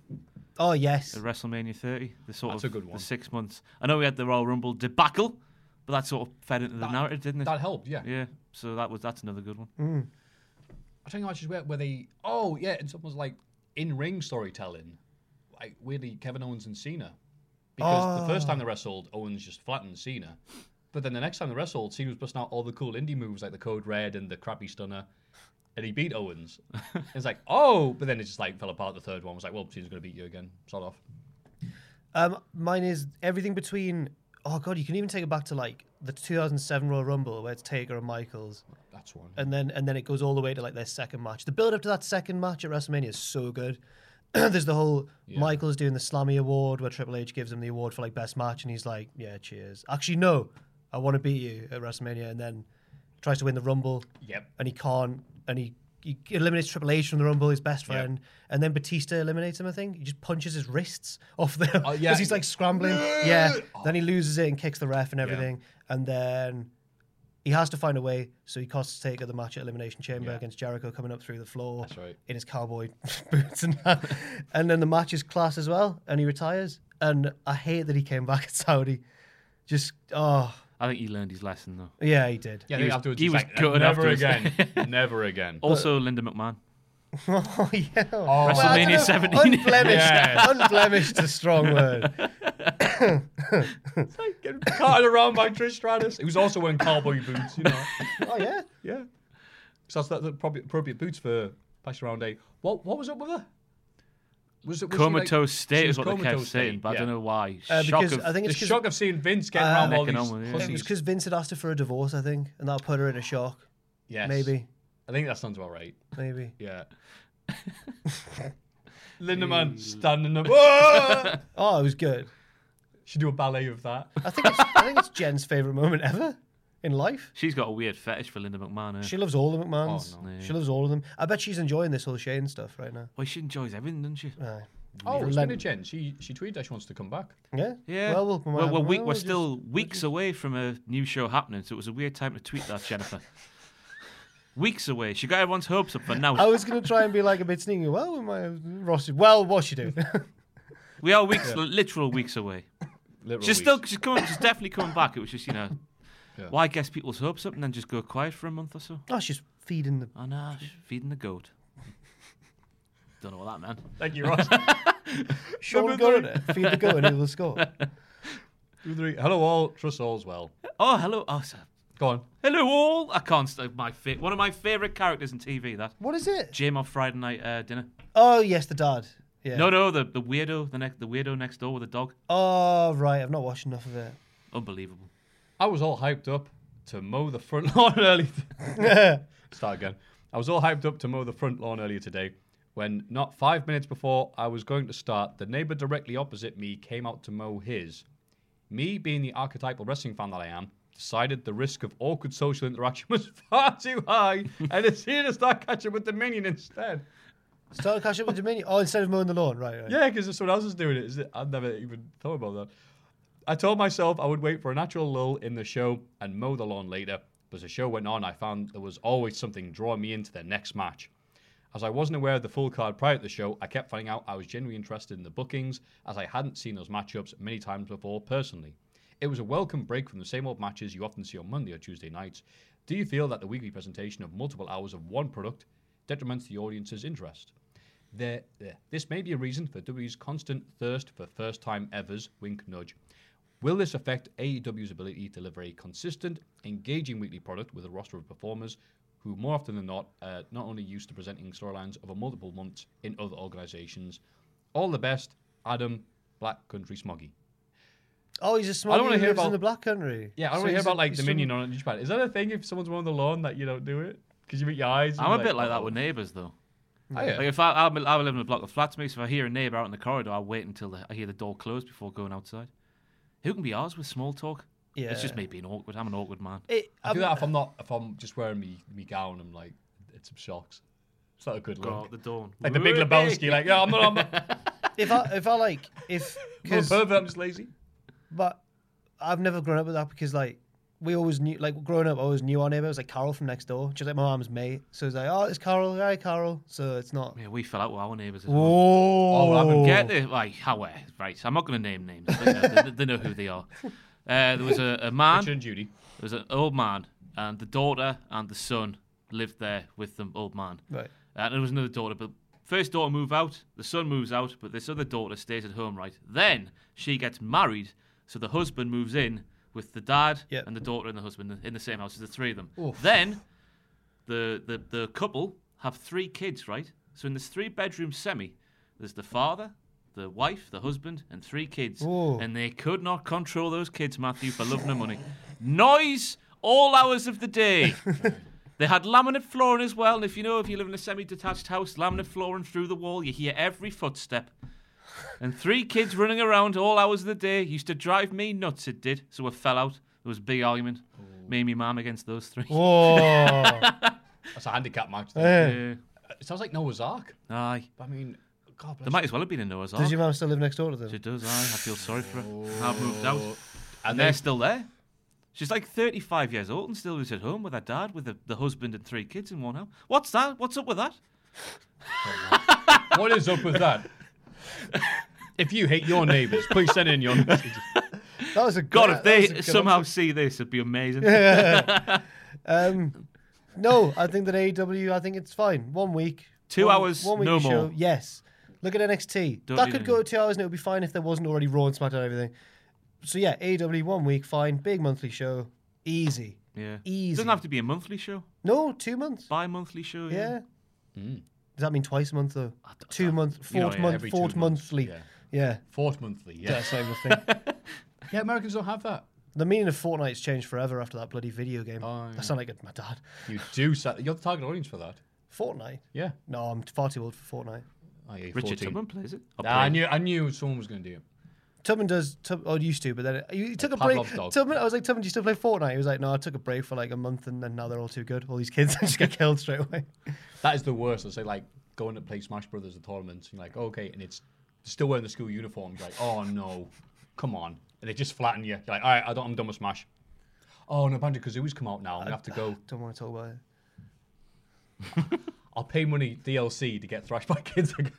Speaker 2: Oh yes.
Speaker 3: at WrestleMania 30. The sort
Speaker 1: That's
Speaker 3: of
Speaker 1: a good one.
Speaker 3: the six months. I know we had the Royal Rumble debacle, but that sort of fed into the narrative, didn't it?
Speaker 1: That helped, yeah.
Speaker 3: yeah. So that was that's another good one.
Speaker 2: Mm.
Speaker 1: I think matches where where they oh yeah, and someone's like in ring storytelling, like weirdly Kevin Owens and Cena, because the first time they wrestled, Owens just flattened Cena, but then the next time they wrestled, Cena was busting out all the cool indie moves like the Code Red and the crappy Stunner, and he beat *laughs* Owens. it's like oh, but then it just like fell apart. The third one was like, well, Cena's gonna beat you again. Sod off.
Speaker 2: Um, mine is everything between. Oh god, you can even take it back to like the 2007 Royal Rumble where it's Taker and Michaels,
Speaker 1: That's one.
Speaker 2: and then and then it goes all the way to like their second match. The build up to that second match at WrestleMania is so good. *clears throat* There's the whole Michaels doing the Slammy Award where Triple H gives him the award for like best match, and he's like, "Yeah, cheers." Actually, no, I want to beat you at WrestleMania, and then tries to win the Rumble.
Speaker 1: Yep.
Speaker 2: and he can't, and he, he eliminates Triple H from the Rumble, his best friend, and then Batista eliminates him. I think he just punches his wrists *laughs* off the because
Speaker 1: Oh, yeah.
Speaker 2: he's like scrambling. yeah, then he loses it and kicks the ref and everything, and then he has to find a way. So he costs Taker the match at Elimination Chamber
Speaker 1: Yeah.
Speaker 2: against Jericho coming up through the floor
Speaker 1: right.
Speaker 2: in his cowboy *laughs* boots and that. and then the match is class as well, and he retires. And I hate that he came back *laughs* at Saudi. Just oh
Speaker 3: I think he learned his lesson though.
Speaker 2: yeah, he did.
Speaker 1: Yeah,
Speaker 3: He
Speaker 1: he
Speaker 3: was-
Speaker 1: afterwards
Speaker 3: he
Speaker 1: he's
Speaker 3: was
Speaker 1: like,
Speaker 3: good
Speaker 1: never
Speaker 3: afterwards."
Speaker 1: *laughs* again, never again.
Speaker 3: Also, Linda McMahon.
Speaker 2: *laughs* Oh yeah.
Speaker 1: Well, I
Speaker 3: WrestleMania
Speaker 2: *laughs*
Speaker 1: don't know.
Speaker 3: 17.
Speaker 2: Unblemished.
Speaker 1: Yeah.
Speaker 2: *laughs* Unblemished is
Speaker 1: *laughs*
Speaker 2: a strong word.
Speaker 1: Getting carted around by Trish Stratus, who's also wearing cowboy boots, you know.
Speaker 2: Oh yeah.
Speaker 1: *laughs* Yeah. So that's the appropriate, appropriate boots for Bash Round A. What what was up with her? Was it was she, like-
Speaker 3: *laughs* Comatose state
Speaker 1: she
Speaker 3: is
Speaker 1: was
Speaker 3: what they kept
Speaker 1: comatose
Speaker 3: saying,
Speaker 1: state,
Speaker 3: but I
Speaker 1: yeah.
Speaker 3: don't know why.
Speaker 2: Uh,
Speaker 3: Shock
Speaker 2: because
Speaker 3: of-
Speaker 2: I think
Speaker 1: The
Speaker 2: it's
Speaker 1: shock
Speaker 2: because
Speaker 1: of seeing Vince getting around all
Speaker 3: Neck
Speaker 1: these
Speaker 3: and arm, yeah.
Speaker 1: pussies.
Speaker 2: it was because Vince had asked her for a divorce. I think, and that put her in a shock.
Speaker 1: Yes.
Speaker 2: Maybe.
Speaker 1: I think that sounds about right.
Speaker 2: Maybe.
Speaker 1: *laughs* Yeah. Lindemann standing *laughs* up. Whoa!
Speaker 2: Oh, it was good.
Speaker 1: Should do a ballet of that.
Speaker 2: I think it's, I think it's Jen's favorite moment ever in life.
Speaker 3: she's got a weird fetish for Linda McMahon. eh?
Speaker 2: She loves all the McMahons.
Speaker 3: Oh, no.
Speaker 2: She loves all of them. I bet she's enjoying this whole Shane stuff right now.
Speaker 3: Well, she enjoys everything, doesn't she?
Speaker 2: Aye.
Speaker 1: Oh, it's
Speaker 2: Relent-
Speaker 1: been a Jen. She she tweeted that she wants to come back.
Speaker 2: Yeah.
Speaker 3: Yeah.
Speaker 2: Well, we'll,
Speaker 3: we're, we're, week,
Speaker 2: we'll
Speaker 3: we're
Speaker 2: just-
Speaker 3: still weeks away from a new show happening, so it was a weird time to tweet that,
Speaker 2: *laughs*
Speaker 3: Jennifer. weeks away. She got everyone's hopes up, but now
Speaker 2: I was gonna try and be like a bit sneaky. Well, we might have- Ross. Well, what's she doing?
Speaker 3: we are weeks, literal weeks away.
Speaker 1: Literal
Speaker 3: She's
Speaker 1: weeks.
Speaker 3: still, she's coming, she's definitely coming back. It was just, you know, why guess people's hopes up and then just go quiet for a month or so?
Speaker 2: *laughs* oh, she's feeding the.
Speaker 3: Oh no, she's feeding the goat. *laughs* Don't know what that meant.
Speaker 1: Thank you, Ross.
Speaker 2: *laughs* Sean Gunner. Feed the goat and he will score.
Speaker 1: *laughs* Two, three. Hello, all. Trust all's well.
Speaker 3: Oh, hello, oh, so-
Speaker 1: Go on.
Speaker 3: hello all. I can't stop my fa- one of my favorite characters in TV. That
Speaker 2: What is it?
Speaker 3: Jim off Friday night uh, dinner.
Speaker 2: Oh yes, the dad. Yeah.
Speaker 3: No, no, the, the weirdo, the next the weirdo next door with the dog.
Speaker 2: Oh right, I've not watched enough of it.
Speaker 3: Unbelievable.
Speaker 1: I was all hyped up to mow the front *laughs* lawn early. Start again. I was all hyped up to mow the front lawn earlier today when, not five minutes before I was going to start, the neighbor directly opposite me came out to mow his. Me, being the archetypal wrestling fan that I am, decided the risk of awkward social interaction *laughs* was far too high and decided to start catching with the minion instead.
Speaker 2: Start to catch up with Dominion. Oh, instead of mowing the lawn, right? right.
Speaker 1: Yeah, because if someone else is doing it, is it, I've never even thought about that. I told myself I would wait for a natural lull in the show and mow the lawn later. But as the show went on, I found there was always something drawing me into the next match. As I wasn't aware of the full card prior to the show, I kept finding out I was genuinely interested in the bookings, as I hadn't seen those matchups many times before personally. It was a welcome break from the same old matches you often see on Monday or Tuesday nights. Do you feel that the weekly presentation of multiple hours of one product detriments the audience's interest? There, there. This may be a reason for WWE's constant thirst for first time evers, wink nudge. Will this affect AEW's ability to deliver a consistent, engaging weekly product with a roster of performers who, more often than not, are not only used to presenting storylines over multiple months in other organizations? All the best, Adam Black Country Smoggy.
Speaker 2: Oh, he's a small.
Speaker 1: I don't wanna
Speaker 2: he
Speaker 1: hear
Speaker 2: lives in
Speaker 1: about-
Speaker 2: the black country.
Speaker 1: Yeah, I don't want
Speaker 2: So
Speaker 1: to hear
Speaker 2: he's a-
Speaker 1: about like
Speaker 2: he's
Speaker 1: Dominion on Japan. Is that a thing if someone's mowing the lawn that you don't do it? Because you meet your eyes. and
Speaker 3: I'm
Speaker 1: you're
Speaker 3: a bit like that
Speaker 1: "Oh."
Speaker 3: with neighbours though.
Speaker 1: Oh, yeah.
Speaker 3: Like if I I I live in a block of flats, mate, so if I hear a neighbour out in the corridor, I wait until the, I hear the door close before going outside. Who can be ours with small talk? It's just
Speaker 2: Yeah.
Speaker 3: me being awkward. I'm an awkward man.
Speaker 2: It,
Speaker 1: I do
Speaker 2: I'm-
Speaker 1: that if I'm not if I'm just wearing me me gown. I'm like, it's some shocks. It's not a good
Speaker 3: Go out
Speaker 1: look.
Speaker 3: the dawn.
Speaker 1: Like the Big Lebowski. Like, yeah, I'm not. I'm, not, I'm
Speaker 2: if I if I like if
Speaker 1: not a
Speaker 3: *laughs*
Speaker 2: because
Speaker 1: pervert. I'm just lazy.
Speaker 2: but I've never grown up with that because like we always knew, like growing up, I always knew our neighbor. It was like Carol from next door. She's like my mom's mate. So it's like, oh, it's Carol. Hi, Carol. So it's not.
Speaker 3: Yeah, we fell out with our neighbours as well.
Speaker 2: Oh,
Speaker 3: I would get it. Like, how? eh, Right, I'm not going to name names. They know, they, they know who they are. Uh, there was a, a man.
Speaker 1: Richard and Judy.
Speaker 3: There was an old man, and the daughter and the son lived there with the old man. Uh,
Speaker 2: Right.
Speaker 3: And there was another daughter, but first daughter move out, the son moves out, but this other daughter stays at home, right? Then she gets married, so the husband moves in with the dad
Speaker 2: Yep.
Speaker 3: and the daughter and the husband in the same house, there's the three of them. Then the, the, the couple have three kids, right? So in this three bedroom semi, there's the father, the wife, the husband, and three kids.
Speaker 2: Ooh.
Speaker 3: And they could not control those kids, Matthew, for love nor money. Noise all hours of the day. they had laminate flooring as well. And if you know, if you live in a semi detached house, laminate flooring through the wall, you hear every footstep. And three kids running around all hours of the day used to drive me nuts, it did. So we fell out. There was a big argument. Me and my mum against those three.
Speaker 2: Oh. *laughs* Whoa.
Speaker 1: That's a handicap match. Then.
Speaker 2: Hey.
Speaker 3: Oh. Yeah.
Speaker 1: It sounds like Noah's Ark.
Speaker 3: Aye.
Speaker 1: I mean, God bless.
Speaker 3: There might as well have been a Noah's Ark.
Speaker 2: Does your mum still live next door to them?
Speaker 3: She does, aye. I feel sorry for her. I've moved out. Oh. And
Speaker 1: And
Speaker 3: they're
Speaker 1: then
Speaker 3: still there. She's like 35 years old and still lives at home with her dad, with the, the husband and three kids in one house. What's that? What's up with that?
Speaker 1: what is up with that? If you hate your neighbours, please send in your messages.
Speaker 2: That was a good-
Speaker 3: God,
Speaker 2: that
Speaker 3: if
Speaker 2: was a
Speaker 3: they
Speaker 2: good
Speaker 3: somehow
Speaker 2: answer.
Speaker 3: see this, it'd be amazing.
Speaker 2: Um, no, I think that AEW. I think it's fine. One week.
Speaker 3: Two
Speaker 2: one-
Speaker 3: hours,
Speaker 2: One week
Speaker 3: no
Speaker 2: of show.
Speaker 3: more.
Speaker 2: Yes. Look at NXT.
Speaker 3: Don't
Speaker 2: that
Speaker 3: need
Speaker 2: could
Speaker 3: any-
Speaker 2: go two hours and it would be fine if there wasn't already Raw and SmackDown and everything. So yeah, AEW one week, fine. Big monthly show, easy.
Speaker 3: Yeah.
Speaker 2: Easy.
Speaker 3: Doesn't have to be a monthly show,
Speaker 2: No, two months.
Speaker 3: bi monthly show.
Speaker 2: Yeah.
Speaker 1: Mm.
Speaker 2: Does that mean twice a month though? Two month,
Speaker 3: you know,
Speaker 2: fourth
Speaker 3: yeah,
Speaker 2: month,
Speaker 1: every two
Speaker 2: fourth
Speaker 1: months,
Speaker 2: monthly.
Speaker 1: yeah.
Speaker 2: Yeah.
Speaker 1: Fourth monthly, yeah.
Speaker 2: That's like the
Speaker 1: *laughs*
Speaker 2: thing.
Speaker 1: Yeah, Americans don't have that.
Speaker 2: the meaning of Fortnite's changed forever after that bloody video game.
Speaker 1: Oh, yeah.
Speaker 2: I sound like my dad.
Speaker 1: You do. Sa- you're the target audience for that.
Speaker 2: Fortnite?
Speaker 1: Yeah.
Speaker 2: No, I'm far too old for Fortnite.
Speaker 1: I
Speaker 3: Richard Tubman plays it. Or
Speaker 1: Nah, I
Speaker 3: played it.
Speaker 1: knew. I knew someone was going to do it.
Speaker 2: Tubman does, Tub, or used to, but then it, he took a break.
Speaker 1: Pavlov's dog.
Speaker 2: Tubman, I was like, Tubman, do you still play Fortnite? He was like, no, I took a break for like a month and then now they're all too good. All these kids *laughs*
Speaker 3: *laughs*
Speaker 2: just get killed straight away.
Speaker 1: That is the worst. I say like going to play Smash Brothers at tournaments. And you're like, okay, and it's still wearing the school uniform. You're like, oh no, come on. And they just flatten you. You're like, all right, I don't, I'm done with Smash. Oh no, Banjo Kazooie's come out now. I'm gonna have to go.
Speaker 2: Don't want to talk about it.
Speaker 1: I'll pay money DLC to get thrashed by *laughs* kids again.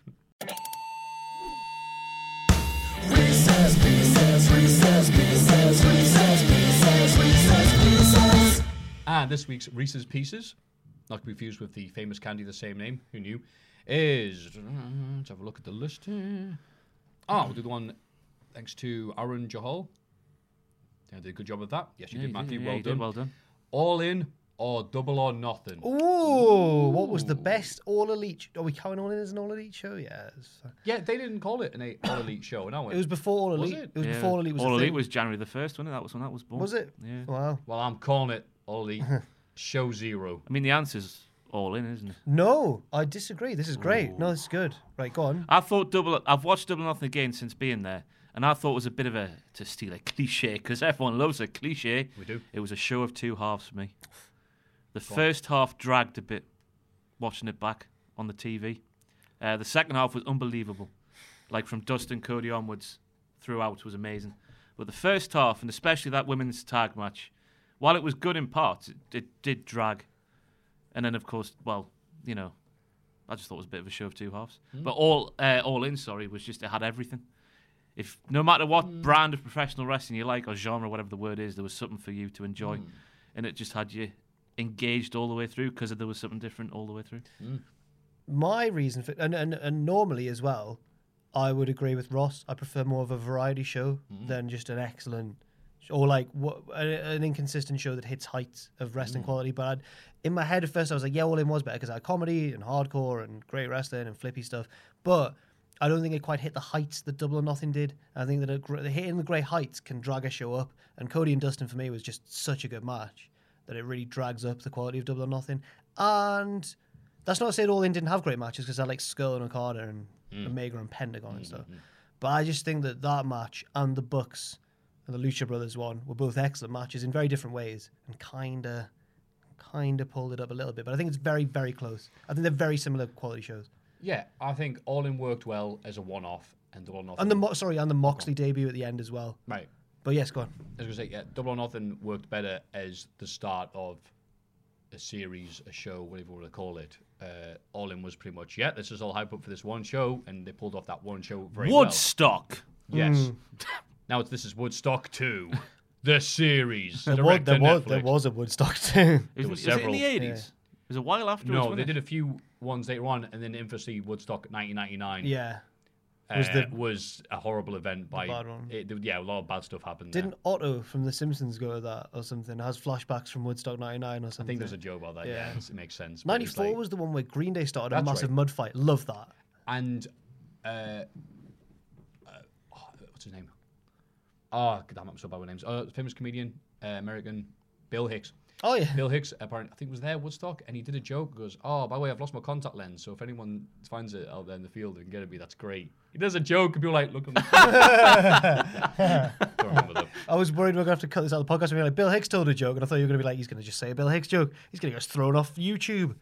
Speaker 1: And this week's Reese's Pieces, not confused with the famous candy, the same name, who knew, is. Let's have a look at the list here. Oh, we'll do the one thanks to Aaron Johal. Yeah, did a good job of that. Yes, you did,
Speaker 3: Yeah, you did,
Speaker 1: Matthew.
Speaker 3: yeah,
Speaker 1: well
Speaker 3: you did,
Speaker 1: done.
Speaker 3: well done.
Speaker 1: All in or double or nothing.
Speaker 2: Ooh, what was the best All Elite? sh- Are we counting All In as an All Elite show? Yeah. it's-
Speaker 1: Yeah, they didn't call it an eight All Elite show, and I went.
Speaker 2: It was before All
Speaker 1: Was
Speaker 2: Elite.
Speaker 1: it?
Speaker 2: was
Speaker 3: Yeah.
Speaker 2: before All Elite was a
Speaker 3: All Elite
Speaker 2: thing.
Speaker 3: was January the 1st, wasn't it? That was when that was born.
Speaker 2: Was it?
Speaker 3: Yeah.
Speaker 2: Wow.
Speaker 1: Well, I'm calling it All Elite show zero.
Speaker 3: I mean, the answer's all in, isn't it?
Speaker 2: No, I disagree. This is great. No, this is good. Right, go on.
Speaker 3: I thought double. I've watched Double or Nothing again since being there, and I thought it was a bit of a to steal a *laughs* cliche because everyone loves a cliche.
Speaker 1: We do.
Speaker 3: It was a show of two halves for me. The first half dragged a bit, watching it back on the TV. Uh, the second half was unbelievable, like from Dustin Cody onwards, throughout was amazing. But the first half, and especially that women's tag match, while it was good in parts, it, it did drag. And then, of course, well, you know, I just thought it was a bit of a show of two halves.
Speaker 1: Hmm.
Speaker 3: But all uh, all in, sorry, was just it had everything. If no matter what
Speaker 1: Hmm.
Speaker 3: brand of professional wrestling you like or genre, whatever the word is, there was something for you to enjoy,
Speaker 1: Hmm.
Speaker 3: and it just had you engaged all the way through because there was something different all the way through.
Speaker 2: my reason for and, and and normally as well, I would agree with Ross. I prefer more of a variety show than just an excellent or like what a- an inconsistent show that hits heights of wrestling quality. But I'd, in my head at first, I was like, yeah, All In was better because I had comedy and hardcore and great wrestling and flippy stuff. But I don't think it quite hit the heights that Double or Nothing did. I think that a, gr- hitting the great heights can drag a show up. And Cody and Dustin for me was just such a good match that it really drags up the quality of Double or Nothing. And that's not to say that All In didn't have great matches because I like Skull and Okada and Omega and Pentagon and stuff. But I just think that that match and the Bucks and the Lucha Brothers one were both excellent matches in very different ways and kinda, kinda pulled it up a little bit. But I think it's very, very close. I think they're very similar quality shows.
Speaker 1: Yeah, I think All In worked well as a one off, and the one off.
Speaker 2: And the Mo- sorry, and the Moxley debut at the end as well.
Speaker 1: right.
Speaker 2: But yes, go on.
Speaker 1: I was gonna say, yeah, Double or Nothing worked better as the start of a series, a show, whatever you want to call it. Uh, all in was pretty much, yeah, let's just all hype up for this one show, and they pulled off that one show very
Speaker 3: Woodstock.
Speaker 1: well. Yes. now it's, this is Woodstock 2, *laughs* the series.
Speaker 2: There was,
Speaker 1: direct
Speaker 2: there,
Speaker 1: to
Speaker 2: was, there
Speaker 1: Netflix.
Speaker 2: was a Woodstock too.
Speaker 3: Is,
Speaker 1: were
Speaker 3: was it in
Speaker 1: several.
Speaker 3: the eighties? It was a while afterwards.
Speaker 1: No,
Speaker 3: wasn't
Speaker 1: they
Speaker 3: it?
Speaker 1: did a few ones later on, and then infamously Woodstock 1999
Speaker 2: *laughs* yeah.
Speaker 1: uh,
Speaker 2: was
Speaker 1: was,
Speaker 2: the-
Speaker 1: a horrible event. By
Speaker 2: bad one.
Speaker 1: It, yeah, a lot of bad stuff happened. there.
Speaker 2: Didn't Otto from The Simpsons go to that or something? Has flashbacks from Woodstock 99 or something?
Speaker 1: I think there's a joke about that.
Speaker 2: Yeah.
Speaker 1: Yeah, it's- it makes sense. but it's
Speaker 2: 94
Speaker 1: like-
Speaker 2: was the one where Green Day started a
Speaker 1: That's
Speaker 2: massive
Speaker 1: right.
Speaker 2: mud fight. Love that.
Speaker 1: and uh, uh, oh, what's his name? Oh, God, I'm so bad with names. Uh, famous comedian, uh, American, Bill Hicks.
Speaker 2: Oh, yeah.
Speaker 1: Bill Hicks, apparently, I think was there at Woodstock, and he did a joke. Goes, oh, by the way, I've lost my contact lens, so if anyone finds it out there in the field and get it me, that's great. He does a joke, and people are like, look. at me." Don't remember them.
Speaker 2: I was worried we are going to have to cut this out of the podcast. And be like, Bill Hicks told a joke. And I thought you were going to be like, he's going to just say a Bill Hicks joke. He's going to get us thrown off YouTube.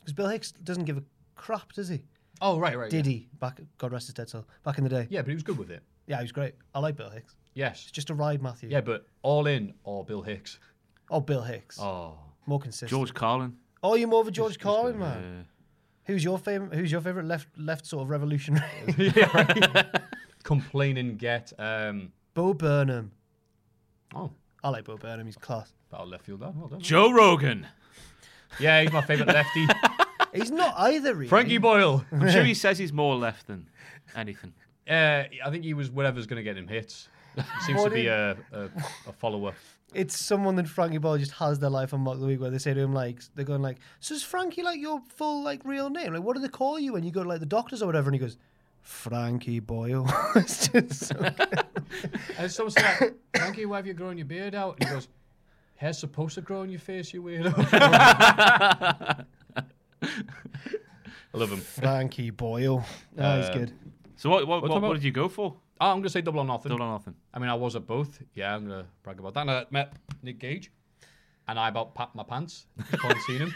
Speaker 2: Because Bill Hicks doesn't give a crap, does he?
Speaker 1: Oh, right, right.
Speaker 2: Did
Speaker 1: yeah.
Speaker 2: he? Back, God rest his dead soul. Back in the day.
Speaker 1: Yeah, but he was good with it.
Speaker 2: Yeah, he was great. I like Bill Hicks.
Speaker 1: Yes.
Speaker 2: It's just a ride, Matthew.
Speaker 1: Yeah, but all in or Bill Hicks.
Speaker 2: Oh, Bill Hicks.
Speaker 1: Oh,
Speaker 2: More consistent.
Speaker 3: George Carlin.
Speaker 2: Oh, you're more of a George Carlin man. Who's your favorite? Who's your favorite left left sort
Speaker 1: *laughs*
Speaker 2: of revolutionary?
Speaker 1: complain and get. Um,
Speaker 2: Bo Burnham.
Speaker 1: oh,
Speaker 2: I like Bo Burnham. He's class.
Speaker 1: about left field. Oh, Well done.
Speaker 3: Joe Rogan.
Speaker 1: Yeah, he's my favourite lefty.
Speaker 2: He's not either. Really.
Speaker 1: Frankie Boyle.
Speaker 3: Hmm.
Speaker 1: *laughs*
Speaker 3: I'm sure he says he's more left than anything.
Speaker 1: Uh, I think he was whatever's going to get him hits. He seems to be a, a, a follower.
Speaker 2: It's someone that Frankie Boyle just has their life on Mock the Week where they say to him like they're going like, "So is Frankie like your full like real name? Like what do they call you when you go to like the doctors or whatever?" And he goes, "Frankie Boyle." *laughs* it's just
Speaker 1: *laughs*
Speaker 2: so
Speaker 1: And someone said, like, Frankie, why have you grown your beard out? And he goes, hair's supposed to grow on your face, you weirdo. I love him.
Speaker 2: Frankie Boyle. Ah,
Speaker 1: Um,
Speaker 2: he's good.
Speaker 3: So what what,
Speaker 1: What's
Speaker 3: what,
Speaker 1: about-
Speaker 3: what did you go for?
Speaker 1: Oh, I'm going to say double or nothing.
Speaker 3: Double or nothing.
Speaker 1: I mean, I was at both. Yeah, I'm going to brag about that. And I met Nick Gage, and I about packed my pants upon seeing *laughs* him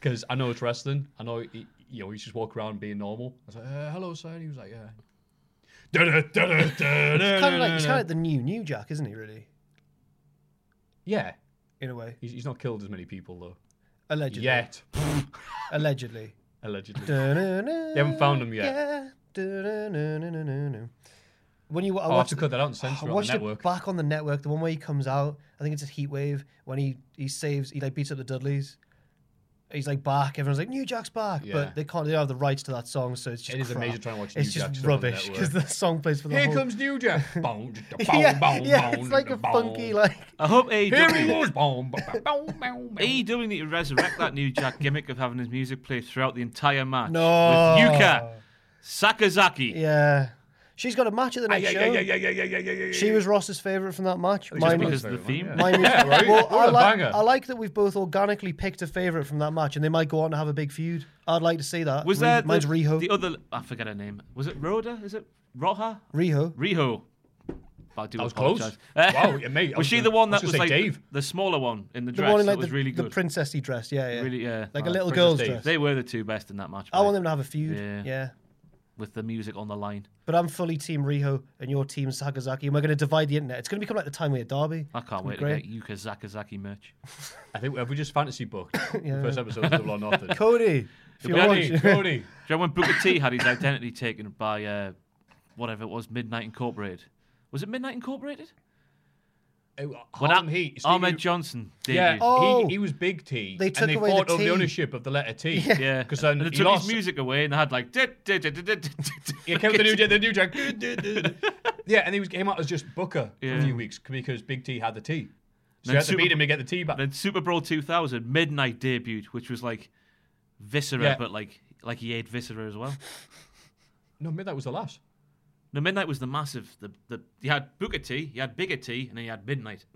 Speaker 1: because I know it's wrestling. I know, he, you know, he's just walk around being normal. I was like, uh, hello, sir. And he was like, yeah.
Speaker 2: He's kind of like he's kind
Speaker 1: Da-da-da-da-da-da-da-da.
Speaker 2: of the new new Jack, isn't he? Really,
Speaker 1: *laughs* Yeah,
Speaker 2: in a way,
Speaker 1: he's, he's not killed as many people, though.
Speaker 2: allegedly.
Speaker 1: Yet, *laughs*
Speaker 2: Allegedly.
Speaker 1: allegedly.
Speaker 2: They
Speaker 1: haven't found 'em yet.
Speaker 2: When you, I
Speaker 1: I'll have
Speaker 2: watched
Speaker 1: to cut that out and censor
Speaker 2: I
Speaker 1: it on the
Speaker 2: watched
Speaker 1: network.
Speaker 2: it back on the network. The one where he comes out, I think it's a heat wave when he he saves, he like beats up the Dudleys. He's like back. Everyone's like, "New Jack's back,"
Speaker 1: Yeah.
Speaker 2: but they can't. They don't have the rights to that song, so it's just.
Speaker 1: It is
Speaker 2: crap.
Speaker 1: amazing trying to watch
Speaker 2: It's
Speaker 1: New
Speaker 2: just
Speaker 1: Jack stuff on the
Speaker 2: rubbish because the
Speaker 1: network.
Speaker 2: song plays for the
Speaker 1: Here
Speaker 2: whole.
Speaker 1: comes New Jack. Boom,
Speaker 2: *laughs* yeah,
Speaker 1: boom,
Speaker 2: yeah,
Speaker 1: boom,
Speaker 2: it's like a
Speaker 1: boom.
Speaker 2: funky like.
Speaker 3: I hope
Speaker 1: Here
Speaker 2: *laughs*
Speaker 1: he
Speaker 3: AEW,
Speaker 1: was. Boom, boom, boom, boom, boom.
Speaker 3: AEW need to resurrect that new Jack *laughs* gimmick of having his music played throughout the entire match.
Speaker 2: No.
Speaker 3: With Yuka Sakazaki.
Speaker 2: Yeah, she's got a match at the next show. She was Ross's favorite from that match.
Speaker 3: Just
Speaker 2: Mine was- *laughs*
Speaker 3: because of the theme.
Speaker 2: Mine was,
Speaker 1: *laughs* right?
Speaker 2: well,
Speaker 1: What
Speaker 2: I,
Speaker 1: a
Speaker 2: like,
Speaker 1: banger.
Speaker 2: I like that we've both organically picked a favourite from that match, and they might go on to have a big feud. I'd like to see that.
Speaker 3: Was
Speaker 2: Re-
Speaker 3: there
Speaker 2: mine's
Speaker 3: the,
Speaker 2: Riho?
Speaker 3: the other? I forget her name. Was it Rhoda? Is it Roja?
Speaker 2: Riho.
Speaker 3: Riho. I do
Speaker 1: That was
Speaker 3: *laughs* apologise.
Speaker 1: close. Wow, yeah, mate, I
Speaker 3: was,
Speaker 1: was
Speaker 3: she
Speaker 1: gonna-
Speaker 3: the one
Speaker 1: I was
Speaker 3: that was
Speaker 1: gonna
Speaker 3: like
Speaker 1: say
Speaker 3: the-
Speaker 1: Dave.
Speaker 3: the smaller one in the
Speaker 2: The
Speaker 3: dress?
Speaker 2: one in
Speaker 3: that
Speaker 2: like
Speaker 3: was
Speaker 2: the,
Speaker 3: really
Speaker 2: the
Speaker 3: good.
Speaker 2: princessy dress. Yeah, yeah.
Speaker 3: Really, yeah.
Speaker 2: like
Speaker 1: Uh,
Speaker 2: a little
Speaker 1: Princess
Speaker 2: girl's
Speaker 1: Dave.
Speaker 2: dress.
Speaker 3: They were the two best in that match.
Speaker 2: I want them to have a feud. Yeah.
Speaker 3: Yeah. with the music on the line.
Speaker 2: But I'm fully Team Riho, and your Team Sakazaki, and we're going to divide the internet. It's going to become like the time we had
Speaker 3: *laughs*
Speaker 2: Derby.
Speaker 3: I can't wait
Speaker 2: It's gonna
Speaker 3: to
Speaker 2: be
Speaker 3: get Yuka Sakazaki merch.
Speaker 1: I think have we just fantasy booked the first episode of Double or Nothing.
Speaker 2: *laughs* Cody, if you're
Speaker 1: Cody,
Speaker 2: watching,
Speaker 1: Cody.
Speaker 3: Do you remember when Booker T had his identity taken by uh, whatever it was, Midnight Incorporated? Was it Midnight Incorporated?
Speaker 1: Harlem Heat. Stevie-
Speaker 3: Ahmed Johnson debuted.
Speaker 1: Yeah,
Speaker 2: Oh.
Speaker 1: he, he was Big T.
Speaker 2: They took
Speaker 1: and they
Speaker 2: away the
Speaker 1: fought over
Speaker 2: T.
Speaker 1: the ownership of the letter T.
Speaker 3: Yeah,
Speaker 1: because then
Speaker 3: and they
Speaker 1: he
Speaker 3: took
Speaker 1: lost.
Speaker 3: his uh, music away, and they had like.
Speaker 1: He came
Speaker 3: *laughs*
Speaker 1: the new the new Jack. yeah, and he was came out as just Booker for a
Speaker 3: Yeah.
Speaker 1: few weeks because Big T had the T. So you
Speaker 3: Then
Speaker 1: had to
Speaker 3: Super-
Speaker 1: beat him to get the T back.
Speaker 3: Then Super Bowl 2000 Midnight debuted, which was like Viscera,
Speaker 1: Yeah.
Speaker 3: but like like he ate Viscera as well.
Speaker 1: No, maybe that was the last.
Speaker 3: No, Midnight was the massive. The the you had Booker T, you had Bigger T, and then you had Midnight. *laughs*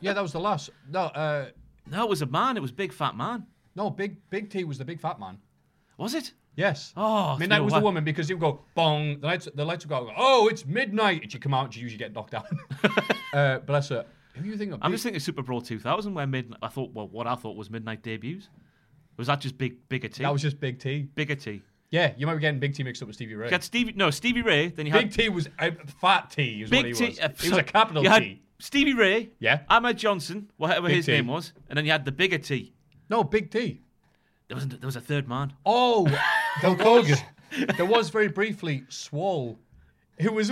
Speaker 1: Yeah, that was the last. No, uh,
Speaker 3: No, it was a man. It was big fat man.
Speaker 1: no, Big Big T was the big fat man.
Speaker 3: Was it?
Speaker 1: Yes.
Speaker 3: Oh,
Speaker 1: midnight
Speaker 3: you
Speaker 1: was
Speaker 3: know
Speaker 1: the
Speaker 3: what?
Speaker 1: woman because it would go bong. The lights, the lights would go. Oh, it's midnight, and she would come out and she usually get
Speaker 3: *laughs*
Speaker 1: knocked out. uh, bless her. Who you think of?
Speaker 3: I'm
Speaker 1: Big-
Speaker 3: just thinking Super Bowl 2000, where Midnight. I thought well, what I thought was Midnight debuts. Was that just big Bigger T?
Speaker 1: that was just Big T.
Speaker 3: Bigger T.
Speaker 1: Yeah, you might be getting Big T mixed up with Stevie Ray.
Speaker 3: You had Stevie, no, Stevie Ray. Then you
Speaker 1: Big
Speaker 3: had
Speaker 1: T was a fat T, is what he was.
Speaker 3: uh,
Speaker 1: he was a
Speaker 3: sorry,
Speaker 1: capital
Speaker 3: you had
Speaker 1: T.
Speaker 3: Stevie Ray.
Speaker 1: Yeah.
Speaker 3: Ahmed Johnson, whatever
Speaker 1: Big
Speaker 3: his
Speaker 1: T.
Speaker 3: name was, and then you had the bigger T.
Speaker 1: No, Big T.
Speaker 3: There was a, there was a third man.
Speaker 1: Oh, there was, there was very briefly Swall, who was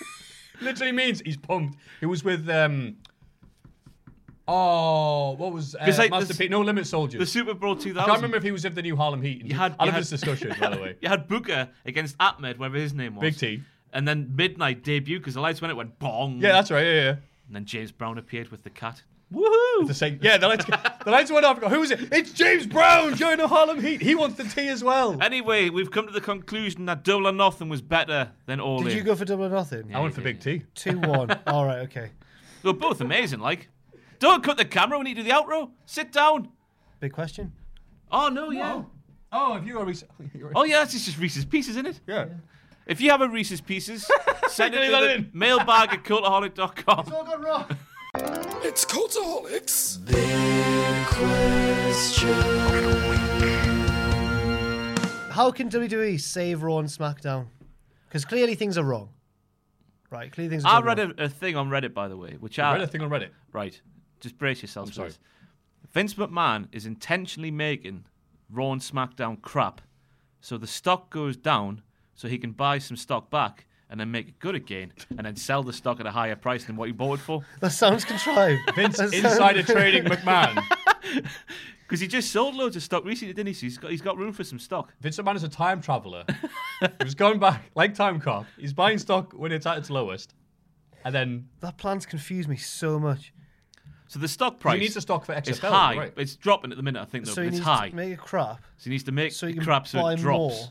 Speaker 1: *laughs* literally means he's pumped. He was with um. Oh, what was uh,
Speaker 3: It's like
Speaker 1: Master
Speaker 3: this-
Speaker 1: P? No Limit Soldiers.
Speaker 3: The Super Bowl 2000.
Speaker 1: I can't remember if he was with the New Harlem Heat.
Speaker 3: You had-
Speaker 1: I
Speaker 3: you
Speaker 1: love
Speaker 3: had-
Speaker 1: this discussion, by the way.
Speaker 3: *laughs* You had Booker against Ahmed, whatever his name was.
Speaker 1: Big T.
Speaker 3: And then Midnight debut because the lights went, it went bong.
Speaker 1: Yeah, that's right. Yeah, yeah.
Speaker 3: And then James Brown appeared with the cat.
Speaker 1: Woohoo! The same. Yeah, the lights. *laughs* the lights went off. I go, Who is it? It's James Brown. Join the Harlem Heat. He wants the tea as well.
Speaker 3: Anyway, we've come to the conclusion that Double or Nothing was better than All
Speaker 2: *laughs* Did
Speaker 3: In.
Speaker 2: you go for double or nothing?
Speaker 1: I went for Big T.
Speaker 2: Two one.
Speaker 3: *laughs*
Speaker 2: All right. Okay.
Speaker 3: They were both amazing, like. Don't cut the camera when you do the outro. Sit down.
Speaker 2: Big question.
Speaker 3: Oh, no, yeah.
Speaker 1: Oh, have you already? *laughs* You're right.
Speaker 3: Oh, yeah, that's just Reese's Pieces, isn't it?
Speaker 1: yeah.
Speaker 3: If you have a
Speaker 1: *laughs*
Speaker 3: Reese's Pieces, send it
Speaker 1: Leave
Speaker 3: to
Speaker 1: that
Speaker 3: the
Speaker 1: in.
Speaker 3: mailbag at cultaholic.com.
Speaker 2: All gone wrong.
Speaker 6: It's Cultaholics.
Speaker 2: How can WWE save Raw and SmackDown? Because clearly things are wrong. Right. Clearly things. Are
Speaker 3: I
Speaker 2: gone
Speaker 3: read
Speaker 2: wrong.
Speaker 3: a, a thing on Reddit, by the way, which
Speaker 1: I
Speaker 3: I
Speaker 1: read a thing on Reddit.
Speaker 3: Right. Just brace yourselves.
Speaker 1: I'm sorry.
Speaker 3: please. Vince McMahon is intentionally making Raw and SmackDown crap so the stock goes down so he can buy some stock back and then make it good again and then sell the stock at a higher price than what he bought it for.
Speaker 2: That sounds contrived.
Speaker 1: Vince
Speaker 2: *laughs* That sounds-
Speaker 1: insider trading McMahon.
Speaker 3: Because he just sold loads of stock recently, didn't he? So he's got, he's got room for some stock.
Speaker 1: Vince McMahon is a time traveler. he was going back like time cop. He's buying stock when it's at its lowest, and then
Speaker 2: That plan's confused me so much.
Speaker 3: So the stock
Speaker 1: he
Speaker 3: price
Speaker 1: needs to stock for
Speaker 3: is
Speaker 1: XFL.
Speaker 3: high.
Speaker 1: right?
Speaker 3: It's dropping at the minute, I think, though,
Speaker 2: so
Speaker 3: but
Speaker 2: he
Speaker 3: it's
Speaker 2: needs
Speaker 3: high.
Speaker 2: to make a crap.
Speaker 3: So he needs to make
Speaker 2: So he can
Speaker 3: crap so
Speaker 2: buy
Speaker 3: it drops.
Speaker 2: more.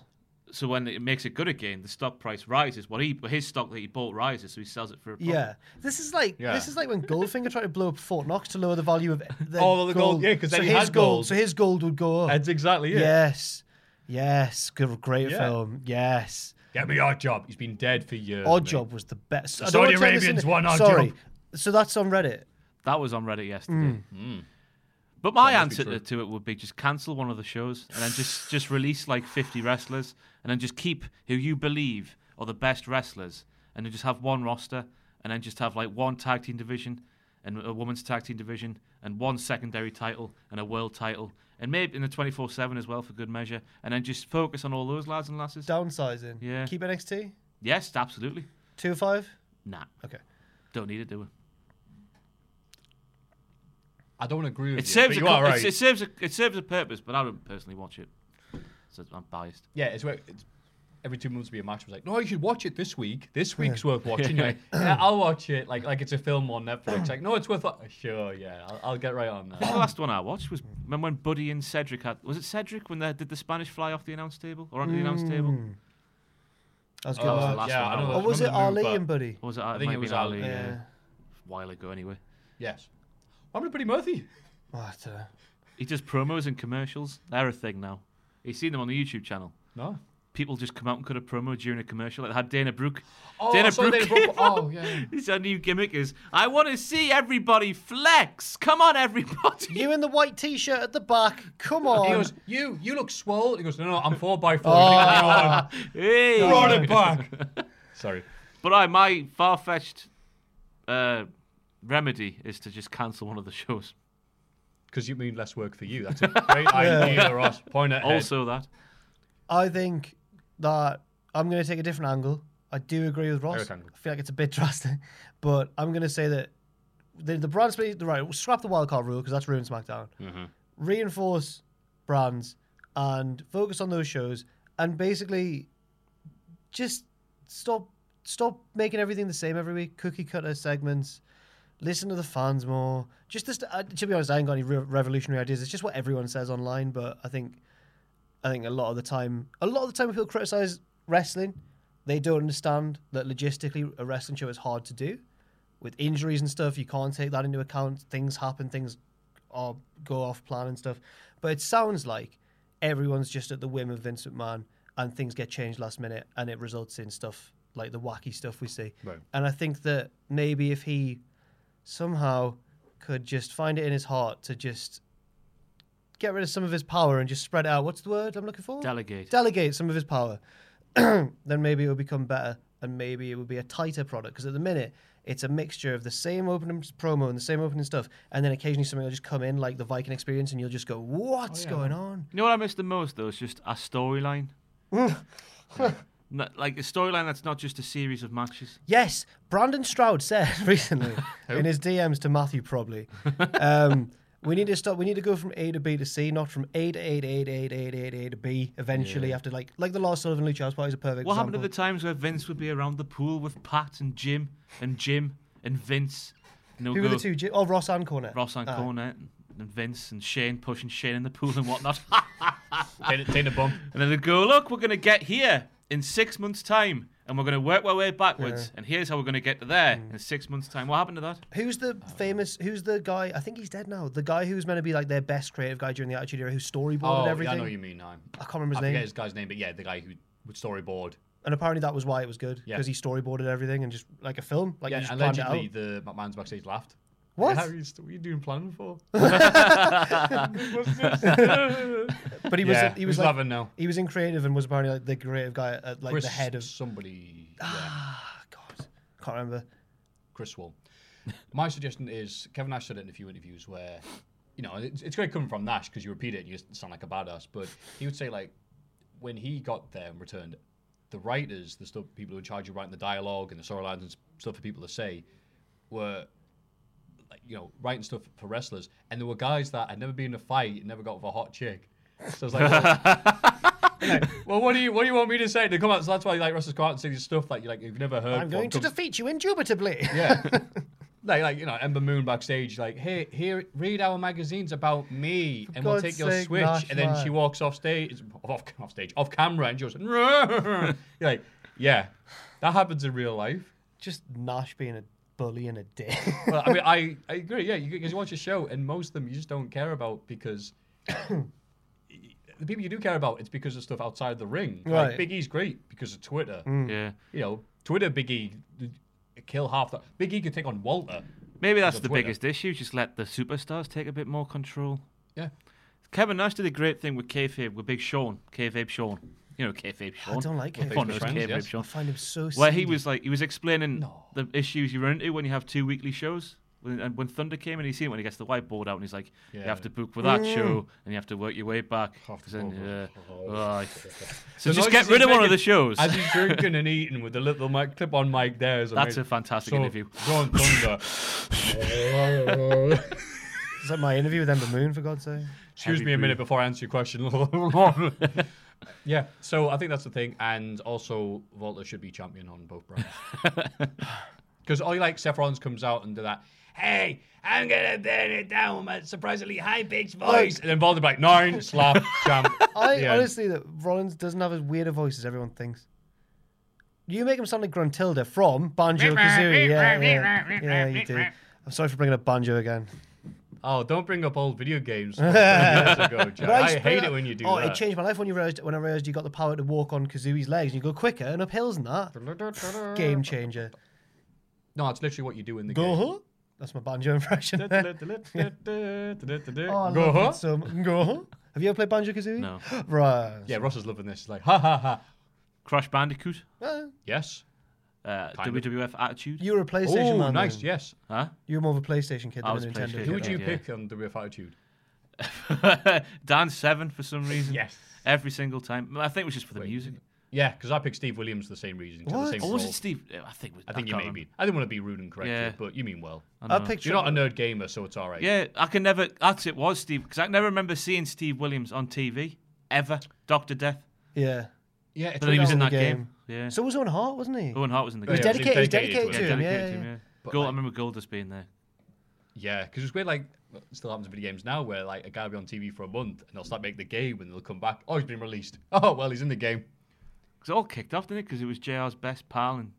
Speaker 3: So when it makes it good again, the stock price rises. What he his stock that he bought rises, so he sells it for a profit.
Speaker 2: Yeah. This is like
Speaker 1: Oh. Yeah.
Speaker 2: this is like when Goldfinger tried to blow up Fort Knox to lower
Speaker 1: *laughs*
Speaker 2: the value of the
Speaker 1: Oh, the gold- yeah, 'cause then
Speaker 2: so
Speaker 1: he
Speaker 2: his
Speaker 1: had gold.
Speaker 2: So his gold would go up.
Speaker 1: That's exactly it.
Speaker 2: Yes. Yes. Good, great
Speaker 1: Yeah.
Speaker 2: film. Yes.
Speaker 1: Get me Odd Job. He's been dead for years.
Speaker 2: Odd
Speaker 1: mate.
Speaker 2: Job was the best. I
Speaker 1: Saudi
Speaker 2: don't want to turn this
Speaker 1: Arabians
Speaker 2: into-
Speaker 1: won Odd
Speaker 2: Sorry.
Speaker 1: Job.
Speaker 2: So that's on Reddit.
Speaker 3: That was on Reddit yesterday. But my
Speaker 1: Hmm. That must be
Speaker 3: answer to, to it would be just cancel one of the shows and then just just release like 50 wrestlers and then just keep who you believe are the best wrestlers and then just have one roster and then just have like one tag team division and a women's tag team division and one secondary title and a world title and maybe in the 24/7 as well for good measure and then just focus on all those lads and lasses.
Speaker 2: Downsizing.
Speaker 3: Yeah.
Speaker 2: Keep NXT.
Speaker 3: Yes, absolutely.
Speaker 2: Two or five.
Speaker 3: Nah,
Speaker 2: Okay.
Speaker 3: don't need it, do we?
Speaker 1: I don't agree with
Speaker 3: It
Speaker 1: you.
Speaker 3: serves
Speaker 1: but
Speaker 3: a
Speaker 1: you
Speaker 3: co-
Speaker 1: are right.
Speaker 3: it, it serves a, it serves a purpose, but I don't personally watch it. So I'm biased.
Speaker 1: Yeah, it's where it's, every two months would be a match. It was like, no, you should watch it this week. This week's worth watching.
Speaker 3: *clears throat*
Speaker 1: You're like, yeah, I'll watch it. Like, like it's a film on Netflix. Like, no, it's worth. wa- Sure, yeah, I'll, I'll get right on
Speaker 3: The
Speaker 1: that.
Speaker 3: last one I watched was remember when Buddy and Cedric had was it Cedric when they did the Spanish fly off the announce table or onto the announce table?
Speaker 1: Mm.
Speaker 2: That was good.
Speaker 3: Oh,
Speaker 2: one.
Speaker 3: last
Speaker 1: yeah,
Speaker 3: one
Speaker 1: I
Speaker 3: I
Speaker 1: don't know.
Speaker 2: or was it
Speaker 1: Remember the
Speaker 2: Ali
Speaker 1: move, but-
Speaker 2: and Buddy?
Speaker 3: Or was it?
Speaker 1: I think
Speaker 3: might
Speaker 1: it was
Speaker 3: been Ali.
Speaker 1: Ali,
Speaker 3: uh,
Speaker 2: yeah.
Speaker 3: a while ago, anyway.
Speaker 1: Yes. I'm pretty Murphy.
Speaker 2: Oh, I don't know.
Speaker 3: He does promos and commercials. They're a thing now. He's seen them on the YouTube channel.
Speaker 1: No.
Speaker 3: People just come out and cut a promo during a commercial. Like they had Dana Brooke.
Speaker 1: Oh,
Speaker 3: Dana
Speaker 1: I saw
Speaker 3: Brooke.
Speaker 1: Dana Brooke- oh, yeah.
Speaker 3: *laughs* His new gimmick is I want to see everybody flex. Come on, everybody. *laughs*
Speaker 2: You in the white t-shirt at the back. Come on.
Speaker 1: He goes, you, you look swole. He goes, no, no, I'm four by four.
Speaker 3: Hey.
Speaker 1: *laughs* Brought it back. Sorry.
Speaker 3: But I, my far fetched uh, remedy is to just cancel one of the shows.
Speaker 1: Because you mean less work for you. That's a
Speaker 2: *laughs*
Speaker 1: great idea, Ross. Point at head.
Speaker 3: Also, that.
Speaker 2: I think that I'm going to take a different angle. I do agree with Ross.
Speaker 1: Eric
Speaker 2: I
Speaker 1: angle.
Speaker 2: feel like it's a bit *laughs* drastic, but I'm going to say that the, the brand split, right, we'll scrap the wildcard rule because that's ruined SmackDown. Reinforce brands and focus on those shows and basically just stop stop making everything the same every week. Cookie cutter segments. Listen to the fans more. Just this, uh, to be honest, I ain't got any re- revolutionary ideas. It's just what everyone says online, but I think I think a lot of the time, a lot of the time, when people criticize wrestling, they don't understand that logistically a wrestling show is hard to do with injuries and stuff. You can't take that into account. Things happen, things are go off plan and stuff. But it sounds like everyone's just at the whim of Vince McMahon, and things get changed last minute, and it results in stuff like the wacky stuff we see.
Speaker 1: Right.
Speaker 2: And I think that maybe if he somehow could just find it in his heart to just get rid of some of his power and just spread it out. What's the word I'm looking for?
Speaker 3: Delegate.
Speaker 2: Delegate some of his power. *clears throat* then maybe it will become better, and maybe it will be a tighter product. Because at the minute, it's a mixture of the same opening s- promo and the same opening stuff, and then occasionally something will just come in, like the Viking experience, and you'll just go, "What's going on?"
Speaker 3: You know what I miss the most though is just a storyline.
Speaker 2: Mm.
Speaker 3: *laughs* Not- like a storyline that's not just a series of matches.
Speaker 2: Yes, Brandon Stroud said *laughs*
Speaker 1: *laughs*
Speaker 2: recently in his DMs to Matthew, probably. Um, we need to stop. We need to go from A to B to C, not from A to A to A to A to A to A to, A to B. Eventually, after like like the Last Sullivan Lucha House Party is a perfect.
Speaker 3: What happened to
Speaker 2: example.
Speaker 3: the times where Vince would be around the pool with Pat and Jim and Jim and Vince? And they'll
Speaker 2: Who were the
Speaker 3: go,
Speaker 2: two? J- Oh, Ross and Uh, Cornette.
Speaker 3: Ross and Cornet and Vince and Shane pushing Shane in the pool and whatnot.
Speaker 2: *laughs*
Speaker 1: Take, a- take a bump.
Speaker 3: and then they'd go, look, we're going to get here in six months' time and we're going to work our way backwards. And here's how we're going to get to there
Speaker 2: Mm.
Speaker 3: in six months' time. What happened to that?
Speaker 2: Who's the
Speaker 1: Oh.
Speaker 2: famous? Who's the guy? I think he's dead now. The guy who was meant to be like their best creative guy during the Attitude Era, who storyboarded
Speaker 1: Oh, yeah,
Speaker 2: everything.
Speaker 1: I know what you mean. now.
Speaker 2: I can't remember his
Speaker 1: I
Speaker 2: name.
Speaker 1: forget his guy's name, but yeah, the guy who would storyboard.
Speaker 2: And apparently that was why it was good
Speaker 1: Yeah.
Speaker 2: because he storyboarded everything and just like a film, like you
Speaker 1: Yeah,
Speaker 2: just planned it
Speaker 1: allegedly
Speaker 2: out.
Speaker 1: the McMahon's backstage laughed. *laughs*
Speaker 2: What?
Speaker 1: How are you, st- what are you doing planning for?
Speaker 2: But he was
Speaker 1: yeah,
Speaker 2: he was
Speaker 1: who's
Speaker 2: like,
Speaker 1: laughing now.
Speaker 2: he was in creative and was apparently like the creative guy at like
Speaker 1: Chris
Speaker 2: the
Speaker 1: *sighs*
Speaker 2: head of. *gasps*
Speaker 1: somebody. Yeah.
Speaker 2: Ah, God, can't remember.
Speaker 1: Chris Wall. *laughs* My suggestion is Kevin Nash said it in a few interviews where, you know, it's, it's great coming from Nash because you repeat it and you just sound like a badass. But he would say like, when he got there and returned, the writers, the stuff people who were in charge of writing the dialogue and the storylines and s- stuff for people to say, were, like, you know, writing stuff for wrestlers, and there were guys that had never been in a fight and never got with a hot chick. So it's like. well, *laughs* you know, well, what do you what do you want me to say to come out? So that's why like wrestlers go out and say this stuff like you like you've never heard.
Speaker 2: I'm going to
Speaker 1: defeat.
Speaker 2: defeat you indubitably. *laughs*
Speaker 1: Yeah. *laughs* like, like you know, Ember Moon backstage, like, hey, here, read our magazines about me, and we'll
Speaker 2: God's
Speaker 1: take your
Speaker 2: sake,
Speaker 1: switch.
Speaker 2: Nash,
Speaker 1: and then she
Speaker 2: man.
Speaker 1: walks off stage, off, off stage, off camera, and she goes, *laughs* "Rrrr." You're like, yeah, that happens in real life.
Speaker 2: Just Nash being a bully and a dick.
Speaker 1: Well, I mean, I, I agree, yeah, because you, 'cause you watch a show, and most of them you just don't care about because. *coughs* The people you do care about, it's because of stuff outside the ring. Like
Speaker 2: Right.
Speaker 1: Big E's great because of Twitter.
Speaker 2: Hmm.
Speaker 3: Yeah.
Speaker 1: You know, Twitter Big E kill half that. Big E could take on Walter.
Speaker 3: Maybe that's
Speaker 1: on
Speaker 3: the
Speaker 1: Twitter.
Speaker 3: biggest issue. Just let the superstars take a bit more control.
Speaker 1: Yeah.
Speaker 3: Kevin Nash did a great thing with kayfabe with Big Sean, kayfabe Sean. You know kayfabe Sean.
Speaker 2: don't like kayfabe
Speaker 3: Everyone knows
Speaker 1: Friends,
Speaker 3: kayfabe
Speaker 1: yes.
Speaker 2: I
Speaker 3: Sean.
Speaker 2: find him so.
Speaker 3: Where
Speaker 2: seedy.
Speaker 3: he was like, he was explaining
Speaker 1: No.
Speaker 3: the issues you run into when you have two weekly shows. When, and when Thunder came and he seen it when he gets the whiteboard out and he's like, you
Speaker 1: Yeah.
Speaker 3: have to book for that show and you have to work your way back. 'cause then, uh, right.
Speaker 1: *laughs*
Speaker 3: So just get rid of one of the shows.
Speaker 1: As he's drinking and eating with the little mic, clip on mic there. is
Speaker 3: *laughs* That's
Speaker 1: amazing.
Speaker 3: a fantastic
Speaker 1: So,
Speaker 3: interview.
Speaker 1: Go on, Thunder.
Speaker 3: *laughs*
Speaker 2: Is that my interview with Ember Moon for God's sake?
Speaker 1: Excuse me a minute before I answer your question.
Speaker 3: *laughs*
Speaker 1: *laughs* yeah, so I think that's the thing. And also, Volta should be champion on both brands.
Speaker 3: *laughs*
Speaker 1: Because all like Seth Rollins comes out and do that. Hey, I'm gonna burn it down with my surprisingly high pitched voice, and then Volta be like nine slap champ.
Speaker 2: *laughs*
Speaker 1: The
Speaker 2: I
Speaker 1: end.
Speaker 2: honestly, that Rollins doesn't have as weird a voice as everyone thinks. You make him sound like Gruntilda from Banjo Kazooie. Yeah, yeah, yeah, you do. I'm sorry for bringing up Banjo again.
Speaker 1: Oh, don't bring up old video
Speaker 2: *laughs*
Speaker 1: games. from years ago, Jack.
Speaker 2: But
Speaker 1: I
Speaker 2: used to
Speaker 1: hate
Speaker 2: play
Speaker 1: it
Speaker 2: that-
Speaker 1: when you do
Speaker 2: oh,
Speaker 1: that.
Speaker 2: it changed my life when you realized when I realized you got the power to walk on Kazooie's legs and you go quicker and up hills and that. Game changer.
Speaker 1: No, it's literally what you do in the
Speaker 2: Go
Speaker 1: game.
Speaker 2: huh? That's my banjo impression. there. oh, I
Speaker 1: Go
Speaker 2: love
Speaker 1: huh?
Speaker 2: that so mu- Go huh? Have you ever played Banjo Kazooie?
Speaker 3: No.
Speaker 2: *gasps* Right.
Speaker 1: Yeah, Ross is loving this. He's like, ha ha ha.
Speaker 3: Crash Bandicoot,
Speaker 2: Uh,
Speaker 1: Yes.
Speaker 3: uh,
Speaker 1: of.
Speaker 3: WWF Attitude.
Speaker 2: you were a PlayStation
Speaker 1: Oh,
Speaker 2: man.
Speaker 1: nice.
Speaker 2: then.
Speaker 1: Yes.
Speaker 3: Huh?
Speaker 2: You were more of a PlayStation kid
Speaker 3: I
Speaker 2: than a
Speaker 3: was a
Speaker 2: Nintendo
Speaker 3: PlayStation
Speaker 2: kid.
Speaker 1: Who would you
Speaker 3: Yeah.
Speaker 1: pick on the WF Attitude?
Speaker 3: *laughs* Dan Seven for some reason.
Speaker 1: Yes. Oh.
Speaker 3: Every single time. I think it was just for the music.
Speaker 1: Yeah, because I picked Steve Williams for the same reason. 'cause The
Speaker 2: What?
Speaker 1: same
Speaker 3: Or was
Speaker 1: role.
Speaker 3: it Steve? I think it was.
Speaker 1: I think you
Speaker 3: can't
Speaker 1: may
Speaker 3: remember.
Speaker 1: be. I didn't want to be rude and correct
Speaker 3: Yeah.
Speaker 1: you, but you mean well.
Speaker 2: I picked
Speaker 1: You're not a nerd gamer, so it's all right.
Speaker 3: Yeah, I can never. That's it was Steve because I can never remember seeing Steve Williams on TV ever. Doctor Death.
Speaker 2: Yeah.
Speaker 1: Yeah, it's
Speaker 3: But he was
Speaker 1: all
Speaker 3: in
Speaker 2: the
Speaker 3: that game.
Speaker 2: game.
Speaker 3: Yeah.
Speaker 2: So was Owen Hart, wasn't he?
Speaker 3: Owen Hart was in the
Speaker 1: Yeah,
Speaker 3: game.
Speaker 1: he was
Speaker 2: dedicated, he's
Speaker 1: dedicated to it.
Speaker 2: dedicated to
Speaker 3: Yeah,
Speaker 2: him. Yeah,
Speaker 3: dedicated to
Speaker 2: yeah,
Speaker 3: him.
Speaker 2: yeah.
Speaker 3: Yeah. Gold, I remember Goldust being there.
Speaker 1: *laughs* Yeah, because it's weird. Like, it still happens in video games now, where like a guy will be on TV for a month, and they'll start making the game, and they'll come back. Oh, he's been released. Oh, well, he's in the game.
Speaker 3: Because it all kicked off, didn't it? Because it was JR's best pal and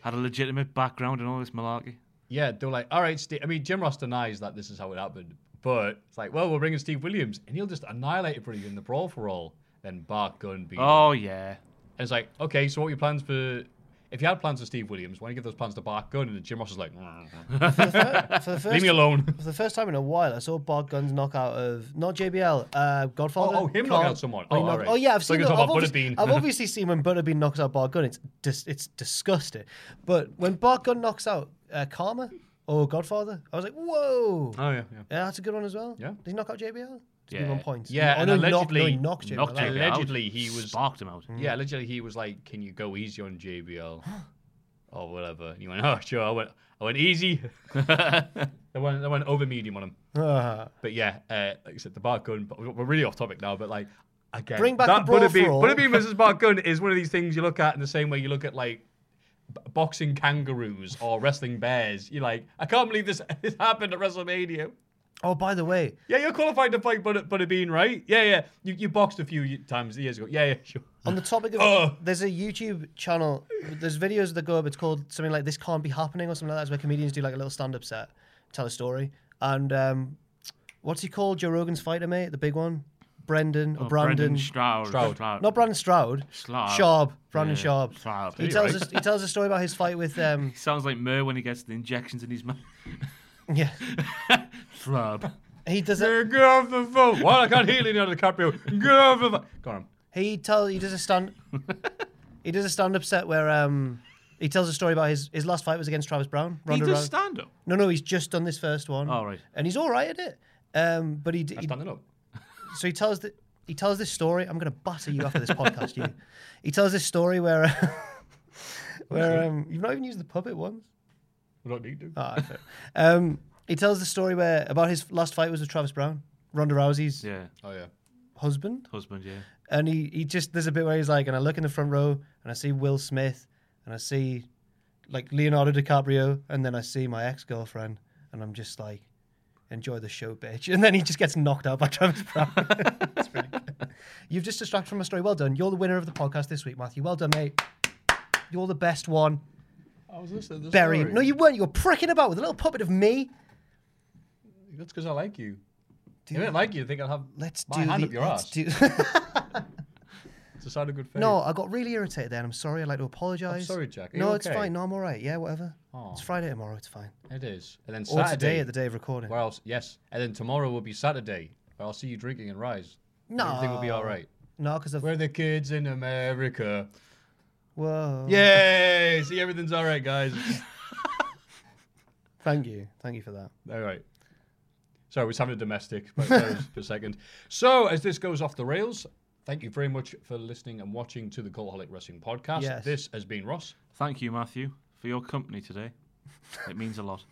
Speaker 3: had a legitimate background and all this malarkey.
Speaker 1: Yeah, they're like, all right, Steve. I mean, Jim Ross denies that this is how it happened, but it's like, well, we're bringing Steve Williams, and he'll just annihilate everybody in the brawl for all. Then Bart Gunn beat. him.
Speaker 3: Oh yeah.
Speaker 1: And it's like, okay, so what are your plans for? If you had plans with Steve Williams, why don't you give those plans to Bart Gunn? And Jim Ross is like, "Mm,
Speaker 2: For the first,
Speaker 1: leave me alone.
Speaker 2: For the first time in a while, I saw Bart Gunn's knock out of not JBL, uh, Godfather.
Speaker 1: Oh, oh, him knock
Speaker 2: Carl-
Speaker 1: out someone.
Speaker 2: he
Speaker 1: Oh,
Speaker 2: knocked-
Speaker 1: alright.
Speaker 2: oh, yeah, I've
Speaker 1: So
Speaker 2: seen.
Speaker 1: you
Speaker 2: the-
Speaker 1: can
Speaker 2: I've,
Speaker 1: talk about
Speaker 2: obviously,
Speaker 1: Butterbean.
Speaker 2: I've obviously seen when Butterbean knocks out Bart Gunn. It's dis- it's disgusting. But when Bart Gunn knocks out uh, Karma or Godfather, I was like, whoa.
Speaker 1: *laughs* oh yeah, yeah.
Speaker 2: Yeah, that's a good one as well.
Speaker 1: Yeah.
Speaker 2: Did he knock out JBL? Did
Speaker 3: Yeah.
Speaker 2: he one point?
Speaker 1: Yeah,
Speaker 2: oh,
Speaker 1: and
Speaker 2: no,
Speaker 1: allegedly
Speaker 2: knock, no, he knocked JBL.
Speaker 3: knocked
Speaker 2: out.
Speaker 3: JBL out.
Speaker 1: Allegedly, he was-
Speaker 3: sparked him out.
Speaker 1: Yeah, literally, he was like, "Can you go easy on JBL *gasps* or whatever?" And he went, "Oh, sure." I went, I went *laughs* easy. they went, they went over medium on him.
Speaker 2: Ah.
Speaker 1: But yeah, uh, like I said, the Bart Gun. But we're really off topic now. But like, again,
Speaker 2: Bring back
Speaker 1: that
Speaker 2: the brawl
Speaker 1: Butterbean,
Speaker 2: for all.
Speaker 1: Butterbean versus
Speaker 2: *laughs*
Speaker 1: Bart Gun is one of these things you look at in the same way you look at like b- boxing kangaroos or wrestling bears. You're like, I can't believe this *laughs* this happened at WrestleMania.
Speaker 2: *laughs* Oh, by the way,
Speaker 1: Yeah, you're qualified to fight Butter, Butterbean, right? Yeah, yeah. You, you boxed a few times years ago. Yeah, *laughs* yeah, sure.
Speaker 2: on the topic of
Speaker 3: Uh.
Speaker 1: Ugh.
Speaker 2: there's a YouTube channel. There's videos that go up. It's called something like "This Can't Be Happening" or something like that. It's where comedians do like a little stand-up set, tell a story. And um, what's he called? Joe Rogan's fighter mate, the big one, Brendan or
Speaker 3: Oh,
Speaker 2: Brandon.
Speaker 3: Brendan Stroud.
Speaker 1: Stroud.
Speaker 2: not Brandon Stroud.
Speaker 3: Sharp.
Speaker 2: Sharp. Brandon
Speaker 3: Yeah,
Speaker 2: Sharp.
Speaker 3: Sharp.
Speaker 2: He
Speaker 3: You're
Speaker 2: tells
Speaker 3: right.
Speaker 2: us. He tells a story about his fight with. Um,
Speaker 3: *laughs* Sounds like Mer when he gets the injections in his
Speaker 1: *laughs*
Speaker 3: mouth.
Speaker 2: yeah,
Speaker 3: Throb.
Speaker 2: he does. A,
Speaker 1: Get off the phone. Well, I can't hear Leonardo DiCaprio. Get off the phone. Go on.
Speaker 2: He tell he does a stand
Speaker 3: *laughs*
Speaker 2: he does a stand up set where um he tells a story about his his last fight was against Travis Brown.
Speaker 3: He
Speaker 2: Ronda
Speaker 3: does
Speaker 2: Rousey.
Speaker 3: stand up.
Speaker 2: no, no, he's just done this first one.
Speaker 3: Oh, right.
Speaker 2: and he's all right at it. Um, but he, d- he
Speaker 1: Standing up.
Speaker 2: *laughs* so he tells the. He tells this story. I'm going to batter you after this podcast. You. He tells this story where, *laughs* where um, you've not even used the puppet once.
Speaker 1: We don't need to.
Speaker 2: Ah, fair. um, he tells the story where about his last fight was with Travis Brown, Ronda Rousey's
Speaker 3: Yeah,
Speaker 1: oh, yeah.
Speaker 2: husband.
Speaker 3: husband. Yeah.
Speaker 2: and he, he just there's a bit where he's like, and I look in the front row and I see Will Smith and I see like Leonardo DiCaprio and then I see my ex girlfriend and I'm just like, enjoy the show, bitch. *laughs* And then he just gets knocked out by Travis Brown. *laughs* It's pretty good. You've just distracted from a story. Well done. You're the winner of the podcast this week, Matthew. Well done, mate. You're the best one.
Speaker 1: I was listening to this
Speaker 2: Bury
Speaker 1: story.
Speaker 2: him. No, you weren't. You were pricking about with a little puppet of me.
Speaker 1: That's because I like you. If I didn't like you, I think I'll have
Speaker 2: Let's
Speaker 1: my
Speaker 2: do
Speaker 1: hand
Speaker 2: the,
Speaker 1: up your
Speaker 2: let's
Speaker 1: ass.
Speaker 2: do-
Speaker 1: It's a sign of good faith.
Speaker 2: No, uh, I got really irritated there, and I'm sorry. I'd like to apologise.
Speaker 1: sorry, Jack. Are
Speaker 2: No,
Speaker 1: you
Speaker 2: it's
Speaker 1: okay?
Speaker 2: fine. No, I'm all right. Yeah, whatever. It's Friday tomorrow. It's fine.
Speaker 1: It is. And then
Speaker 2: Or
Speaker 1: Saturday.
Speaker 2: today at the day of recording.
Speaker 1: Where else? Yes. And then tomorrow will be Saturday. Where I'll see you drinking and rise.
Speaker 2: No.
Speaker 1: Everything will be all right.
Speaker 2: No, because I've.
Speaker 1: We're the kids in America.
Speaker 2: Whoa.
Speaker 1: Yay! see, everything's all right, guys. *laughs*
Speaker 2: Thank you. Thank you for that.
Speaker 1: All right. Sorry, we was having a domestic but that *laughs* was for a second. So, as this goes off the rails, thank you very much for listening and watching to the Cultaholic Wrestling Podcast.
Speaker 2: Yes.
Speaker 1: This has been Ross.
Speaker 3: Thank you, Matthew, for your company today. It means a lot.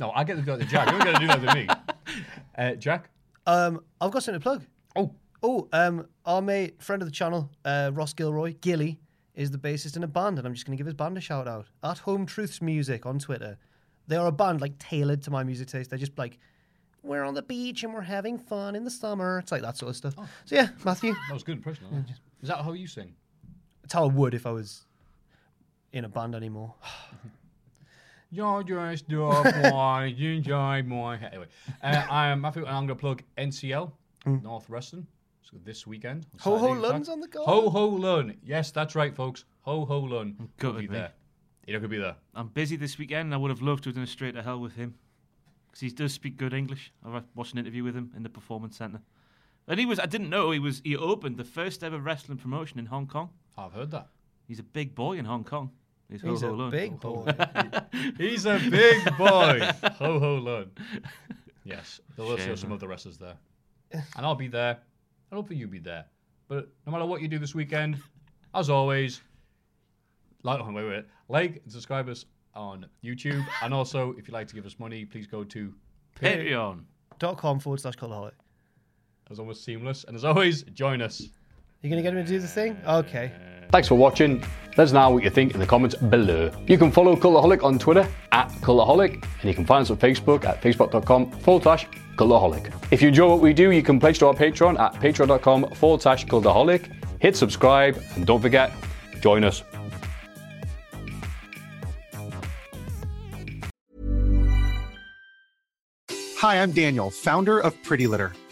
Speaker 1: No, I get to do that to Jack. You're going to do that to me. Uh, Jack?
Speaker 2: Um, I've got something to plug.
Speaker 1: Oh,
Speaker 2: Oh, um, our mate, friend of the channel, uh, Ross Gilroy, Gilly, is the bassist in a band, and I'm just going to give his band a shout out. At Home Truths Music on Twitter. They are a band like tailored to my music taste. They're just like, we're on the beach and we're having fun in the summer. It's like that sort of stuff.
Speaker 1: Oh.
Speaker 2: So yeah, Matthew,
Speaker 1: that was a good impression. I liked it. Is that how you sing?
Speaker 2: it's how I would if I was in a band anymore.
Speaker 1: You're just
Speaker 2: *laughs*
Speaker 1: a boy, enjoy boy. Anyway, uh, I am Matthew, and I'm going to plug NCL, North Wrestling. So this weekend. on
Speaker 2: Ho Ho
Speaker 1: Saturday, in fact.
Speaker 2: Hmm. Lun's on the card.
Speaker 1: Ho Ho Lun. Yes, that's right, folks. Ho Ho Lun. will
Speaker 3: gutted,
Speaker 1: be
Speaker 3: mate.
Speaker 1: there. You're not going to be there.
Speaker 3: I'm busy this weekend. and I would have loved to have done a straight to hell with him because he does speak good English. I watched an interview with him in the performance centre, and he was—I didn't know he was—he opened the first ever wrestling promotion in Hong Kong.
Speaker 1: I've heard that.
Speaker 3: He's a big boy in Hong Kong. He's,
Speaker 2: He's
Speaker 3: Ho Ho
Speaker 2: a
Speaker 3: Lun.
Speaker 2: big boy.
Speaker 1: He's a big boy.
Speaker 3: *laughs*
Speaker 1: ho ho lun. Yes, there'll also
Speaker 3: Shame,
Speaker 1: some
Speaker 3: man.
Speaker 1: other wrestlers there, and I'll be there. I hope you'll be there. But no matter what you do this weekend, as always, like oh, wait, wait, like and subscribe us on YouTube, and also if you'd like to give us money, please go to.
Speaker 3: Patreon.
Speaker 2: *laughs* dot com forward slash cultaholic.
Speaker 1: That was almost seamless, and as always, join us.
Speaker 2: You're gonna get him to do the thing? Okay.
Speaker 1: Thanks for watching. Let us know what you think in the comments below. You can follow Colourholic on Twitter at Colourholic, and you can find us on Facebook at facebook.com forward slash Colourholic. If you enjoy what we do, you can pledge to our Patreon at patreon.com forward slash Colourholic. Hit subscribe, and don't forget, join us.
Speaker 8: Hi, I'm Daniel, founder of Pretty Litter.